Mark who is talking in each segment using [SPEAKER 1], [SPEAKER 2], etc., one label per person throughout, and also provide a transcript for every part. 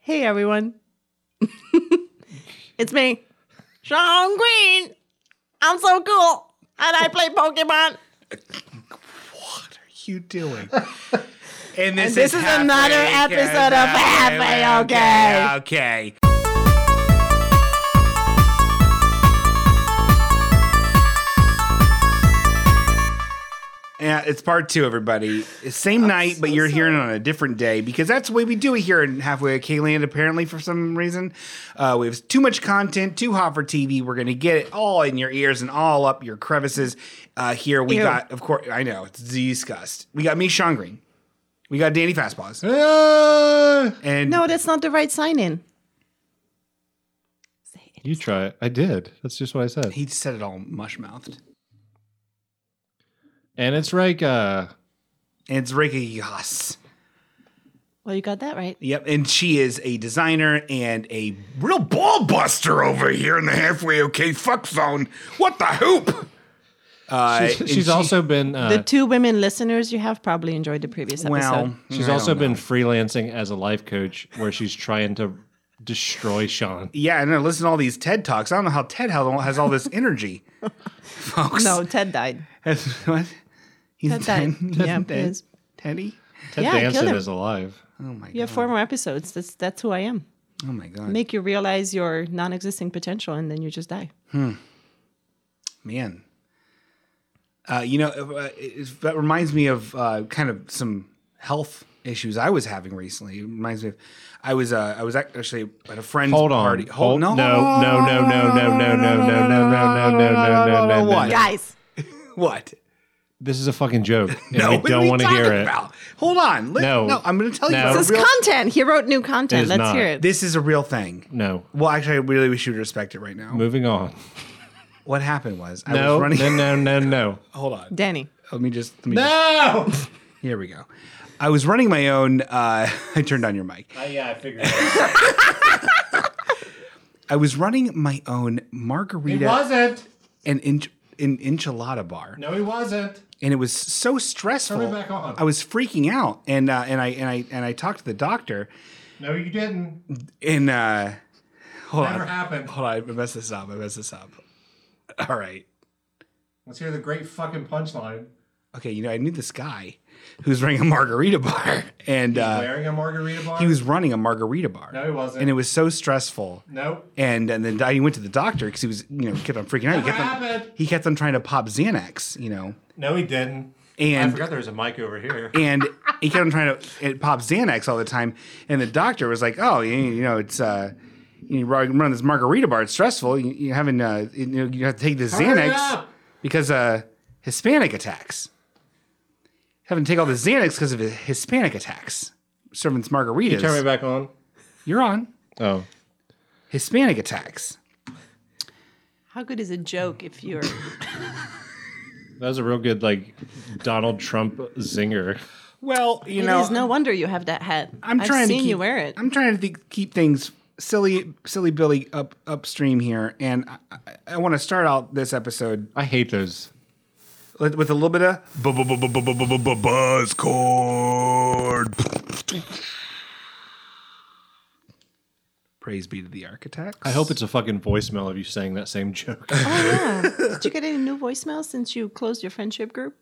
[SPEAKER 1] Hey, everyone. it's me, Sean Green. I'm so cool, and I play Pokemon.
[SPEAKER 2] you doing? And this,
[SPEAKER 1] And this is another
[SPEAKER 2] halfway,
[SPEAKER 1] episode of Halfway Okay.
[SPEAKER 2] Okay. Yeah, it's part two, everybody. It's Same night, but you're hearing it on a different day because that's the way we do it here in Halfway Okay Land, apparently, for some reason. Uh, we have too much content, too hot for TV. We're going to get it all in your ears and all up your crevices. Uh, here we
[SPEAKER 1] Ew.
[SPEAKER 2] got, of course, I know, it's disgust. We got me, Sean Green. We got Danny Fastpaws. Uh, and
[SPEAKER 1] No, that's not the right sign in.
[SPEAKER 3] You try it. I did. That's just what I said.
[SPEAKER 2] he said it all mush mouthed.
[SPEAKER 3] And it's like, uh,
[SPEAKER 2] And it's Rika Yas.
[SPEAKER 1] Well, you got that right.
[SPEAKER 2] Yep, and she is a designer and a real ball buster over here in the halfway okay fuck zone. What the hoop? Uh,
[SPEAKER 3] she's,
[SPEAKER 2] and
[SPEAKER 3] she's
[SPEAKER 2] she-
[SPEAKER 3] also been uh,
[SPEAKER 1] The two women listeners you have probably enjoyed the previous episode.
[SPEAKER 2] well.
[SPEAKER 3] she's
[SPEAKER 2] I
[SPEAKER 3] also
[SPEAKER 2] don't
[SPEAKER 3] been
[SPEAKER 2] know.
[SPEAKER 3] freelancing as a life coach, where she's trying to destroy Sean.
[SPEAKER 2] yeah, and I listen to all these TED talks. I don't know how Ted has all- has all this energy, folks.
[SPEAKER 1] No, Ted died.
[SPEAKER 2] Has- what? He's
[SPEAKER 1] Ted died. yeah, he is.
[SPEAKER 2] Teddy.
[SPEAKER 3] Ted
[SPEAKER 1] Yeah, I killed
[SPEAKER 3] Danson
[SPEAKER 1] him.
[SPEAKER 3] is alive.
[SPEAKER 2] Oh my
[SPEAKER 1] You
[SPEAKER 2] god.
[SPEAKER 1] have four more episodes. That's that's who I am.
[SPEAKER 2] Oh my god.
[SPEAKER 1] Make you realize your non-existing potential, and then you just die.
[SPEAKER 2] Man. Uh, you know, uh, it, that reminds me of uh, kind of some health issues I was having recently. It reminds me of I was uh, I was ac- actually at a friend's
[SPEAKER 3] Hold on.
[SPEAKER 2] party.
[SPEAKER 3] Hold-
[SPEAKER 2] no,
[SPEAKER 3] no, no, no, no, no, no, no, no, no, no, no, no, no, no, no.
[SPEAKER 2] What?
[SPEAKER 1] Guys,
[SPEAKER 2] What?
[SPEAKER 3] This is a fucking joke. and
[SPEAKER 2] No,
[SPEAKER 3] we
[SPEAKER 2] what are
[SPEAKER 3] don't
[SPEAKER 2] we
[SPEAKER 3] want to hear
[SPEAKER 2] talking
[SPEAKER 3] it.
[SPEAKER 2] about? Hold on. Let, no,
[SPEAKER 3] No.
[SPEAKER 2] no, I'm going to tell you.
[SPEAKER 3] No.
[SPEAKER 2] about a
[SPEAKER 1] this is
[SPEAKER 2] real-
[SPEAKER 1] content. He wrote new content.
[SPEAKER 3] is
[SPEAKER 1] Let's
[SPEAKER 3] not.
[SPEAKER 1] hear it.
[SPEAKER 2] this is a real thing.
[SPEAKER 3] No.
[SPEAKER 2] Well, actually, I really we should respect it right now.
[SPEAKER 3] Moving on.
[SPEAKER 2] What happened was I
[SPEAKER 3] No,
[SPEAKER 2] was
[SPEAKER 3] no,
[SPEAKER 2] running.
[SPEAKER 3] no, no, no.
[SPEAKER 2] Hold on.
[SPEAKER 1] Danny.
[SPEAKER 2] Let me just. Let me just
[SPEAKER 3] No!
[SPEAKER 2] here we go. I was running my own. Uh, I turned on your mic.
[SPEAKER 3] Yeah, I figured it
[SPEAKER 2] I was running my own margarita
[SPEAKER 3] wasn't.
[SPEAKER 2] and ench- an enchilada bar,
[SPEAKER 3] No, he wasn't.
[SPEAKER 2] and it was so stressful.
[SPEAKER 3] Turn it back on.
[SPEAKER 2] I was freaking out, and uh, and I and I and I talked to the doctor,
[SPEAKER 3] No, you didn't.
[SPEAKER 2] and uh, hold on,
[SPEAKER 3] happened.
[SPEAKER 2] hold on, I messed this up. I messed this up. All right,
[SPEAKER 3] Let's hear the great fucking punchline.
[SPEAKER 2] okay. You know, I knew this guy who's running a margarita bar, and uh,
[SPEAKER 3] wearing a margarita bar?
[SPEAKER 2] he was running a margarita bar.
[SPEAKER 3] No, he wasn't.
[SPEAKER 2] And it was so stressful.
[SPEAKER 3] Nope.
[SPEAKER 2] And and then he went to the doctor because he was you know kept on freaking out. He kept on,
[SPEAKER 3] happened?
[SPEAKER 2] he kept on trying to pop Xanax, you know,
[SPEAKER 3] No, he didn't.
[SPEAKER 2] and
[SPEAKER 3] I forgot there was a mic over here.
[SPEAKER 2] and he kept on trying to it pop Xanax all the time. And the doctor was like, "Oh, you, you know, it's uh, you run run this margarita bar. It's stressful. You, you're having uh, you, know, you have to take the Xanax
[SPEAKER 3] up.
[SPEAKER 2] because uh, Hispanic attacks. Having to take all the Xanax because of his Hispanic attacks. Servants margaritas.
[SPEAKER 3] Turn me back on.
[SPEAKER 2] you're on
[SPEAKER 3] Oh.
[SPEAKER 2] Hispanic attacks.
[SPEAKER 1] How good is a joke if you're
[SPEAKER 3] That was a real good, like, Donald Trump zinger.
[SPEAKER 2] Well, you
[SPEAKER 1] It is no wonder you have that hat.
[SPEAKER 2] I'm
[SPEAKER 1] I've
[SPEAKER 2] trying
[SPEAKER 1] seen
[SPEAKER 2] to keep,
[SPEAKER 1] you wear it.
[SPEAKER 2] I'm trying to think, keep things silly, silly Billy up upstream here, and I, I, I want to start out this episode
[SPEAKER 3] I hate those.
[SPEAKER 2] with, with a little bit of
[SPEAKER 4] Buzz cord.
[SPEAKER 2] praise be to the architects.
[SPEAKER 3] I hope it's a fucking voicemail of you saying that same joke.
[SPEAKER 1] oh yeah. Did you get any new voicemails since you closed your friendship group?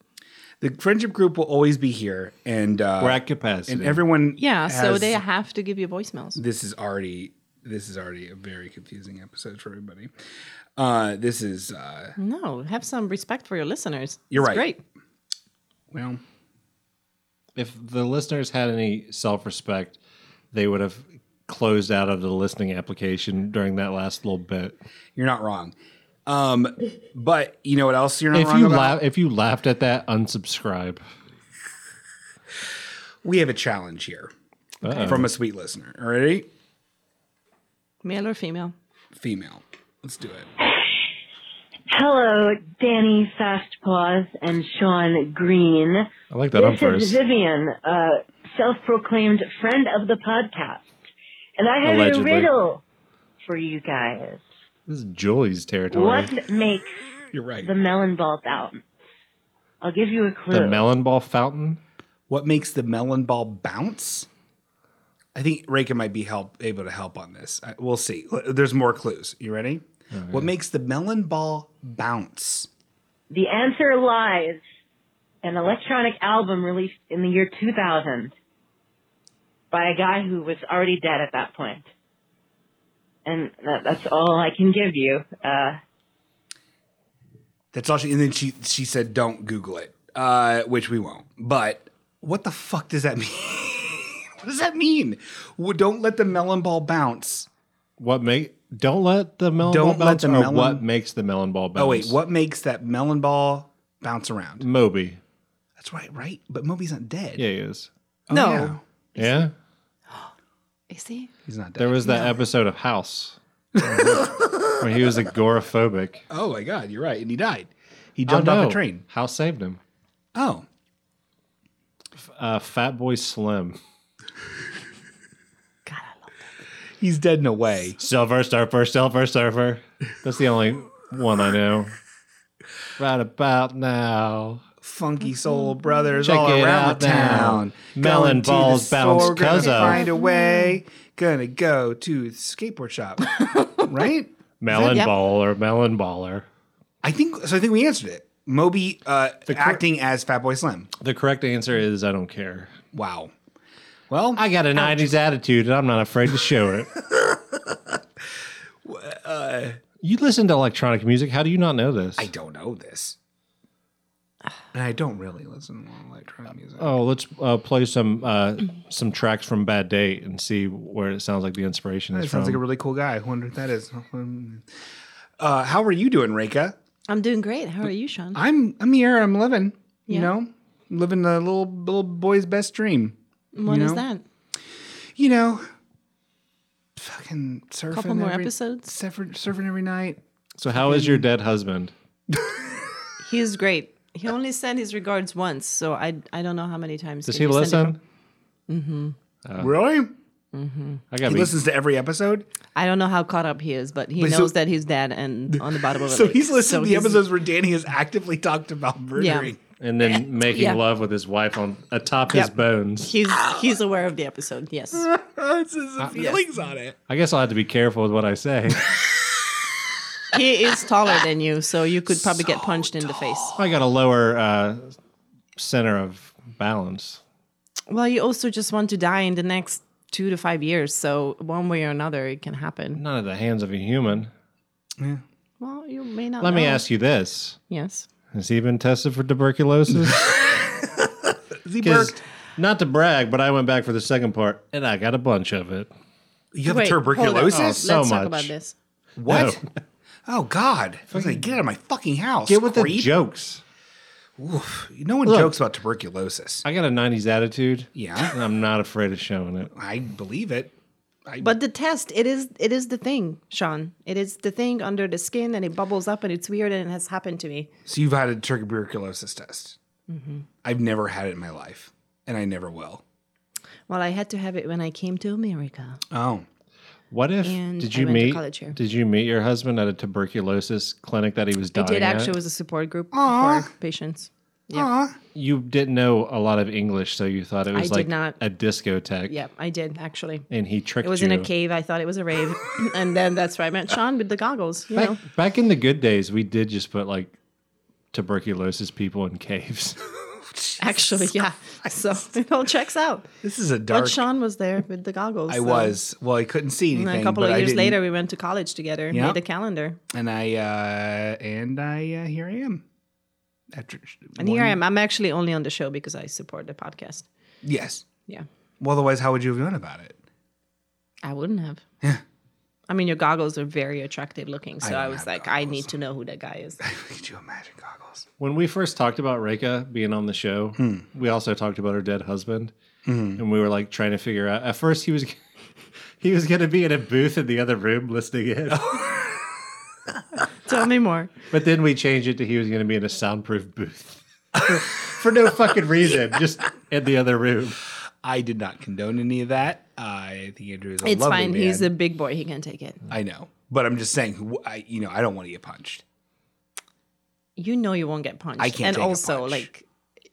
[SPEAKER 2] the friendship group will always be here, and uh,
[SPEAKER 3] We're at capacity.
[SPEAKER 2] and everyone.
[SPEAKER 1] Yeah, so
[SPEAKER 2] has-
[SPEAKER 1] they have to give you voicemails.
[SPEAKER 2] This is already this is already a very confusing episode for everybody. Uh, this is uh,
[SPEAKER 1] No, have some respect for your listeners.
[SPEAKER 2] You're
[SPEAKER 1] It's
[SPEAKER 2] right.
[SPEAKER 1] Great.
[SPEAKER 2] well,
[SPEAKER 3] if the listeners had any self respect, they would have closed out of the listening application during that last little bit.
[SPEAKER 2] you're not wrong. Um, but you know what else you're not
[SPEAKER 3] If
[SPEAKER 2] wrong
[SPEAKER 3] you
[SPEAKER 2] about?
[SPEAKER 3] laugh, if you laughed at that, unsubscribe.
[SPEAKER 2] we have a challenge here
[SPEAKER 3] Uh-oh.
[SPEAKER 2] from a sweet listener. All right.
[SPEAKER 1] Male or female?
[SPEAKER 2] female. Let's do it.
[SPEAKER 5] Hello, Danny Fastpaws and Sean Green.
[SPEAKER 3] I like that on
[SPEAKER 5] this
[SPEAKER 3] first.
[SPEAKER 5] is Vivian, uh, self-proclaimed friend of the podcast, and I have
[SPEAKER 3] Allegedly.
[SPEAKER 5] a riddle for you guys.
[SPEAKER 3] This is Julie's territory.
[SPEAKER 5] What makes
[SPEAKER 2] You're right.
[SPEAKER 5] the melon ball bounce? I'll give you a clue.
[SPEAKER 3] The melon ball fountain?
[SPEAKER 2] What makes the melon ball bounce? I think Reka might be help able to help on this. I- We'll see. L- There's more clues. You ready?
[SPEAKER 3] Oh,
[SPEAKER 2] What makes the melon ball bounce?
[SPEAKER 5] The answer lies. An electronic album released in the year 2000 by a guy who was already dead at that point. And that, that's all I can give you. Uh,
[SPEAKER 2] That's all she. And then she she said, "Don't Google it," uh, which we won't. But what the fuck does that mean? what does that mean? Well, don't let the melon ball bounce.
[SPEAKER 3] What make? Don't let the melon
[SPEAKER 2] Don't
[SPEAKER 3] ball
[SPEAKER 2] let
[SPEAKER 3] bounce.
[SPEAKER 2] the
[SPEAKER 3] or
[SPEAKER 2] melon-
[SPEAKER 3] what makes the melon ball bounce?
[SPEAKER 2] Oh wait, what makes that melon ball bounce around?
[SPEAKER 3] Moby.
[SPEAKER 2] That's right, right. But Moby's not dead.
[SPEAKER 3] Yeah, he is.
[SPEAKER 2] Oh,
[SPEAKER 1] No.
[SPEAKER 2] yeah.
[SPEAKER 3] Yeah,
[SPEAKER 1] Is he?
[SPEAKER 2] he's not dead.
[SPEAKER 3] there was that episode of House where he was agoraphobic.
[SPEAKER 2] oh my god, you're right. And he died. He jumped
[SPEAKER 3] Oh,
[SPEAKER 2] off
[SPEAKER 3] no.
[SPEAKER 2] a train.
[SPEAKER 3] House saved him.
[SPEAKER 2] Oh,
[SPEAKER 3] Uh, Fat Boy Slim.
[SPEAKER 1] God, I love
[SPEAKER 2] he's dead in a way.
[SPEAKER 3] Silver Surfer, Silver Surfer. That's the only one I know. Right about now.
[SPEAKER 2] Funky soul brothers
[SPEAKER 3] Mm-hmm. Check
[SPEAKER 2] all
[SPEAKER 3] it
[SPEAKER 2] around
[SPEAKER 3] out
[SPEAKER 2] the
[SPEAKER 3] now.
[SPEAKER 2] town.
[SPEAKER 3] Melon
[SPEAKER 2] Going to the
[SPEAKER 3] balls bounce
[SPEAKER 2] store, gonna
[SPEAKER 3] 'cause of.
[SPEAKER 2] Find a way. Gonna go to the skateboard shop. right?
[SPEAKER 3] Melon
[SPEAKER 1] Yep.
[SPEAKER 3] baller, melon baller.
[SPEAKER 2] I think so. I think we answered it. Moby uh, acting as Fatboy Slim.
[SPEAKER 3] The correct answer is I don't care.
[SPEAKER 2] Wow. Well,
[SPEAKER 3] I got a 90s attitude and I'm not afraid to show it. you listen to electronic music. How do you not know this?
[SPEAKER 2] I don't know this, and I don't really listen to a lot of electronic music.
[SPEAKER 3] oh, let's uh, play some uh, some tracks from Bad Date and see where it sounds like the inspiration is
[SPEAKER 2] That sounds
[SPEAKER 3] from.
[SPEAKER 2] like a really cool guy. I wonder if that is. Uh, how are you doing, Reka?
[SPEAKER 1] I'm doing great. How are you, Sean?
[SPEAKER 2] I'm I'm here. I'm living. You
[SPEAKER 1] Yeah.
[SPEAKER 2] know, living the little little boy's best dream.
[SPEAKER 1] What
[SPEAKER 2] you
[SPEAKER 1] is
[SPEAKER 2] know?
[SPEAKER 1] that?
[SPEAKER 2] You know, fucking surfing.
[SPEAKER 1] Couple more
[SPEAKER 2] every-
[SPEAKER 1] episodes.
[SPEAKER 2] surfing- surfing every night.
[SPEAKER 3] so, how is your dead husband?
[SPEAKER 1] He's great. He only sent his regards once, so I I don't know how many times.
[SPEAKER 3] Does
[SPEAKER 1] did
[SPEAKER 3] he
[SPEAKER 1] you send it
[SPEAKER 3] listen?
[SPEAKER 1] from-
[SPEAKER 2] Uh, really?
[SPEAKER 3] I got
[SPEAKER 2] He listens to every episode.
[SPEAKER 1] I don't know how caught up he is, but he
[SPEAKER 2] But so-
[SPEAKER 1] knows that he's dead and on the bottom of it.
[SPEAKER 2] So he's listening to the episodes where Danny has actively talked about murdering.
[SPEAKER 3] and then making
[SPEAKER 1] Yeah.
[SPEAKER 3] love with his wife on atop his
[SPEAKER 1] Yep.
[SPEAKER 3] bones.
[SPEAKER 1] He's he's aware of the episode. Yes.
[SPEAKER 2] it's his feelings on it.
[SPEAKER 3] I guess I'll have to be careful with what I say.
[SPEAKER 1] he is taller than you, so you could probably get punched in the face.
[SPEAKER 3] I got a lower uh, center of balance.
[SPEAKER 1] Well, you also just want to die in the next two to five years, so one way or another, it can happen.
[SPEAKER 3] Not at the hands of a human.
[SPEAKER 1] Well, you may not.
[SPEAKER 3] Let me
[SPEAKER 1] know.
[SPEAKER 3] ask you this:
[SPEAKER 1] Yes.
[SPEAKER 3] Has he been tested for tuberculosis? 'Cause not to brag, but I went back for the second part, and I got a bunch of it.
[SPEAKER 2] You have
[SPEAKER 1] Wait, hold on. Oh,
[SPEAKER 2] tuberculosis?
[SPEAKER 3] so
[SPEAKER 1] Let's
[SPEAKER 3] much.
[SPEAKER 1] talk about this.
[SPEAKER 2] What? Oh God! I was like, get out of my fucking house.
[SPEAKER 3] Get with the
[SPEAKER 2] creep.
[SPEAKER 3] jokes.
[SPEAKER 2] No one jokes about tuberculosis.
[SPEAKER 3] I got a '90s attitude.
[SPEAKER 2] Yeah.
[SPEAKER 3] and I'm not afraid of showing it.
[SPEAKER 2] I believe it.
[SPEAKER 1] But the test, it is it is the thing, Sean. It is the thing under the skin, and it bubbles up, and it's weird, and it has happened to me.
[SPEAKER 2] So you've had a tuberculosis test.
[SPEAKER 1] Mm-hmm.
[SPEAKER 2] I've never had it in my life, and I never will.
[SPEAKER 1] Well, I had to have it when I came to America.
[SPEAKER 2] Oh,
[SPEAKER 3] What if
[SPEAKER 1] And
[SPEAKER 3] did
[SPEAKER 1] I
[SPEAKER 3] you
[SPEAKER 1] went to
[SPEAKER 3] meet
[SPEAKER 1] college here.
[SPEAKER 3] did you meet your husband at a tuberculosis clinic that he was dying
[SPEAKER 1] I did actually
[SPEAKER 3] at?
[SPEAKER 1] was a support group for patients.
[SPEAKER 3] you didn't know a lot of English, so you thought it was
[SPEAKER 1] I did
[SPEAKER 3] like
[SPEAKER 1] not.
[SPEAKER 3] a discotheque.
[SPEAKER 1] Yeah, I did actually.
[SPEAKER 3] And he tricked
[SPEAKER 1] It was
[SPEAKER 3] you.
[SPEAKER 1] in a cave. I thought it was a rave, and then that's where I met Sean with the goggles. You
[SPEAKER 3] Back,
[SPEAKER 1] know,
[SPEAKER 3] back in the good days, we did just put like tuberculosis people in caves.
[SPEAKER 1] actually, yeah. So it all checks out.
[SPEAKER 2] this is a dark.
[SPEAKER 1] But Sean was there with the goggles.
[SPEAKER 2] I
[SPEAKER 1] so-
[SPEAKER 2] was well. I couldn't see anything.
[SPEAKER 1] And a couple
[SPEAKER 2] but
[SPEAKER 1] of
[SPEAKER 2] I
[SPEAKER 1] years
[SPEAKER 2] didn't-
[SPEAKER 1] later, we went to college together.
[SPEAKER 2] Yeah.
[SPEAKER 1] Made a calendar,
[SPEAKER 2] and I uh and I uh, here I am. After
[SPEAKER 1] and here I am. I'm actually only on the show because I support the podcast.
[SPEAKER 2] Yes.
[SPEAKER 1] Yeah,
[SPEAKER 2] Well, otherwise, how would you have known about it?
[SPEAKER 1] I wouldn't have. Yeah. I mean, your goggles are very attractive looking, so I, was like, I need to know who that guy is.
[SPEAKER 2] Could you imagine goggles?
[SPEAKER 3] when we first talked about Reka being on the show, we also talked about her dead husband, and we were like trying to figure out. At first, he was he was going to be in a booth in the other room listening in,
[SPEAKER 1] Tell me more.
[SPEAKER 3] but then we changed it to he was going to be in a soundproof booth for no fucking reason, just in the other room.
[SPEAKER 2] I did not condone any of that. I think Andrew is a
[SPEAKER 1] It's
[SPEAKER 2] lovely
[SPEAKER 1] fine.
[SPEAKER 2] man.
[SPEAKER 1] He's a big boy. He can take it.
[SPEAKER 2] I know, but I'm just saying. wh- I you know I don't want to get punched.
[SPEAKER 1] You know, you won't get punched.
[SPEAKER 2] I can't
[SPEAKER 1] And
[SPEAKER 2] take a
[SPEAKER 1] also,
[SPEAKER 2] punch.
[SPEAKER 1] like,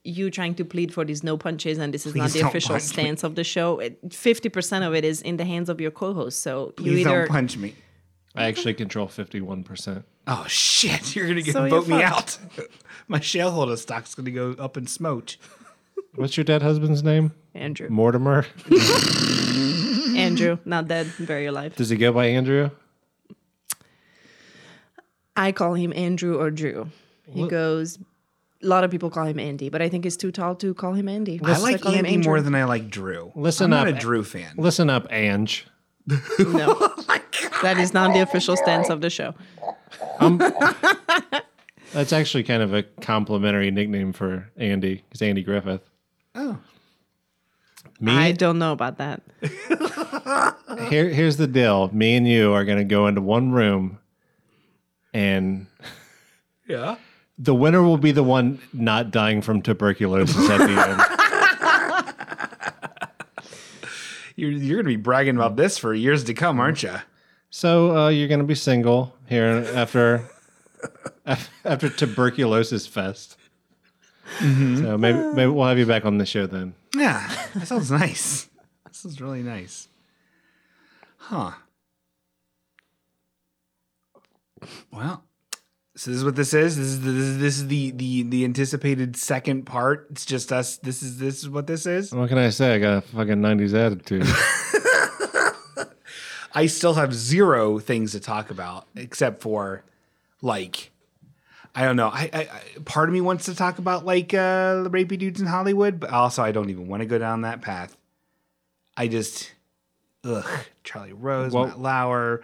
[SPEAKER 1] you trying to plead for these no punches, and this is not
[SPEAKER 2] Please
[SPEAKER 1] the
[SPEAKER 2] don't
[SPEAKER 1] official
[SPEAKER 2] punch me.
[SPEAKER 1] stance of the show. Fifty percent of it is in the hands of your co-host, so you
[SPEAKER 2] Please
[SPEAKER 1] either
[SPEAKER 2] don't punch me.
[SPEAKER 3] I actually control 51%.
[SPEAKER 2] Oh shit! You're gonna get
[SPEAKER 1] So
[SPEAKER 2] vote
[SPEAKER 1] you're
[SPEAKER 2] me out. My shareholder stock's gonna go up in smote.
[SPEAKER 3] What's your dead husband's name?
[SPEAKER 1] Andrew,
[SPEAKER 3] Mortimer.
[SPEAKER 1] Andrew, not dead, very alive.
[SPEAKER 3] Does he go by Andrew?
[SPEAKER 1] I call him Andrew or Drew. He goes. A lot of people call him Andy, but I think he's too tall to call him Andy.
[SPEAKER 2] I
[SPEAKER 1] So
[SPEAKER 2] like
[SPEAKER 1] call him
[SPEAKER 2] Andy
[SPEAKER 1] Andrew.
[SPEAKER 2] more than I like Drew.
[SPEAKER 3] Listen
[SPEAKER 2] I'm
[SPEAKER 3] up.
[SPEAKER 2] not a Drew fan.
[SPEAKER 3] Listen up, Ange.
[SPEAKER 1] no. that is not the official stance of the show.
[SPEAKER 3] That's actually kind of a complimentary nickname for Andy. It's Andy Griffith. Oh. Me,
[SPEAKER 1] I don't know about that.
[SPEAKER 3] here, here's the deal. Me and you are going to go into one room, and
[SPEAKER 2] Yeah.
[SPEAKER 3] the winner will be the one not dying from tuberculosis at the end.
[SPEAKER 2] You're, you're gonna be bragging about this for years to come, aren't you?
[SPEAKER 3] So uh, you're going to be single here after after tuberculosis fest. So maybe maybe we'll have you back on the show then.
[SPEAKER 2] Yeah. That sounds nice. This is really nice. Huh. Well, so this is what this is. This is the, this is, this is the, the the anticipated second part. It's just us. This is this is what this is.
[SPEAKER 3] What can I say? I got a fucking '90s attitude.
[SPEAKER 2] I still have zero things to talk about except for like I don't know. I, I, I part of me wants to talk about like uh rapey dudes in Hollywood, but also I don't even want to go down that path. I just ugh, Charlie Rose,
[SPEAKER 3] Well-
[SPEAKER 2] Matt Lauer,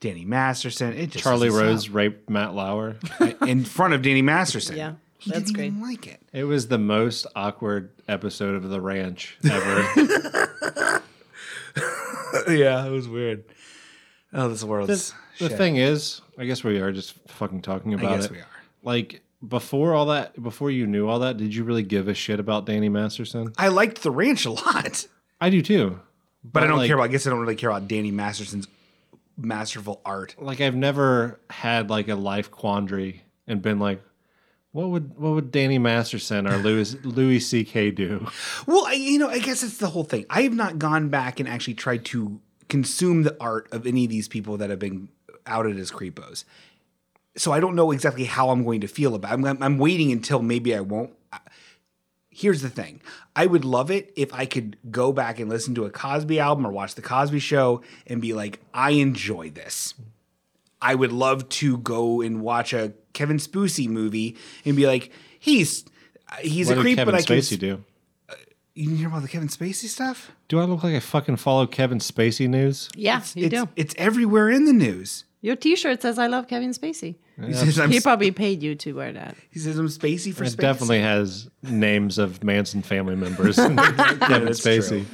[SPEAKER 2] Danny Masterson. It just
[SPEAKER 3] Charlie
[SPEAKER 2] doesn't
[SPEAKER 3] Rose raped Matt Lauer.
[SPEAKER 2] stop. in front of Danny Masterson.
[SPEAKER 1] Yeah,
[SPEAKER 2] He
[SPEAKER 1] that's
[SPEAKER 2] didn't
[SPEAKER 1] great.
[SPEAKER 2] even like it.
[SPEAKER 3] It was the most awkward episode of The Ranch ever.
[SPEAKER 2] yeah, it was weird. Oh, this world is
[SPEAKER 3] the
[SPEAKER 2] shit.
[SPEAKER 3] thing is, I guess we are just fucking talking
[SPEAKER 2] I
[SPEAKER 3] about
[SPEAKER 2] guess
[SPEAKER 3] it.
[SPEAKER 2] we are.
[SPEAKER 3] Like before all that, before you knew all that, did you really give a shit about Danny Masterson?
[SPEAKER 2] I liked the ranch a lot.
[SPEAKER 3] I do too.
[SPEAKER 2] But I don't
[SPEAKER 3] like-
[SPEAKER 2] care about. I guess I don't really care about Danny Masterson's masterful art.
[SPEAKER 3] like I've never had like a life quandary and been like, what would what would Danny Masterson or Louis Louis C.K. do?
[SPEAKER 2] Well, I, you know, I guess it's the whole thing. I have not gone back and actually tried to consume the art of any of these people that have been outed as creepos. So I don't know exactly how I'm going to feel about. I'm I'm, I'm waiting until maybe I won't. I- Here's the thing. I would love it if I could go back and listen to a Cosby album or watch the Cosby show and be like, I enjoy this. I would love to go and watch a Kevin Spacey movie and be like, he's he's
[SPEAKER 3] What
[SPEAKER 2] a
[SPEAKER 3] did
[SPEAKER 2] creep,
[SPEAKER 3] Kevin
[SPEAKER 2] but I can
[SPEAKER 3] Spacey do?
[SPEAKER 2] you didn't hear about the Kevin Spacey stuff?
[SPEAKER 3] Do I look like I fucking follow Kevin Spacey news?
[SPEAKER 1] Yeah, you
[SPEAKER 2] it's,
[SPEAKER 1] do.
[SPEAKER 2] It's everywhere in the news.
[SPEAKER 1] Your T-shirt says "I love Kevin Spacey."
[SPEAKER 2] He says, I'm,
[SPEAKER 1] He probably paid you to wear that.
[SPEAKER 2] he says I'm Spacey for
[SPEAKER 3] It
[SPEAKER 2] Spacey.
[SPEAKER 3] definitely has names of Manson family members. Kevin Spacey.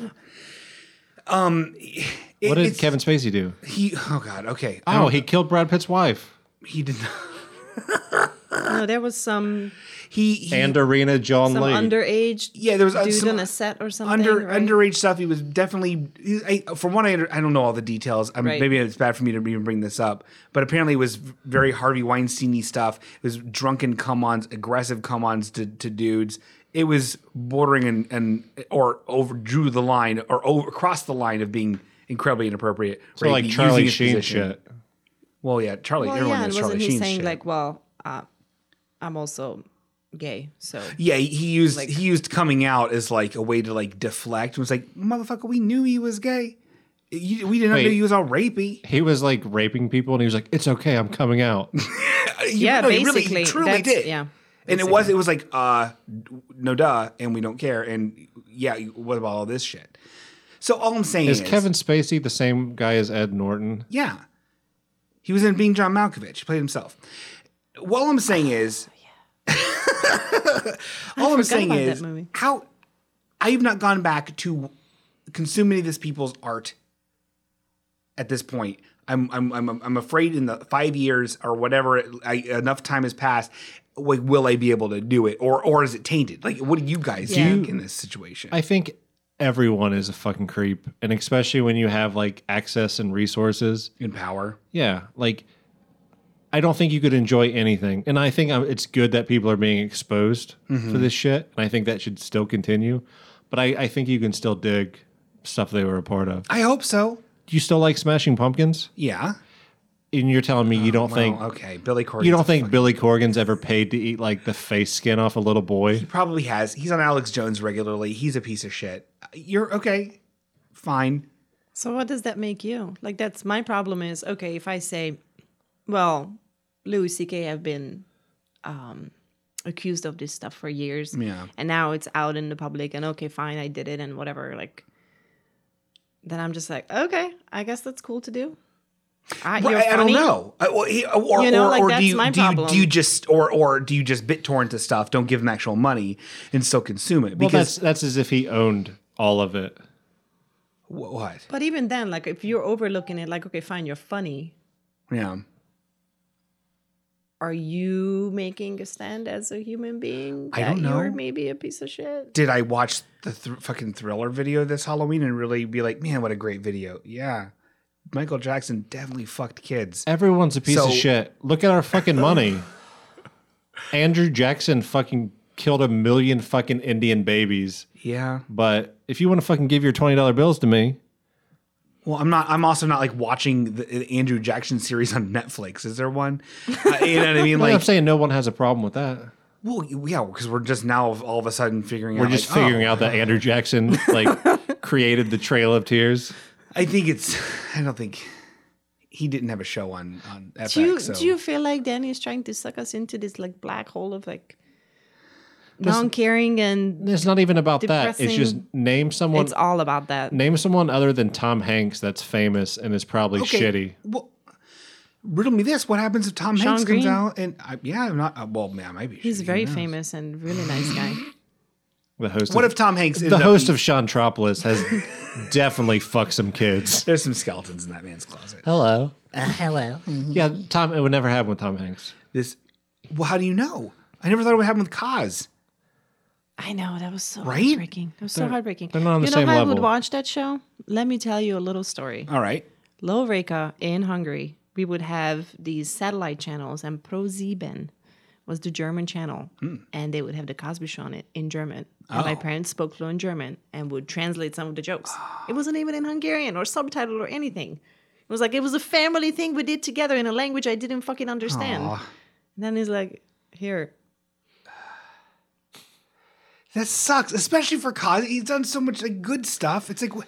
[SPEAKER 2] Um, It-
[SPEAKER 3] What did
[SPEAKER 2] it's-
[SPEAKER 3] Kevin Spacey do?
[SPEAKER 2] He. Oh God. Okay.
[SPEAKER 1] Um,
[SPEAKER 2] I
[SPEAKER 3] Oh,
[SPEAKER 2] don't-
[SPEAKER 3] he killed Brad Pitt's wife
[SPEAKER 2] he did not.
[SPEAKER 1] No, there was some
[SPEAKER 2] He, he
[SPEAKER 3] and Arena John
[SPEAKER 1] some
[SPEAKER 3] Lee.
[SPEAKER 1] underage
[SPEAKER 2] yeah. There was uh,
[SPEAKER 1] dude
[SPEAKER 2] some
[SPEAKER 1] on a set or something.
[SPEAKER 2] under
[SPEAKER 1] right?
[SPEAKER 2] underage stuff. He was definitely. he- I, from what I under, I don't know all the details. I'm,
[SPEAKER 1] Right.
[SPEAKER 2] Maybe it's bad for me to even bring this up, but apparently it was very Harvey Weinstein-y stuff. It was drunken come-ons, aggressive come-ons to, to dudes. It was bordering and and or over drew the line or over crossed the line of being incredibly inappropriate.
[SPEAKER 3] So like
[SPEAKER 2] rapey, using
[SPEAKER 3] Charlie
[SPEAKER 2] his
[SPEAKER 3] Sheen
[SPEAKER 2] position.
[SPEAKER 3] shit.
[SPEAKER 2] Well, yeah, Charlie.
[SPEAKER 1] Well,
[SPEAKER 2] everyone
[SPEAKER 1] yeah, and
[SPEAKER 2] knows
[SPEAKER 1] wasn't
[SPEAKER 2] Charlie
[SPEAKER 1] he
[SPEAKER 2] Sheen
[SPEAKER 1] saying
[SPEAKER 2] shit.
[SPEAKER 1] like, "Well, uh, I'm also gay," so
[SPEAKER 2] Yeah, he- he used
[SPEAKER 1] Like-
[SPEAKER 2] he used coming out as like a way to like deflect. It was like, motherfucker, we knew he was gay. You, we didn't know
[SPEAKER 3] Wait.
[SPEAKER 2] he was all rapey.
[SPEAKER 3] He was like raping people, and he was like, "It's okay, I'm coming out."
[SPEAKER 1] yeah,
[SPEAKER 2] no, he really-
[SPEAKER 1] basically,
[SPEAKER 2] he truly
[SPEAKER 1] that's,
[SPEAKER 2] did.
[SPEAKER 1] yeah.
[SPEAKER 2] And it was it was like, uh, no duh, and we don't care. And yeah, what about all this shit? So all I'm saying is,
[SPEAKER 3] Is Kevin Spacey the same guy as Ed Norton?
[SPEAKER 2] Yeah, he was in Being John Malkovich. He played himself. All I'm saying is, all I'm
[SPEAKER 1] Oh, forgot
[SPEAKER 2] saying
[SPEAKER 1] about that
[SPEAKER 2] is
[SPEAKER 1] movie.
[SPEAKER 2] how I have not gone back to consume any of this people's art at this point. I'm I'm I'm I'm afraid in the five years or whatever I, enough time has passed. Like, will I be able to do it, or or is it tainted? Like, what do you guys
[SPEAKER 1] Yeah.
[SPEAKER 2] think in this situation?
[SPEAKER 3] I think everyone is a fucking creep, and especially when you have like access and resources.
[SPEAKER 2] in power,
[SPEAKER 3] Yeah, like I don't think you could enjoy anything. And I think um, it's good that people are being exposed to
[SPEAKER 2] Mm-hmm.
[SPEAKER 3] this shit. And I think that should still continue. But I, I think you can still dig stuff they were a part of.
[SPEAKER 2] I hope so.
[SPEAKER 3] Do you still like Smashing Pumpkins?
[SPEAKER 2] Yeah.
[SPEAKER 3] And you're telling me you don't
[SPEAKER 2] Well,
[SPEAKER 3] think
[SPEAKER 2] okay, Billy Corgan.
[SPEAKER 3] you don't think Billy Corgan's ever paid to eat like the face skin off a little boy?
[SPEAKER 2] probably has. He's on Alex Jones regularly. He's a piece of shit. You're okay. Fine.
[SPEAKER 1] So what does that make you? Like that's my problem is okay, if I say, well, Louis C.K. have been um, accused of this stuff for years.
[SPEAKER 2] Yeah.
[SPEAKER 1] And now it's out in the public and okay, fine, I did it and whatever, like then I'm just like, okay, I guess that's cool to do. I,
[SPEAKER 2] Well,
[SPEAKER 1] you're
[SPEAKER 2] I, I don't
[SPEAKER 1] funny.
[SPEAKER 2] know. I- Or, he- or,
[SPEAKER 1] You know,
[SPEAKER 2] or,
[SPEAKER 1] like,
[SPEAKER 2] or
[SPEAKER 1] that's
[SPEAKER 2] do you
[SPEAKER 1] my
[SPEAKER 2] do you,
[SPEAKER 1] problem.
[SPEAKER 2] do you just or or do you just bit torrent to stuff? Don't give them actual money and still consume it
[SPEAKER 3] Well,
[SPEAKER 2] because
[SPEAKER 3] that's that's as if he owned all of it.
[SPEAKER 2] wh- what?
[SPEAKER 1] But even then, like if you're overlooking it, like, okay, fine, you're funny.
[SPEAKER 2] Yeah.
[SPEAKER 1] Are you making a stand as a human being?
[SPEAKER 2] I don't
[SPEAKER 1] that You're
[SPEAKER 2] know.
[SPEAKER 1] maybe a piece of shit.
[SPEAKER 2] Did I watch the thr fucking thriller video this Halloween and really be like, man, what a great video? Yeah. Michael Jackson definitely fucked kids.
[SPEAKER 3] Everyone's a piece
[SPEAKER 2] So-
[SPEAKER 3] of shit. Look at our fucking money. Andrew Jackson fucking killed a million fucking Indian babies.
[SPEAKER 2] Yeah.
[SPEAKER 3] But if you want to fucking give your twenty dollar bills to me,
[SPEAKER 2] Well, I'm not. I'm also not like watching the uh, Andrew Jackson series on Netflix. Is there one? Uh, you know what I mean?
[SPEAKER 3] like, I'm
[SPEAKER 2] Like,
[SPEAKER 3] saying no one has a problem with that.
[SPEAKER 2] well, yeah, because we're just now all of a sudden figuring
[SPEAKER 3] We're
[SPEAKER 2] out.
[SPEAKER 3] just
[SPEAKER 2] like, oh,
[SPEAKER 3] figuring out that Andrew Jackson like created the Trail of Tears.
[SPEAKER 2] I think it's. I don't think he didn't have a show on on FX.
[SPEAKER 1] do you
[SPEAKER 2] so.
[SPEAKER 1] do you feel like Danny is trying to suck us into this like black hole of like non-caring and
[SPEAKER 3] It's not even about that. It's
[SPEAKER 1] Depressing.
[SPEAKER 3] just name someone
[SPEAKER 1] it's all about that.
[SPEAKER 3] name someone other than Tom Hanks that's famous and is probably shitty.
[SPEAKER 2] Well, riddle me this: What happens if Tom Hanks comes
[SPEAKER 1] Green?
[SPEAKER 2] out and I, yeah, I'm not. Uh, well, man, I might be.
[SPEAKER 1] He's
[SPEAKER 2] shitty,
[SPEAKER 1] very
[SPEAKER 2] who knows?
[SPEAKER 1] famous and really nice guy.
[SPEAKER 3] The host
[SPEAKER 2] What
[SPEAKER 3] of,
[SPEAKER 2] if Tom Hanks?
[SPEAKER 3] the host of Shantropolis has definitely fucked some kids.
[SPEAKER 2] There's some skeletons in that man's closet.
[SPEAKER 3] Hello.
[SPEAKER 1] Uh,
[SPEAKER 3] Uh, hello.
[SPEAKER 1] mm-hmm.
[SPEAKER 3] Yeah, Tom it would never happen with Tom Hanks.
[SPEAKER 2] This. Well, how do you know? I never thought it would happen with Kaz.
[SPEAKER 1] I know that was so
[SPEAKER 2] Right?
[SPEAKER 1] heartbreaking. That was so heartbreaking.
[SPEAKER 3] they're not on
[SPEAKER 1] you
[SPEAKER 3] the
[SPEAKER 1] know
[SPEAKER 3] same
[SPEAKER 1] how I would
[SPEAKER 3] level.
[SPEAKER 1] watch that show? Let me tell you a little story.
[SPEAKER 2] All right.
[SPEAKER 1] Lovreka in Hungary, we would have these satellite channels, and ProSieben was the German channel,
[SPEAKER 2] Hmm.
[SPEAKER 1] and they would have the Cosby Show on it in German. And
[SPEAKER 2] Oh.
[SPEAKER 1] my parents spoke fluent German and would translate some of the jokes.
[SPEAKER 2] Ah.
[SPEAKER 1] It wasn't even in Hungarian or subtitled or anything. It was like it was a family thing we did together in a language I didn't fucking understand. And then he's like, "Here,
[SPEAKER 2] That sucks, especially for Cosby. He's done so much like good stuff. It's like, wh-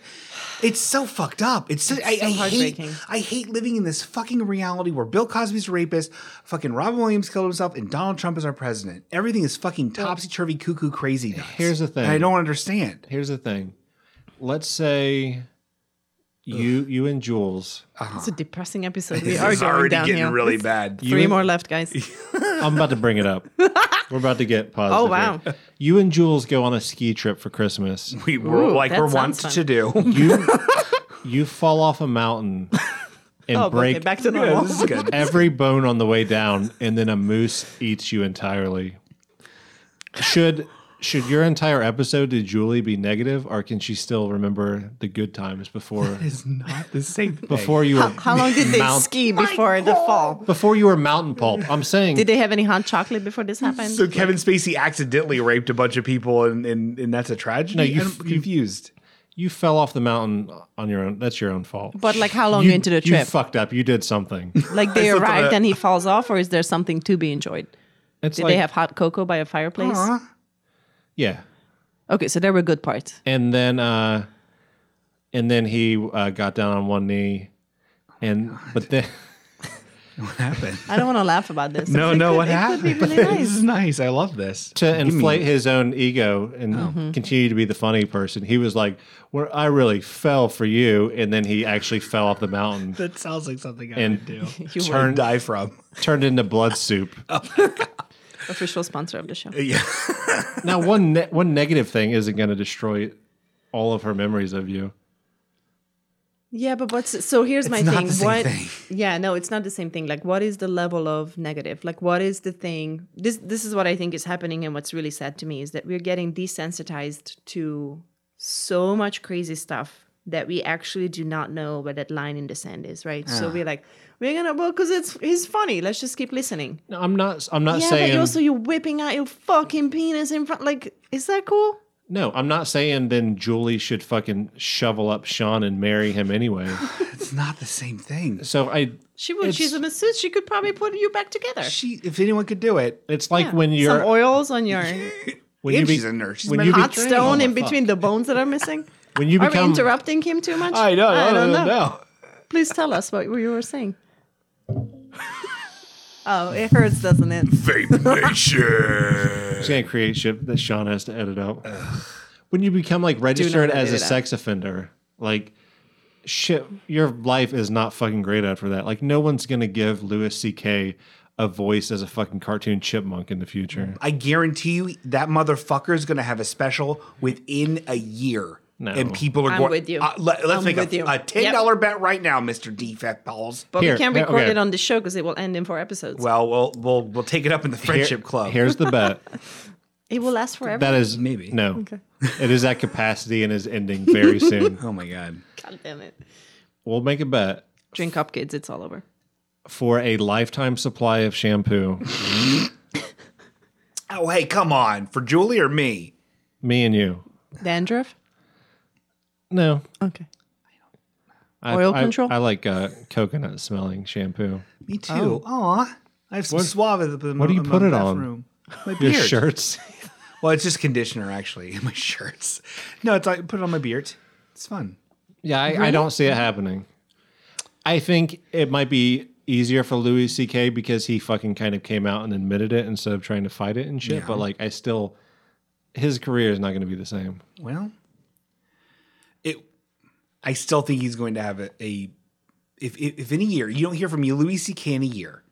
[SPEAKER 2] it's so fucked up. It's, so, I,
[SPEAKER 1] so
[SPEAKER 2] I hate.
[SPEAKER 1] heartbreaking.
[SPEAKER 2] I hate living in this fucking reality where Bill Cosby's a rapist, fucking Robin Williams killed himself, and Donald Trump is our president. Everything is fucking topsy turvy, cuckoo, crazy. Nuts.
[SPEAKER 3] Here's the thing.
[SPEAKER 2] I don't understand.
[SPEAKER 3] Here's the thing. Let's say you you and Jules.
[SPEAKER 1] it's a depressing episode. We are going
[SPEAKER 2] Ah. already
[SPEAKER 1] down
[SPEAKER 2] getting
[SPEAKER 1] here.
[SPEAKER 2] really bad.
[SPEAKER 1] Three more left, guys.
[SPEAKER 3] I'm about to bring it up. We're about to get positive.
[SPEAKER 1] Oh,
[SPEAKER 3] here.
[SPEAKER 1] wow.
[SPEAKER 3] You and Jules go on a ski trip for Christmas.
[SPEAKER 2] we were
[SPEAKER 1] Ooh,
[SPEAKER 2] like
[SPEAKER 1] that
[SPEAKER 2] we're
[SPEAKER 1] sounds
[SPEAKER 2] wont
[SPEAKER 1] fun.
[SPEAKER 2] to do.
[SPEAKER 3] You you fall off a mountain and
[SPEAKER 1] Oh,
[SPEAKER 3] break
[SPEAKER 1] okay, back to
[SPEAKER 2] Yeah,
[SPEAKER 1] normal.
[SPEAKER 2] this is good.
[SPEAKER 3] every bone on the way down, and then a moose eats you entirely. Should should your entire episode to Julie be negative, or can she still remember the good times before
[SPEAKER 2] It's not the same thing.
[SPEAKER 3] before you were
[SPEAKER 1] How long did they
[SPEAKER 3] Mount-
[SPEAKER 1] ski before the fall?
[SPEAKER 3] before you were mountain pulp? I'm saying
[SPEAKER 1] Did they have any hot chocolate before this happened?
[SPEAKER 2] So Kevin Spacey accidentally raped a bunch of people, and and, and that's a tragedy.
[SPEAKER 3] you-
[SPEAKER 2] I'm
[SPEAKER 3] you-
[SPEAKER 2] confused.
[SPEAKER 3] you fell off the mountain on your own. That's your own fault.
[SPEAKER 1] But like how long into the
[SPEAKER 3] you
[SPEAKER 1] trip?
[SPEAKER 3] fucked up. You did something.
[SPEAKER 1] like they arrived and he falls off, or is there something to be enjoyed?
[SPEAKER 3] It's
[SPEAKER 1] Did
[SPEAKER 3] like
[SPEAKER 1] they have hot cocoa by a fireplace?
[SPEAKER 3] yeah,
[SPEAKER 1] Okay, so there were good parts.
[SPEAKER 3] and then uh, and then he uh, got down on one knee, and but then.
[SPEAKER 2] What happened?
[SPEAKER 1] I don't want to laugh about this.
[SPEAKER 2] No, no, what
[SPEAKER 1] it could be
[SPEAKER 2] happened?
[SPEAKER 1] really nice.
[SPEAKER 2] this is nice. I love this.
[SPEAKER 3] to inflate his own ego
[SPEAKER 1] Oh.
[SPEAKER 3] and continue to be the funny person. He was like, "Where I really fell for you," and then he actually fell off the mountain
[SPEAKER 2] That sounds like something I
[SPEAKER 3] and
[SPEAKER 1] You were
[SPEAKER 2] would
[SPEAKER 3] turned
[SPEAKER 2] die from.
[SPEAKER 3] turned into blood soup.
[SPEAKER 1] official sponsor of the show.
[SPEAKER 2] Yeah.
[SPEAKER 3] now, one ne- one negative thing isn't going to destroy all of her memories of you.
[SPEAKER 1] Yeah, but what's so? Here's my
[SPEAKER 2] not
[SPEAKER 1] thing.
[SPEAKER 2] the same
[SPEAKER 1] what?
[SPEAKER 2] thing.
[SPEAKER 1] Yeah, no, it's not the same thing. Like, what is the level of negative? Like, what is the thing? This this is what I think is happening, and what's really sad to me is that we're getting desensitized to so much crazy stuff that we actually do not know where that line in the sand is, right?
[SPEAKER 2] Ah.
[SPEAKER 1] So we're like, we're gonna well, because it's he's funny. Let's just keep listening.
[SPEAKER 3] No, I'm not. I'm not
[SPEAKER 1] yeah, but
[SPEAKER 3] saying.
[SPEAKER 1] you also you're whipping out your fucking penis in front. Like, is that cool?
[SPEAKER 3] no, I'm not saying. Then Julie should fucking shovel up Sean and marry him anyway.
[SPEAKER 2] It's not the same thing.
[SPEAKER 3] so I.
[SPEAKER 1] She would. She's a masseuse. She could probably put you back together.
[SPEAKER 2] She, if anyone could do it,
[SPEAKER 3] It's like when you're
[SPEAKER 1] Some oils on your
[SPEAKER 3] when you
[SPEAKER 2] and
[SPEAKER 3] be,
[SPEAKER 2] she's a nurse. She's
[SPEAKER 3] when
[SPEAKER 2] been
[SPEAKER 3] you be-
[SPEAKER 1] hot stone
[SPEAKER 3] Oh,
[SPEAKER 1] in
[SPEAKER 3] fuck.
[SPEAKER 1] between the bones that are missing.
[SPEAKER 3] when you
[SPEAKER 1] Are we
[SPEAKER 3] become
[SPEAKER 1] interrupting him too much? Please tell us what you were saying. oh, it hurts, doesn't it?
[SPEAKER 4] Vape
[SPEAKER 3] It's gonna create shit that Sean has to edit out. When you become like registered
[SPEAKER 1] let
[SPEAKER 3] as
[SPEAKER 1] me
[SPEAKER 3] a
[SPEAKER 1] do that.
[SPEAKER 3] sex offender, like shit, your life is not fucking great after that. Like no one's gonna give Louis C.K. a voice as a fucking cartoon chipmunk in the future.
[SPEAKER 2] I guarantee you that motherfucker is going to have a special within a year.
[SPEAKER 3] No.
[SPEAKER 2] And people are
[SPEAKER 1] I'm
[SPEAKER 2] going.
[SPEAKER 1] with you.
[SPEAKER 2] Uh, let, us
[SPEAKER 1] I'm
[SPEAKER 2] make a,
[SPEAKER 1] with you.
[SPEAKER 2] a ten dollar bet right now, Mister Defect Balls.
[SPEAKER 1] But
[SPEAKER 3] Here,
[SPEAKER 1] we can't
[SPEAKER 3] yeah,
[SPEAKER 1] record
[SPEAKER 3] okay.
[SPEAKER 1] it on the show because it will end in four episodes.
[SPEAKER 2] Well, we'll we'll we'll take it up in the
[SPEAKER 3] Here-
[SPEAKER 2] friendship Mm. club.
[SPEAKER 3] Here's the bet.
[SPEAKER 1] it will last forever.
[SPEAKER 3] That is
[SPEAKER 2] Maybe.
[SPEAKER 3] no. It is at capacity and is ending very soon.
[SPEAKER 2] Oh my god!
[SPEAKER 1] God damn it.
[SPEAKER 3] We'll make a bet
[SPEAKER 1] Drink up, kids. It's all over.
[SPEAKER 3] for a lifetime supply of shampoo.
[SPEAKER 2] Oh hey, come on! For Julie or me?
[SPEAKER 3] Me and you.
[SPEAKER 1] Dandruff?
[SPEAKER 3] No.
[SPEAKER 1] Okay.
[SPEAKER 3] I-
[SPEAKER 1] Oil
[SPEAKER 3] I-
[SPEAKER 1] control?
[SPEAKER 3] I like uh, coconut smelling shampoo.
[SPEAKER 2] Me too. Aw, I have some
[SPEAKER 3] What-
[SPEAKER 2] suave. At the,
[SPEAKER 3] what do you
[SPEAKER 2] in my
[SPEAKER 3] put it
[SPEAKER 2] bathroom.
[SPEAKER 3] on?
[SPEAKER 2] My
[SPEAKER 3] Your
[SPEAKER 2] beard.
[SPEAKER 3] shirts.
[SPEAKER 2] Well, it's just conditioner actually. My shirts. No, it's like put it on my beard. It's fun.
[SPEAKER 3] Yeah, I, I don't see it happening. I think it might be easier for Louis C.K. because he fucking kind of came out and admitted it instead of trying to fight it and shit. But like, I still, his career is not going to be the same.
[SPEAKER 2] Well, it. I still think he's going to have a. a if, if if in a year you don't hear from you Louis C.K. in a year,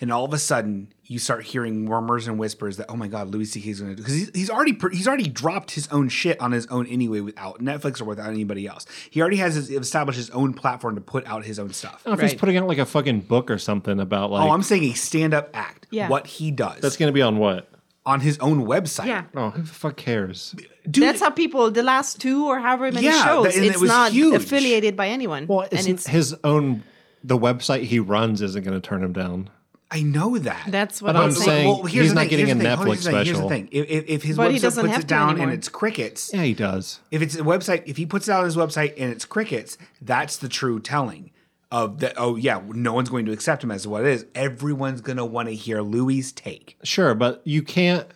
[SPEAKER 2] and all of a sudden you start hearing murmurs and whispers that oh my god Louis C.K. is going to because he's, he's already pr- he's already dropped his own shit on his own anyway without Netflix or without anybody else. He already has his, established his own platform to put out his own stuff.
[SPEAKER 3] I don't know if he's
[SPEAKER 1] Right.
[SPEAKER 3] putting out like a fucking book or something about Oh, like
[SPEAKER 2] Oh, I'm saying a stand up act.
[SPEAKER 1] Yeah.
[SPEAKER 2] What he does
[SPEAKER 3] that's going to be on what?
[SPEAKER 2] on his own website.
[SPEAKER 1] Yeah.
[SPEAKER 3] Oh, who the fuck cares?
[SPEAKER 2] Dude,
[SPEAKER 1] That's how people, the last two or however many
[SPEAKER 2] Yeah,
[SPEAKER 1] shows,
[SPEAKER 2] that- and it
[SPEAKER 1] it's
[SPEAKER 2] was
[SPEAKER 1] not
[SPEAKER 2] huge.
[SPEAKER 1] affiliated by anyone.
[SPEAKER 3] Well, it's,
[SPEAKER 1] and it's
[SPEAKER 3] his own. The website he runs isn't going to turn him down.
[SPEAKER 2] I know that.
[SPEAKER 1] that's what
[SPEAKER 3] But
[SPEAKER 1] I'm
[SPEAKER 3] I'm
[SPEAKER 1] saying.
[SPEAKER 3] saying-
[SPEAKER 2] here's
[SPEAKER 3] he's
[SPEAKER 2] the
[SPEAKER 3] not
[SPEAKER 2] thing,
[SPEAKER 3] getting
[SPEAKER 2] here's the
[SPEAKER 3] a
[SPEAKER 2] thing, hold on,
[SPEAKER 3] Netflix
[SPEAKER 2] Here's the
[SPEAKER 3] special.
[SPEAKER 2] thing. If, if, if his
[SPEAKER 1] But he
[SPEAKER 2] website
[SPEAKER 1] doesn't
[SPEAKER 2] puts
[SPEAKER 1] have
[SPEAKER 2] it
[SPEAKER 1] to
[SPEAKER 2] down
[SPEAKER 1] anymore.
[SPEAKER 2] and it's crickets,
[SPEAKER 3] Yeah, he does.
[SPEAKER 2] if it's a website, if he puts it out on his website and it's crickets, that's the true telling of that. Oh yeah, no one's going to accept him as what it is. Everyone's going to want to hear Louis' take,
[SPEAKER 3] Sure, but you can't.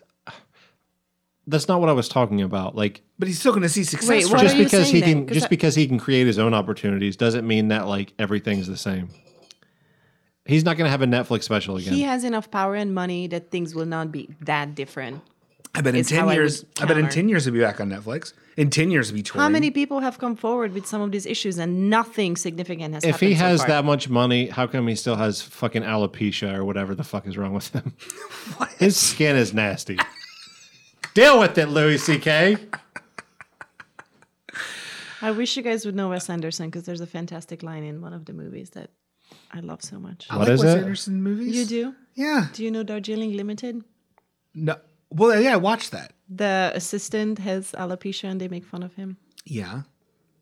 [SPEAKER 3] That's not what I was talking about. Like
[SPEAKER 2] but he's still going to see success.
[SPEAKER 1] Wait,
[SPEAKER 2] from
[SPEAKER 1] what are
[SPEAKER 2] it.
[SPEAKER 3] just
[SPEAKER 1] you
[SPEAKER 3] because
[SPEAKER 1] saying
[SPEAKER 3] he
[SPEAKER 1] then?
[SPEAKER 3] can
[SPEAKER 1] 'Cause
[SPEAKER 3] just
[SPEAKER 1] I-
[SPEAKER 3] because he can create his own opportunities doesn't mean that like everything's the same. He's not going to have a Netflix special again.
[SPEAKER 1] He has enough power and money that things will not be that different.
[SPEAKER 2] I bet in
[SPEAKER 1] is
[SPEAKER 2] ten
[SPEAKER 1] how I
[SPEAKER 2] years,
[SPEAKER 1] would
[SPEAKER 2] I, bet in
[SPEAKER 1] counter.
[SPEAKER 2] ten years he'll be back on Netflix. In ten years he'll be touring.
[SPEAKER 1] How many people have come forward with some of these issues and nothing significant has
[SPEAKER 3] if
[SPEAKER 1] happened?
[SPEAKER 3] he
[SPEAKER 1] so
[SPEAKER 3] has
[SPEAKER 1] far?
[SPEAKER 3] that much money, how come he still has fucking alopecia or whatever the fuck is wrong with him? His skin is nasty. Deal with it, Louis C.K.
[SPEAKER 1] I wish you guys would know Wes Anderson because there's a fantastic line in one of the movies that I love so much.
[SPEAKER 2] I
[SPEAKER 3] What
[SPEAKER 2] like
[SPEAKER 3] is
[SPEAKER 2] Wes
[SPEAKER 3] it?
[SPEAKER 2] Anderson movies?
[SPEAKER 1] You do?
[SPEAKER 2] Yeah.
[SPEAKER 1] Do you know Darjeeling Limited?
[SPEAKER 2] No. Well, yeah, I watched that.
[SPEAKER 1] The assistant has alopecia and they make fun of him.
[SPEAKER 2] Yeah.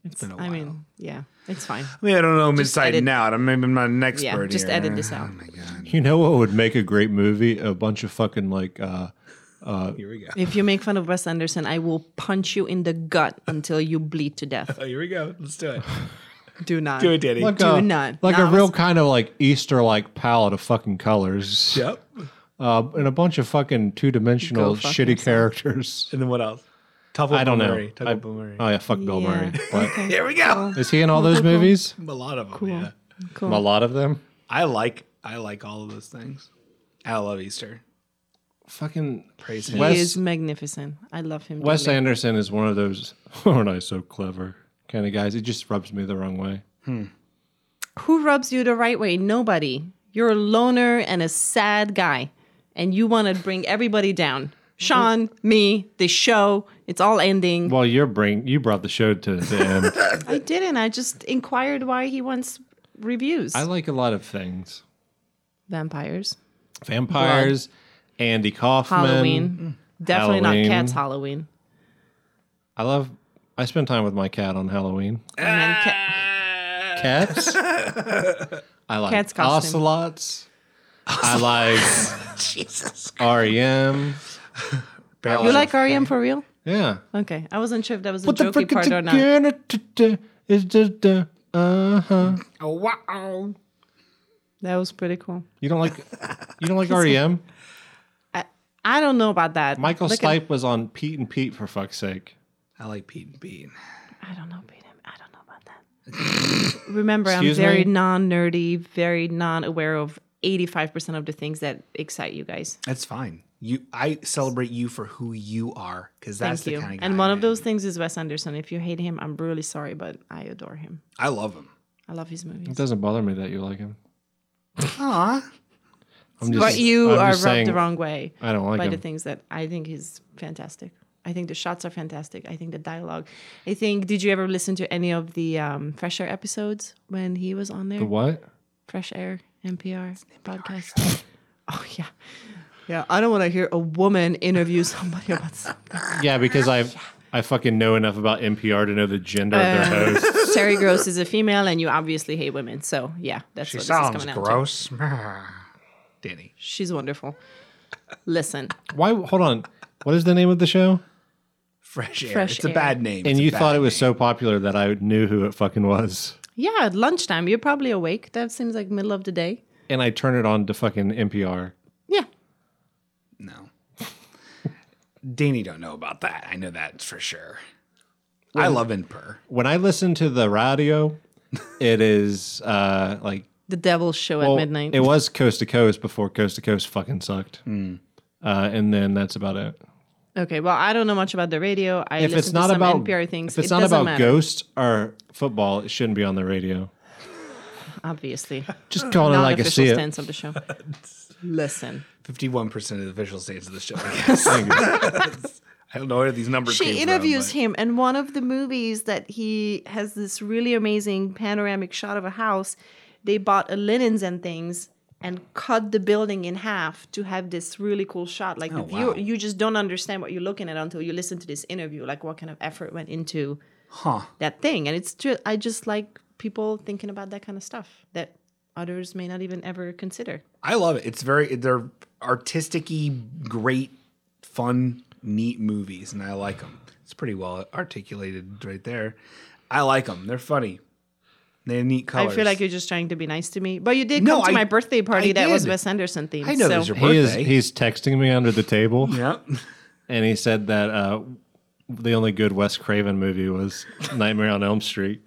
[SPEAKER 1] It's
[SPEAKER 2] been a
[SPEAKER 1] I
[SPEAKER 2] while.
[SPEAKER 1] mean, yeah, it's fine.
[SPEAKER 2] I mean, I don't know him inside
[SPEAKER 1] edit-
[SPEAKER 2] and out. I'm, I'm not an expert.
[SPEAKER 1] Yeah, just
[SPEAKER 2] here.
[SPEAKER 1] edit this out.
[SPEAKER 2] Oh my god.
[SPEAKER 3] You know what would make a great movie? A bunch of fucking like uh,
[SPEAKER 2] Here we go.
[SPEAKER 1] If you make fun of Wes Anderson, I will punch you in the gut until you bleed to death.
[SPEAKER 2] Oh, here we go. Let's do it.
[SPEAKER 1] Do not.
[SPEAKER 2] Do it, Danny.
[SPEAKER 3] like
[SPEAKER 1] Do
[SPEAKER 3] a,
[SPEAKER 1] not.
[SPEAKER 3] like
[SPEAKER 1] Not
[SPEAKER 3] a real
[SPEAKER 1] Wes-
[SPEAKER 3] kind of like Easter like palette of fucking colors.
[SPEAKER 2] Yep.
[SPEAKER 3] Uh, and a bunch of fucking two
[SPEAKER 1] Go
[SPEAKER 3] dimensional
[SPEAKER 1] fuck
[SPEAKER 3] shitty
[SPEAKER 1] yourself.
[SPEAKER 3] characters.
[SPEAKER 2] And then what else? Tough
[SPEAKER 3] I don't know.
[SPEAKER 2] Murray. Tough
[SPEAKER 3] I-
[SPEAKER 2] Bill Murray.
[SPEAKER 3] Oh yeah, fuck Bill
[SPEAKER 1] Yeah.
[SPEAKER 3] Murray. But
[SPEAKER 2] Here we go.
[SPEAKER 3] is he in all those movies?
[SPEAKER 2] A lot of them. Yeah.
[SPEAKER 1] Cool.
[SPEAKER 3] A lot of them.
[SPEAKER 2] I like I like all of those things. I love Easter.
[SPEAKER 3] Fucking
[SPEAKER 2] Praise
[SPEAKER 1] He
[SPEAKER 2] him.
[SPEAKER 3] Wes-
[SPEAKER 1] is magnificent. I love him.
[SPEAKER 3] Wes
[SPEAKER 1] dearly.
[SPEAKER 3] Anderson is one of those aren't I so clever kind of guys. It just rubs me the wrong way.
[SPEAKER 1] Who rubs you the right way? Nobody. You're a loner and a sad guy, and you want to bring everybody down. Sean, me, the show. It's all ending.
[SPEAKER 3] Well, you're bring you brought the show to the end.
[SPEAKER 1] I didn't. I just inquired why he wants reviews.
[SPEAKER 3] I like a lot of things:
[SPEAKER 1] Vampires.
[SPEAKER 3] vampires, Andy Kaufman,
[SPEAKER 1] Halloween. Definitely
[SPEAKER 3] Mm. Halloween.
[SPEAKER 1] not cats Halloween.
[SPEAKER 3] I love I spend time with my cat on Halloween.
[SPEAKER 1] And then ca-
[SPEAKER 3] Cats. I like
[SPEAKER 1] Cats costume.
[SPEAKER 3] ocelots. I like E
[SPEAKER 2] Jesus.
[SPEAKER 3] REM.
[SPEAKER 1] you like REM for real?
[SPEAKER 3] Yeah.
[SPEAKER 1] Okay, I wasn't sure if that was a
[SPEAKER 3] What the
[SPEAKER 1] jokey
[SPEAKER 3] fuck
[SPEAKER 1] part or not.
[SPEAKER 3] is the uh huh?
[SPEAKER 2] Oh, wow.
[SPEAKER 1] That was pretty cool.
[SPEAKER 3] You don't like you don't like REM?
[SPEAKER 1] I don't know about that.
[SPEAKER 3] Michael
[SPEAKER 1] Look at-
[SPEAKER 3] Stipe was on Pete and Pete for fuck's sake.
[SPEAKER 2] I like Pete and Bean.
[SPEAKER 1] I don't know, Peter. I don't know about that. Remember,
[SPEAKER 3] Excuse
[SPEAKER 1] I'm very
[SPEAKER 3] me?
[SPEAKER 1] non-nerdy, very non-aware of 85% of the things that excite you guys.
[SPEAKER 2] That's fine. You, I celebrate you for who you are because that's
[SPEAKER 1] Thank
[SPEAKER 2] the
[SPEAKER 1] you.
[SPEAKER 2] kind of guy.
[SPEAKER 1] and one
[SPEAKER 2] I
[SPEAKER 1] of
[SPEAKER 2] am.
[SPEAKER 1] those things is Wes Anderson. If you hate him, I'm really sorry, but I adore him.
[SPEAKER 2] I love him.
[SPEAKER 1] I love his movies.
[SPEAKER 3] It doesn't bother me that you like him.
[SPEAKER 2] Aw.
[SPEAKER 3] I'm
[SPEAKER 1] But you
[SPEAKER 3] I'm
[SPEAKER 1] are rubbed
[SPEAKER 3] just saying
[SPEAKER 1] the wrong way
[SPEAKER 3] I don't like
[SPEAKER 1] by the
[SPEAKER 3] him.
[SPEAKER 1] things that I think he's fantastic. I think the shots are fantastic. I think the dialogue. I think. Did you ever listen to any of the um, Fresh Air episodes when he was on there?
[SPEAKER 3] The what?
[SPEAKER 1] Fresh Air, NPR podcast. Oh yeah, yeah. I don't want to hear a woman interview somebody about something.
[SPEAKER 3] Yeah, because I I fucking know enough about NPR to know the gender of their
[SPEAKER 1] Uh.
[SPEAKER 3] host.
[SPEAKER 1] Terry Gross is a female, and you obviously hate women. So yeah, that's
[SPEAKER 2] She
[SPEAKER 1] what this
[SPEAKER 2] sounds
[SPEAKER 1] is coming out. To.
[SPEAKER 2] gross. Danny.
[SPEAKER 1] She's wonderful. Listen,
[SPEAKER 3] Why? Hold on. What is the name of the show?
[SPEAKER 2] Fresh air.
[SPEAKER 1] Fresh
[SPEAKER 2] it's a
[SPEAKER 1] air.
[SPEAKER 2] bad name.
[SPEAKER 3] And
[SPEAKER 2] It's a
[SPEAKER 3] you
[SPEAKER 2] bad
[SPEAKER 3] thought it was
[SPEAKER 2] name.
[SPEAKER 3] so popular that I knew who it fucking was.
[SPEAKER 1] yeah, at lunchtime you're probably awake. That seems like middle of the day.
[SPEAKER 3] And I turn it on to fucking NPR.
[SPEAKER 1] Yeah,
[SPEAKER 2] No. Danny don't know about that. I know that's for sure. I love Inper.
[SPEAKER 3] When I listen to the radio, it is uh like
[SPEAKER 1] the Devil's Show
[SPEAKER 3] well,
[SPEAKER 1] at midnight.
[SPEAKER 3] It was coast to coast before coast to coast fucking sucked.
[SPEAKER 2] Hmm.
[SPEAKER 3] Uh, and then that's about it.
[SPEAKER 1] okay, well I don't know much about the radio. I
[SPEAKER 3] If
[SPEAKER 1] listen
[SPEAKER 3] it's not
[SPEAKER 1] to some
[SPEAKER 3] about
[SPEAKER 1] NPR things.
[SPEAKER 3] if it's
[SPEAKER 1] it
[SPEAKER 3] not
[SPEAKER 1] doesn't
[SPEAKER 3] about
[SPEAKER 1] matter,
[SPEAKER 3] ghosts or football, it shouldn't be on the radio.
[SPEAKER 1] obviously,
[SPEAKER 3] Just calling it
[SPEAKER 1] not
[SPEAKER 3] like I
[SPEAKER 1] official
[SPEAKER 3] see it.
[SPEAKER 1] stance of the show. Listen.
[SPEAKER 2] 51% of the official states of the show. I guess. I don't know where these numbers came
[SPEAKER 1] she
[SPEAKER 2] from,
[SPEAKER 1] interviews
[SPEAKER 2] but-
[SPEAKER 1] him and one of the movies that he has this really amazing panoramic shot of a house they bought a linens and things and cut the building in half to have this really cool shot like the viewer,
[SPEAKER 2] Oh, wow.
[SPEAKER 1] you just don't understand what you're looking at until you listen to this interview like what kind of effort went into
[SPEAKER 2] Huh.
[SPEAKER 1] that thing and it's true i just like people thinking about that kind of stuff that others may not even ever consider
[SPEAKER 2] I love it. It's very they're artistic-y, great, fun, neat movies, and I like them. It's pretty well articulated right there. I like them. They're funny. They have neat colors.
[SPEAKER 1] i feel like you're just trying to be nice to me but you did
[SPEAKER 2] No,
[SPEAKER 1] come to
[SPEAKER 2] I-
[SPEAKER 1] my birthday party
[SPEAKER 2] I
[SPEAKER 1] that was
[SPEAKER 2] did.
[SPEAKER 1] wes anderson themed
[SPEAKER 2] I know
[SPEAKER 1] so.
[SPEAKER 2] there's your
[SPEAKER 3] He is
[SPEAKER 2] birthday.
[SPEAKER 3] he's texting me under the table
[SPEAKER 2] yeah.
[SPEAKER 3] and he said that uh, the only good Wes Craven movie was Nightmare on Elm Street.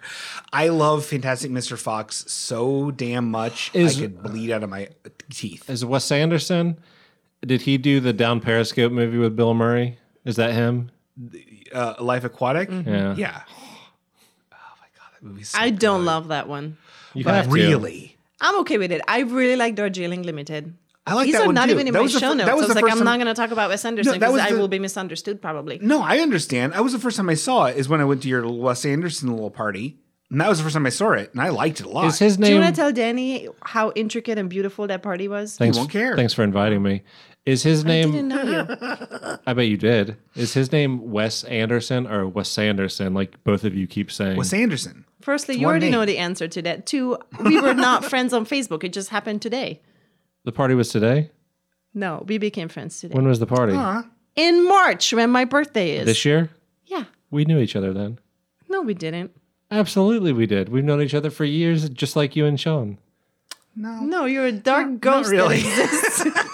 [SPEAKER 2] I love Fantastic Mr. Fox so damn much.
[SPEAKER 3] Is-
[SPEAKER 2] I could bleed out of my teeth.
[SPEAKER 3] Is Wes Anderson? Did he do the Down Periscope movie with Bill Murray? Is that him?
[SPEAKER 2] Uh, Life Aquatic.
[SPEAKER 3] Yeah.
[SPEAKER 2] Yeah. Oh my god, that movie's. So
[SPEAKER 1] Mm-hmm. I don't
[SPEAKER 2] good.
[SPEAKER 1] love that one.
[SPEAKER 3] You
[SPEAKER 2] But
[SPEAKER 3] have to.
[SPEAKER 2] really.
[SPEAKER 1] I'm okay with it. I really like Darjeeling Limited.
[SPEAKER 2] I like
[SPEAKER 1] These
[SPEAKER 2] that
[SPEAKER 1] are
[SPEAKER 2] one
[SPEAKER 1] not
[SPEAKER 2] too.
[SPEAKER 1] even in
[SPEAKER 2] That
[SPEAKER 1] my
[SPEAKER 2] was the
[SPEAKER 1] show
[SPEAKER 2] fir-
[SPEAKER 1] notes.
[SPEAKER 2] that
[SPEAKER 1] I
[SPEAKER 2] was
[SPEAKER 1] was
[SPEAKER 2] the
[SPEAKER 1] like,
[SPEAKER 2] first
[SPEAKER 1] I'm not
[SPEAKER 2] time-
[SPEAKER 1] going to talk about Wes Anderson
[SPEAKER 2] that
[SPEAKER 1] because
[SPEAKER 2] was
[SPEAKER 1] I
[SPEAKER 2] the-
[SPEAKER 1] will be misunderstood probably.
[SPEAKER 2] No, I understand. I was the first time I saw it is when I went to your Wes Anderson little party, and that was the first time I saw it, and I liked it a lot.
[SPEAKER 3] Is his
[SPEAKER 1] Do you
[SPEAKER 3] name?
[SPEAKER 1] want to tell Danny how intricate and beautiful that party was?
[SPEAKER 3] thanks,
[SPEAKER 2] won't care.
[SPEAKER 3] Thanks for inviting me. Is his
[SPEAKER 1] I
[SPEAKER 3] name?
[SPEAKER 1] didn't know you.
[SPEAKER 3] I bet you did. Is his name Wes Anderson or Wes Anderson? Like both of you keep saying.
[SPEAKER 2] Wes Anderson.
[SPEAKER 1] Firstly, you
[SPEAKER 2] one
[SPEAKER 1] already
[SPEAKER 2] name.
[SPEAKER 1] know the answer to that. Two, we were not friends on Facebook. It just happened today.
[SPEAKER 3] the party was today.
[SPEAKER 1] No, we became friends today.
[SPEAKER 3] When was the party?
[SPEAKER 1] In March, when my birthday is.
[SPEAKER 3] This year?
[SPEAKER 1] yeah.
[SPEAKER 3] We knew each other then.
[SPEAKER 1] No, we didn't.
[SPEAKER 3] Absolutely, we did. We've known each other for years, just like you and Sean.
[SPEAKER 1] No, you're a dark ghost
[SPEAKER 2] really.
[SPEAKER 1] that exists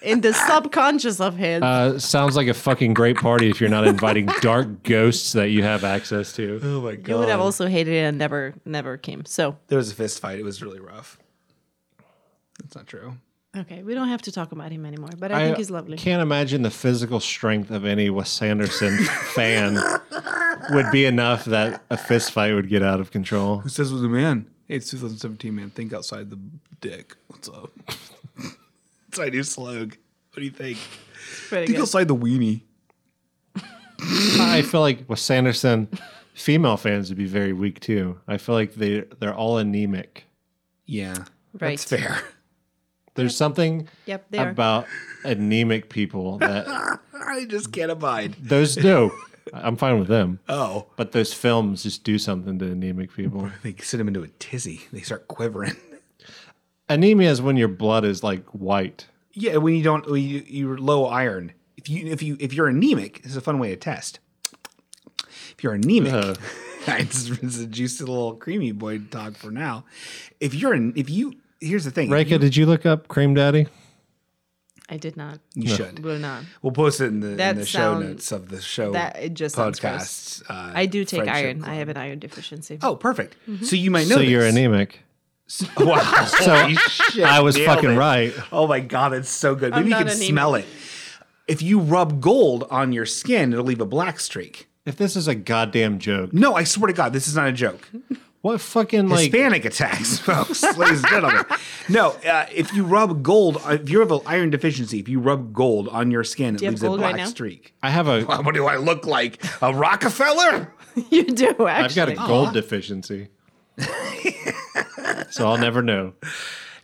[SPEAKER 1] in the subconscious of him.
[SPEAKER 3] Uh, sounds like a fucking great party if you're not inviting dark ghosts that you have access to.
[SPEAKER 2] Oh my god,
[SPEAKER 1] You would have also hated it and never, never came. So,
[SPEAKER 2] there was a fist fight. It was really rough. That's not true.
[SPEAKER 1] okay, we don't have to talk about him anymore, but I, think he's lovely.
[SPEAKER 3] Can't imagine the physical strength of any Wes Anderson fan would be enough that a fist fight would get out of control.
[SPEAKER 2] Who says was a man? Hey, it's 2017, man. Think outside the dick. What's up? it's my new slug. What do you think?
[SPEAKER 1] Pretty
[SPEAKER 2] Think
[SPEAKER 1] good.
[SPEAKER 2] outside the weenie.
[SPEAKER 3] I feel like Wes Anderson female fans would be very weak too. I feel like they they're all anemic.
[SPEAKER 2] Yeah,
[SPEAKER 1] Right.
[SPEAKER 2] That's fair.
[SPEAKER 3] There's something
[SPEAKER 1] Yep, they are.
[SPEAKER 3] about anemic people that
[SPEAKER 2] I just can't abide.
[SPEAKER 3] those no I- I'm fine with them.
[SPEAKER 2] Oh,
[SPEAKER 3] But those films just do something to anemic people.
[SPEAKER 2] they send them into a tizzy. They start quivering.
[SPEAKER 3] Anemia is when your blood is like white.
[SPEAKER 2] Yeah, when you don't, when you, you're low iron. If you if you if you're anemic, this is a fun way to test. If you're anemic,
[SPEAKER 3] Uh.
[SPEAKER 2] it's, it's a juicy little creamy boy dog for now. If you're an, if you here's the thing,
[SPEAKER 3] Reika, did you look up Cream Daddy?
[SPEAKER 1] I did not.
[SPEAKER 2] you should.
[SPEAKER 1] Will not.
[SPEAKER 2] We'll post it in the, in
[SPEAKER 1] That
[SPEAKER 2] the
[SPEAKER 1] sound-
[SPEAKER 2] show notes of the show
[SPEAKER 1] that- it just sounds
[SPEAKER 2] podcasts. Uh,
[SPEAKER 1] I do take
[SPEAKER 2] friendship
[SPEAKER 1] iron.
[SPEAKER 2] club.
[SPEAKER 1] I have an iron deficiency.
[SPEAKER 2] Oh, perfect.
[SPEAKER 1] Mm-hmm.
[SPEAKER 2] So you might know.
[SPEAKER 3] So you're
[SPEAKER 2] this.
[SPEAKER 3] anemic.
[SPEAKER 2] Wow.
[SPEAKER 3] So
[SPEAKER 2] Shit,
[SPEAKER 3] I was
[SPEAKER 2] nailed
[SPEAKER 3] fucking
[SPEAKER 2] it.
[SPEAKER 3] right.
[SPEAKER 2] Oh my god, it's so good. Maybe you
[SPEAKER 1] not
[SPEAKER 2] can
[SPEAKER 1] anemic.
[SPEAKER 2] smell it. If you rub gold on your skin, it'll leave a black streak.
[SPEAKER 3] If this is a goddamn joke,
[SPEAKER 2] No, I swear to God, this is not a joke.
[SPEAKER 3] what fucking like
[SPEAKER 2] Hispanic attacks, folks, ladies and gentlemen. No, uh, if you rub gold, uh, if you have an iron deficiency, if you rub gold on your skin, it
[SPEAKER 1] you have
[SPEAKER 2] leaves a
[SPEAKER 1] gold
[SPEAKER 2] black
[SPEAKER 1] right now?
[SPEAKER 2] streak. Uh,
[SPEAKER 3] I have a
[SPEAKER 2] What do I look like? A Rockefeller?
[SPEAKER 1] you do actually.
[SPEAKER 3] I've got a gold deficiency. so I'll never know.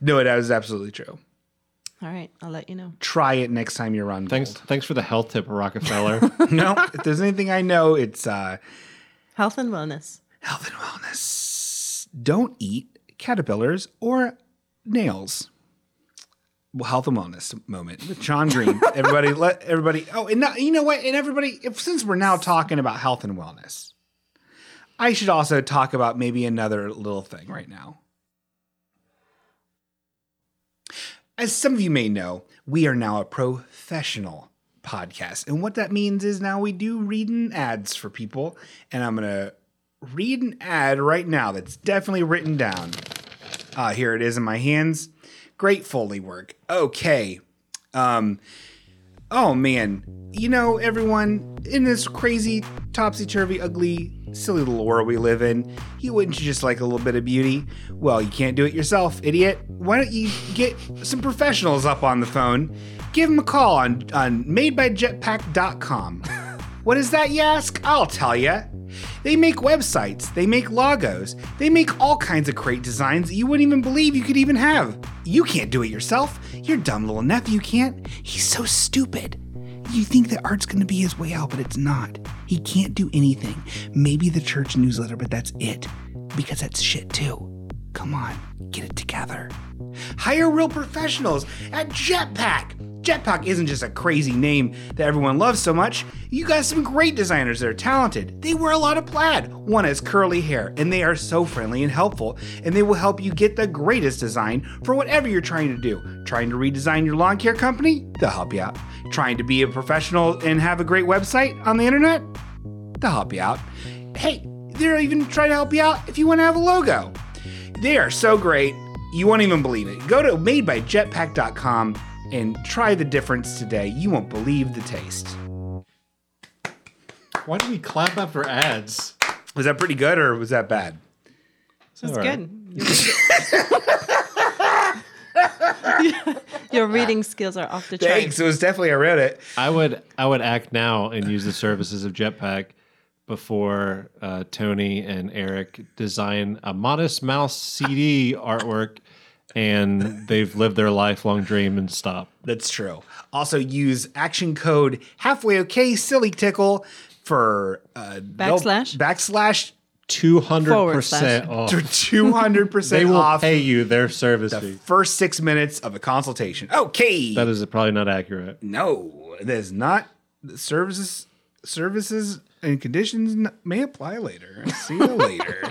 [SPEAKER 2] No, that is absolutely true.
[SPEAKER 1] All right, I'll let you know.
[SPEAKER 2] Try it next time you're on
[SPEAKER 3] Thanks thanks for the health tip, Rockefeller.
[SPEAKER 2] gold. No, if there's anything I know, it's uh,
[SPEAKER 1] Health and wellness.
[SPEAKER 2] health and wellness. Don't eat caterpillars or nails. Well, health and wellness moment with John Green. everybody, let everybody. Oh, and not, you know what? And everybody, if, since we're now talking about health and wellness, I should also talk about maybe another little thing right now. As some of you may know, we are now a professional podcast. And what that means is now we do reading ads for people. And I'm going to read an ad right now that's definitely written down. Ah, here it is in my hands. Great Foley work. Okay. Um, oh man, you know, everyone, in this crazy, topsy turvy, ugly, silly little world we live in, you wouldn't you just like a little bit of beauty? Well, you can't do it yourself, idiot. Why don't you get some professionals up on the phone? Give them a call on, on madebyjetpack.com. What is that, you ask? I'll tell ya. They make websites, they make logos, they make all kinds of great designs that you wouldn't even believe you could even have. You can't do it yourself. Your dumb little nephew can't. He's so stupid. You think that art's gonna be his way out, but it's not. He can't do anything. Maybe the church newsletter, but that's it. Because that's shit too. Come on, get it together. Hire real professionals at Jetpack. Jetpack isn't just a crazy name that everyone loves so much. You got some great designers that are talented. They wear a lot of plaid. One has curly hair, and they are so friendly and helpful, and they will help you get the greatest design for whatever you're trying to do. Trying to redesign your lawn care company? They'll help you out. Trying to be a professional and have a great website on the internet? They'll help you out. Hey, they're even trying to help you out if you want to have a logo. They are so great, you won't even believe it. Go to madebyjetpack.com and try the difference today. You won't believe the taste.
[SPEAKER 3] Why do we clap after ads?
[SPEAKER 2] Was that pretty good or was that bad?
[SPEAKER 1] That's
[SPEAKER 3] all right.
[SPEAKER 1] good. Your, your reading skills are off the charts.
[SPEAKER 2] Thanks. It was definitely I read it.
[SPEAKER 3] I would I would act now and use the services of Jetpack before uh, Tony and Eric design a Modest Mouse CD artwork, and they've lived their lifelong dream and stop.
[SPEAKER 2] That's true. Also use action code halfway okay silly tickle for uh, they'll-
[SPEAKER 1] Backslash?
[SPEAKER 2] backslash
[SPEAKER 3] Two hundred
[SPEAKER 1] Forward slash.
[SPEAKER 3] percent off.
[SPEAKER 2] for two hundred
[SPEAKER 3] They
[SPEAKER 2] percent
[SPEAKER 3] will
[SPEAKER 2] off
[SPEAKER 3] pay you their service
[SPEAKER 2] the
[SPEAKER 3] fee.
[SPEAKER 2] first six minutes of a consultation. Okay.
[SPEAKER 3] That is probably not accurate.
[SPEAKER 2] No, there's not. Services, services, and conditions n- may apply later. See you later.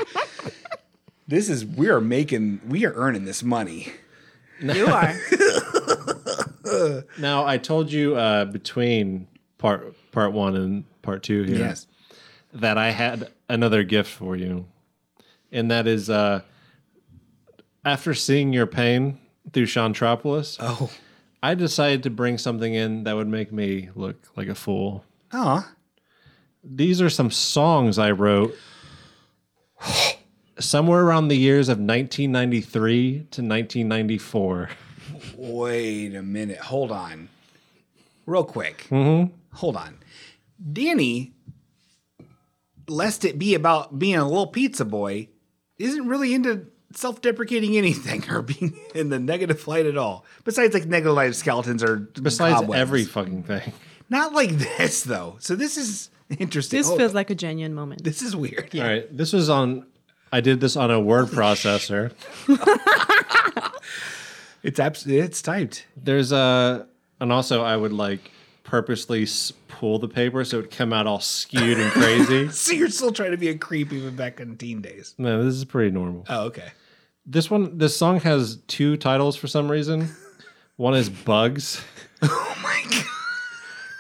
[SPEAKER 2] This is we are making we are earning this money.
[SPEAKER 1] You are.
[SPEAKER 3] Now I told you uh, between part part one and part two here
[SPEAKER 2] Yes.
[SPEAKER 3] that I had another gift for you, and that is uh, after seeing your pain through Shantropoulos,
[SPEAKER 2] Oh.
[SPEAKER 3] I decided to bring something in that would make me look like a fool.
[SPEAKER 2] Oh.
[SPEAKER 3] These are some songs I wrote somewhere around the years of 1993 to 1994.
[SPEAKER 2] Wait a minute. Hold on. Real quick. Hold on. Danny, lest it be about being a little pizza boy, isn't really into self deprecating anything or being in the negative light at all. Besides, like, negative light skeletons or
[SPEAKER 3] Besides
[SPEAKER 2] cobwebs.
[SPEAKER 3] every fucking thing.
[SPEAKER 2] Not like this, though. So, this is Interesting.
[SPEAKER 1] This
[SPEAKER 2] Oh,
[SPEAKER 1] feels like a genuine moment.
[SPEAKER 2] this is weird.
[SPEAKER 3] All right, this was on. I did this on a word processor.
[SPEAKER 2] It's abs- it's typed.
[SPEAKER 3] There's a, and also I would like purposely s- pull the paper so it come out all skewed and crazy.
[SPEAKER 2] So you're still trying to be a creep even back in teen days.
[SPEAKER 3] no, this is pretty normal.
[SPEAKER 2] Oh, okay.
[SPEAKER 3] This one, this song has two titles for some reason. One is Bugs,
[SPEAKER 2] Oh my god.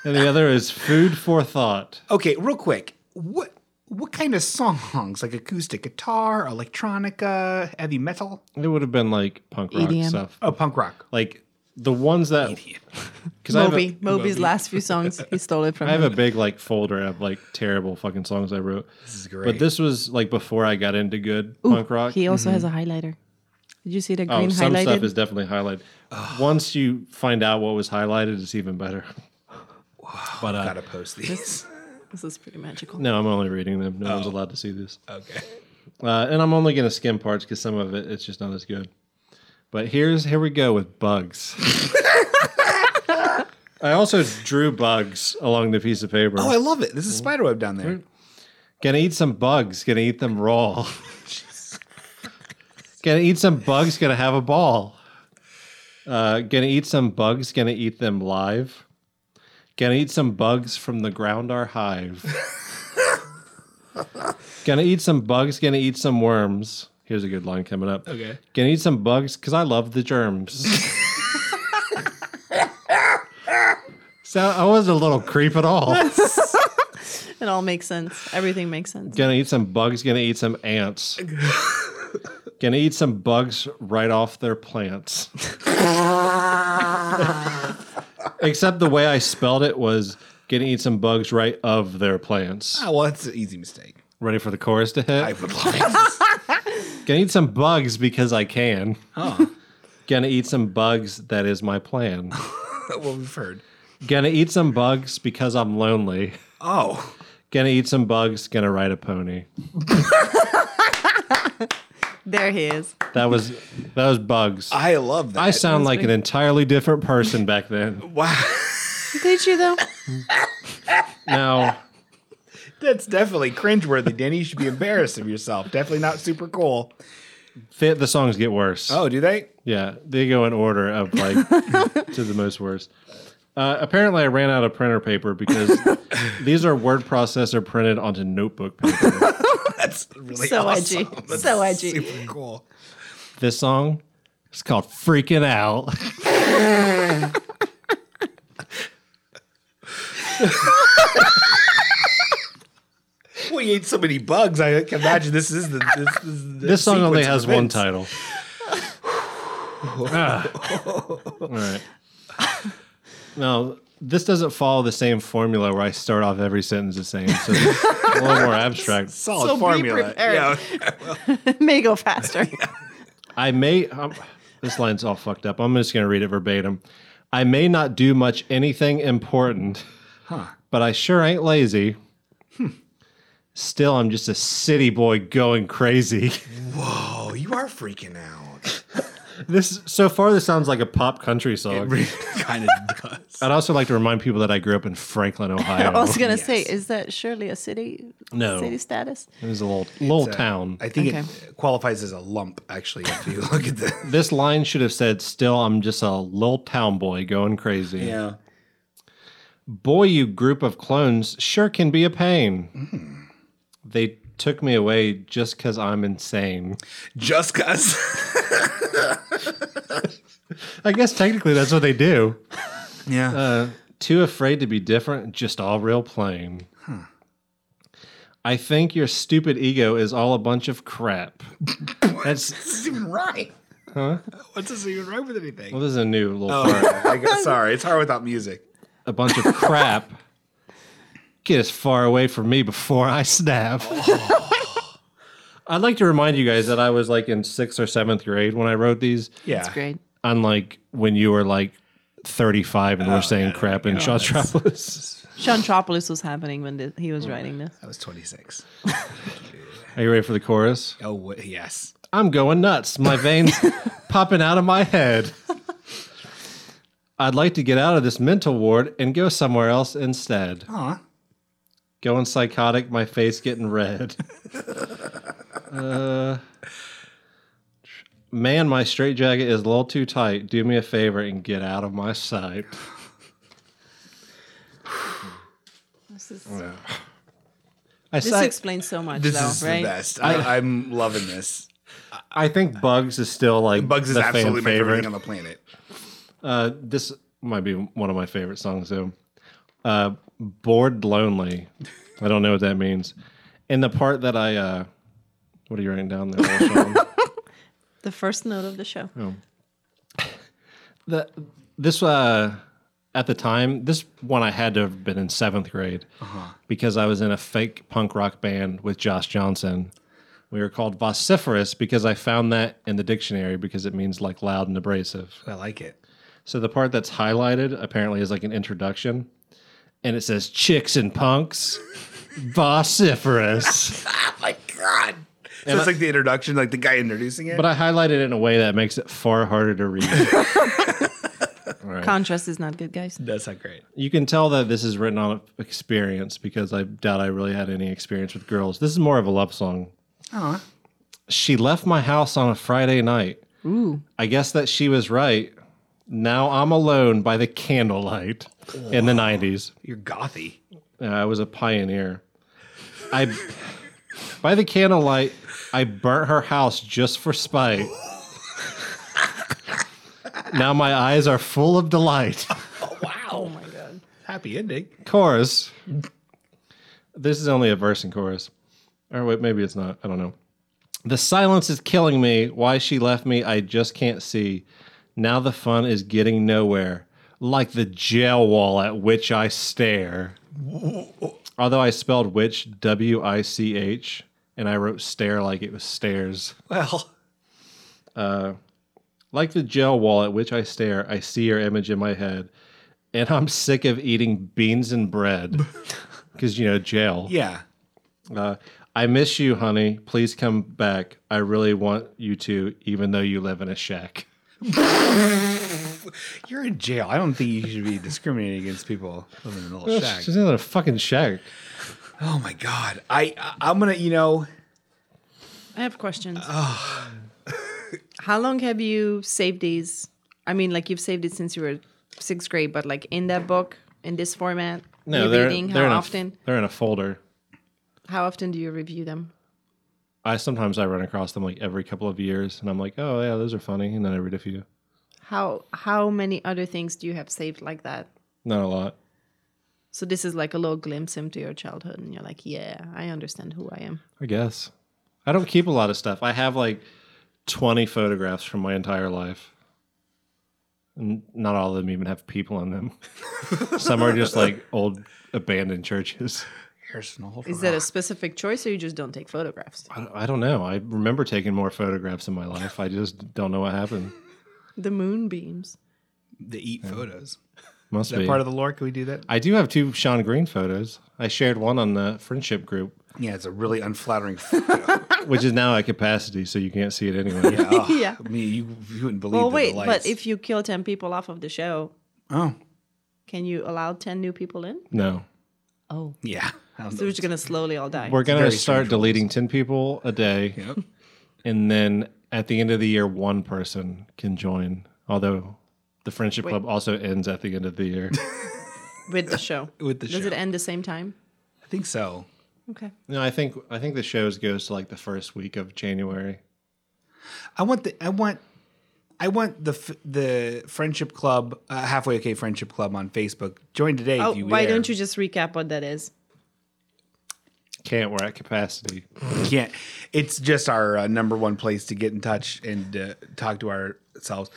[SPEAKER 3] and the other is Food for Thought.
[SPEAKER 2] Okay, real quick. What what kind of songs? Like acoustic guitar, electronica, heavy metal?
[SPEAKER 3] It would have been like punk rock
[SPEAKER 1] EDM.
[SPEAKER 3] stuff,
[SPEAKER 2] Oh, punk rock.
[SPEAKER 3] like the ones that because I have a-
[SPEAKER 1] Moby, Moby's last few songs, he stole it from
[SPEAKER 3] I have a
[SPEAKER 1] me.
[SPEAKER 3] big like folder of like terrible fucking songs I wrote. This
[SPEAKER 2] is great.
[SPEAKER 3] But this was like before I got into good punk rock.
[SPEAKER 1] He also has a highlighter. Did you see the
[SPEAKER 3] Mm-hmm. oh,
[SPEAKER 1] green
[SPEAKER 3] some
[SPEAKER 1] highlighted?
[SPEAKER 3] stuff is definitely highlighted. Once you find out what was highlighted, it's even better. But uh,
[SPEAKER 2] Oh, Gotta post these.
[SPEAKER 1] this is pretty magical.
[SPEAKER 3] no, I'm only reading them. No one's
[SPEAKER 2] Oh.
[SPEAKER 3] allowed to see this.
[SPEAKER 2] okay.
[SPEAKER 3] Uh, and I'm only gonna skim parts because some of it it's just not as good. But here's here we go with bugs. I also drew bugs along the piece of paper.
[SPEAKER 2] Oh, I love it. This is spiderweb down there.
[SPEAKER 3] Gonna eat some bugs. Gonna eat them raw. gonna eat some bugs. Gonna have a ball. Uh, gonna eat some bugs. Gonna eat them live. Gonna eat some bugs from the ground our hive. gonna eat some bugs. Gonna eat some worms. Here's a good line coming up.
[SPEAKER 2] Okay.
[SPEAKER 3] Gonna eat some bugs because I love the germs. so I was a little creep at all.
[SPEAKER 1] It all makes sense. Everything makes sense.
[SPEAKER 3] Gonna eat some bugs, gonna eat some ants. gonna eat some bugs right off their plants. Except the way I spelled it was gonna eat some bugs right of their plants.
[SPEAKER 2] Oh, well, that's an easy mistake.
[SPEAKER 3] Ready for the chorus to hit?
[SPEAKER 2] I would love this.
[SPEAKER 3] gonna eat some bugs because I can. gonna eat some bugs, that is my plan.
[SPEAKER 2] what we've heard.
[SPEAKER 3] gonna eat some bugs because I'm lonely.
[SPEAKER 2] Oh,
[SPEAKER 3] Gonna eat some bugs, gonna ride a pony.
[SPEAKER 1] There he is.
[SPEAKER 3] That was that was bugs.
[SPEAKER 2] I love that.
[SPEAKER 3] I sound like an entirely different person back then.
[SPEAKER 2] wow.
[SPEAKER 1] Did you though?
[SPEAKER 3] Now,
[SPEAKER 2] That's definitely cringeworthy, Danny. You should be embarrassed of yourself. Definitely not super cool.
[SPEAKER 3] fi- the songs get worse.
[SPEAKER 2] Oh, do they?
[SPEAKER 3] Yeah, they go in order of like to the most worst. Uh, apparently, I ran out of printer paper because these are word processor printed onto notebook paper.
[SPEAKER 2] That's really
[SPEAKER 1] So
[SPEAKER 2] awesome.
[SPEAKER 1] edgy. So edgy.
[SPEAKER 2] Super cool.
[SPEAKER 3] this song is called Freaking Out.
[SPEAKER 2] Well, you ate so many bugs. I can imagine this is the this, this, is the
[SPEAKER 3] This song only
[SPEAKER 2] sequence
[SPEAKER 3] has
[SPEAKER 2] of
[SPEAKER 3] one
[SPEAKER 2] events.
[SPEAKER 3] title. Ah. All right. Now, this doesn't follow the same formula where I start off every sentence the same. So it's a little more abstract.
[SPEAKER 2] Solid
[SPEAKER 1] So be
[SPEAKER 2] formula.
[SPEAKER 1] prepared.
[SPEAKER 2] Yeah.
[SPEAKER 1] May go faster.
[SPEAKER 3] I may. Um, this line's all fucked up. I'm just going to read it verbatim. I may not do much anything important, but I sure ain't lazy.
[SPEAKER 2] Hmm.
[SPEAKER 3] Still, I'm just a city boy going crazy.
[SPEAKER 2] Oh, you are freaking out.
[SPEAKER 3] This so far, this sounds like a pop country song.
[SPEAKER 2] kind of does.
[SPEAKER 3] I'd also like to remind people that I grew up in Franklin, Ohio.
[SPEAKER 1] I was gonna
[SPEAKER 2] Yes.
[SPEAKER 1] say, is that surely a city?
[SPEAKER 3] No.
[SPEAKER 1] City status.
[SPEAKER 3] it was a little little town.
[SPEAKER 2] I think it qualifies as a lump, actually, if you look at the.
[SPEAKER 3] this line should have said, "Still, I'm just a little town boy going crazy."
[SPEAKER 2] Yeah.
[SPEAKER 3] Boy, you group of clones sure can be a pain. They took me away just because I'm insane.
[SPEAKER 2] Just cuz.
[SPEAKER 3] I guess technically that's what they do.
[SPEAKER 2] yeah.
[SPEAKER 3] Uh, too afraid to be different, just all real plain. I think your stupid ego is all a bunch of crap. That's
[SPEAKER 2] this is even right. Huh? What's this even right with anything?
[SPEAKER 3] well, this is a new little part.
[SPEAKER 2] Oh, I guess, sorry, it's hard without music.
[SPEAKER 3] A bunch of crap. Get as far away from me before I snap. I'd like to remind you guys that I was like in sixth or seventh grade when I wrote these.
[SPEAKER 2] Yeah.
[SPEAKER 1] That's great.
[SPEAKER 3] unlike when you were like 35
[SPEAKER 2] Oh,
[SPEAKER 3] and we're saying crap in Chatrapolis.
[SPEAKER 1] Sean Tropolis was happening when thi- he was writing this.
[SPEAKER 2] I was 26.
[SPEAKER 3] Are you ready for the chorus?
[SPEAKER 2] Oh, what, yes.
[SPEAKER 3] I'm going nuts. My veins popping out of my head. I'd like to get out of this mental ward and go somewhere else instead.
[SPEAKER 2] Huh?
[SPEAKER 3] Going psychotic, my face getting red. uh, man, my straitjacket is a little too tight. Do me a favor and get out of my sight.
[SPEAKER 1] This, is,
[SPEAKER 3] I,
[SPEAKER 1] this
[SPEAKER 3] si-
[SPEAKER 1] explains so much,
[SPEAKER 2] This
[SPEAKER 1] though,
[SPEAKER 2] is
[SPEAKER 1] right?
[SPEAKER 2] the best. I, I'm loving this.
[SPEAKER 3] I think Bugs is still like
[SPEAKER 2] Bugs is
[SPEAKER 3] the
[SPEAKER 2] absolutely
[SPEAKER 3] fan
[SPEAKER 2] my favorite
[SPEAKER 3] favorite.
[SPEAKER 2] thing on the planet.
[SPEAKER 3] Uh, this might be one of my favorite songs though. Uh, bored lonely. I don't know what that means. And the part that I uh, what are you writing down there? Sean?
[SPEAKER 1] The first note of the show.
[SPEAKER 3] the this uh at the time this one I had to have been in seventh grade because I was in a fake punk rock band with Josh Johnson. We were called vociferous because I found that in the dictionary because it means like loud and abrasive.
[SPEAKER 2] I like it.
[SPEAKER 3] So the part that's highlighted apparently is like an introduction, and it says chicks and punks, vociferous.
[SPEAKER 2] Oh my god! So it's like the introduction, like the guy introducing it.
[SPEAKER 3] But I highlighted it in a way that makes it far harder to read.
[SPEAKER 1] Contrast is not good, guys.
[SPEAKER 2] That's not great.
[SPEAKER 3] You can tell that this is written on experience because I doubt I really had any experience with girls. This is more of a love song.
[SPEAKER 2] Aw.
[SPEAKER 3] She left my house on a Friday night.
[SPEAKER 1] Ooh.
[SPEAKER 3] I guess that she was right. Now I'm alone by the candlelight in the 90s.
[SPEAKER 2] You're gothy.
[SPEAKER 3] Uh, I was a pioneer. I by the candlelight, I burnt her house just for spite. now my eyes are full of delight.
[SPEAKER 2] Oh my god! Happy ending.
[SPEAKER 3] Chorus. This is only a verse and chorus. Or wait, maybe it's not. I don't know. The silence is killing me. Why she left me, I just can't see. Now the fun is getting nowhere, like the jail wall at which I stare. Although I spelled witch W I C H, and I wrote stare like it was stairs.
[SPEAKER 2] Well,
[SPEAKER 3] Like the jail wall at which I stare, I see your image in my head, and I'm sick of eating beans and bread. Because, you know, jail.
[SPEAKER 2] yeah.
[SPEAKER 3] Uh, I miss you, honey. Please come back. I really want you to, even though you live in a shack.
[SPEAKER 2] You're in jail. I don't think you should be discriminating against people living in a little shack.
[SPEAKER 3] She's in a fucking shack.
[SPEAKER 2] Oh my god! I, I I'm gonna you know
[SPEAKER 1] I have questions. Ah. How long have you saved these? I mean, like you've saved it since you were sixth grade, but like in that book, in this format,
[SPEAKER 3] No,
[SPEAKER 1] you're
[SPEAKER 3] they're,
[SPEAKER 1] reading,
[SPEAKER 3] they're in
[SPEAKER 1] how
[SPEAKER 3] a-
[SPEAKER 1] often?
[SPEAKER 3] they're in a folder.
[SPEAKER 1] How often do you review them?
[SPEAKER 3] I sometimes I run across them like every couple of years, and I'm like, oh yeah, those are funny, and then I read a few.
[SPEAKER 1] How how many other things do you have saved like that?
[SPEAKER 3] Not a lot.
[SPEAKER 1] So this is like a little glimpse into your childhood, and you're like, yeah, I understand who I am.
[SPEAKER 3] I guess. I don't keep a lot of stuff. I have like 20 photographs from my entire life. And not all of them even have people on them. Some are just like old abandoned churches.
[SPEAKER 2] Harrison Holt.
[SPEAKER 1] Is that a specific choice, or you just don't take photographs?
[SPEAKER 3] I, I don't know. I remember taking more photographs in my life. I just don't know what happened.
[SPEAKER 1] The moonbeams.
[SPEAKER 2] the eat photos?
[SPEAKER 3] Must
[SPEAKER 2] Is that
[SPEAKER 3] be.
[SPEAKER 2] part of the lore? Can we do that?
[SPEAKER 3] I do have two Sean Green photos. I shared one on the friendship group,
[SPEAKER 2] Yeah, it's a really unflattering. photo.
[SPEAKER 3] which is now at capacity, so you can't see it anyway.
[SPEAKER 2] Oh,
[SPEAKER 1] Yeah.
[SPEAKER 2] I mean, you, you wouldn't believe.
[SPEAKER 1] Well,
[SPEAKER 2] the
[SPEAKER 1] wait,
[SPEAKER 2] delights.
[SPEAKER 1] but if you kill ten people off of the show,
[SPEAKER 2] oh
[SPEAKER 1] can you allow ten new people in?
[SPEAKER 3] No.
[SPEAKER 1] Oh,
[SPEAKER 2] yeah, I don't
[SPEAKER 1] so
[SPEAKER 2] know.
[SPEAKER 1] we're just gonna slowly all die.
[SPEAKER 3] We're going
[SPEAKER 2] very
[SPEAKER 3] to
[SPEAKER 2] strange
[SPEAKER 3] start deleting 10 people a day.
[SPEAKER 2] Yep.
[SPEAKER 3] and then at the end of the year, one person can join. Although the friendship club also ends at the end of the year.
[SPEAKER 1] with the show.
[SPEAKER 2] With the
[SPEAKER 1] Does
[SPEAKER 2] show.
[SPEAKER 1] it end the same time?
[SPEAKER 2] I think so.
[SPEAKER 1] Okay.
[SPEAKER 3] no, I think I think the shows goes to like the first week of January.
[SPEAKER 2] I want the I want I want the f- the friendship club uh, halfway okay friendship club on Facebook. Join today
[SPEAKER 1] Oh,
[SPEAKER 2] if you
[SPEAKER 1] why
[SPEAKER 2] dare.
[SPEAKER 1] don't you just recap what that is?
[SPEAKER 3] Can't we're at capacity.
[SPEAKER 2] can't. It's just our uh, number one place to get in touch and uh, talk to ourselves.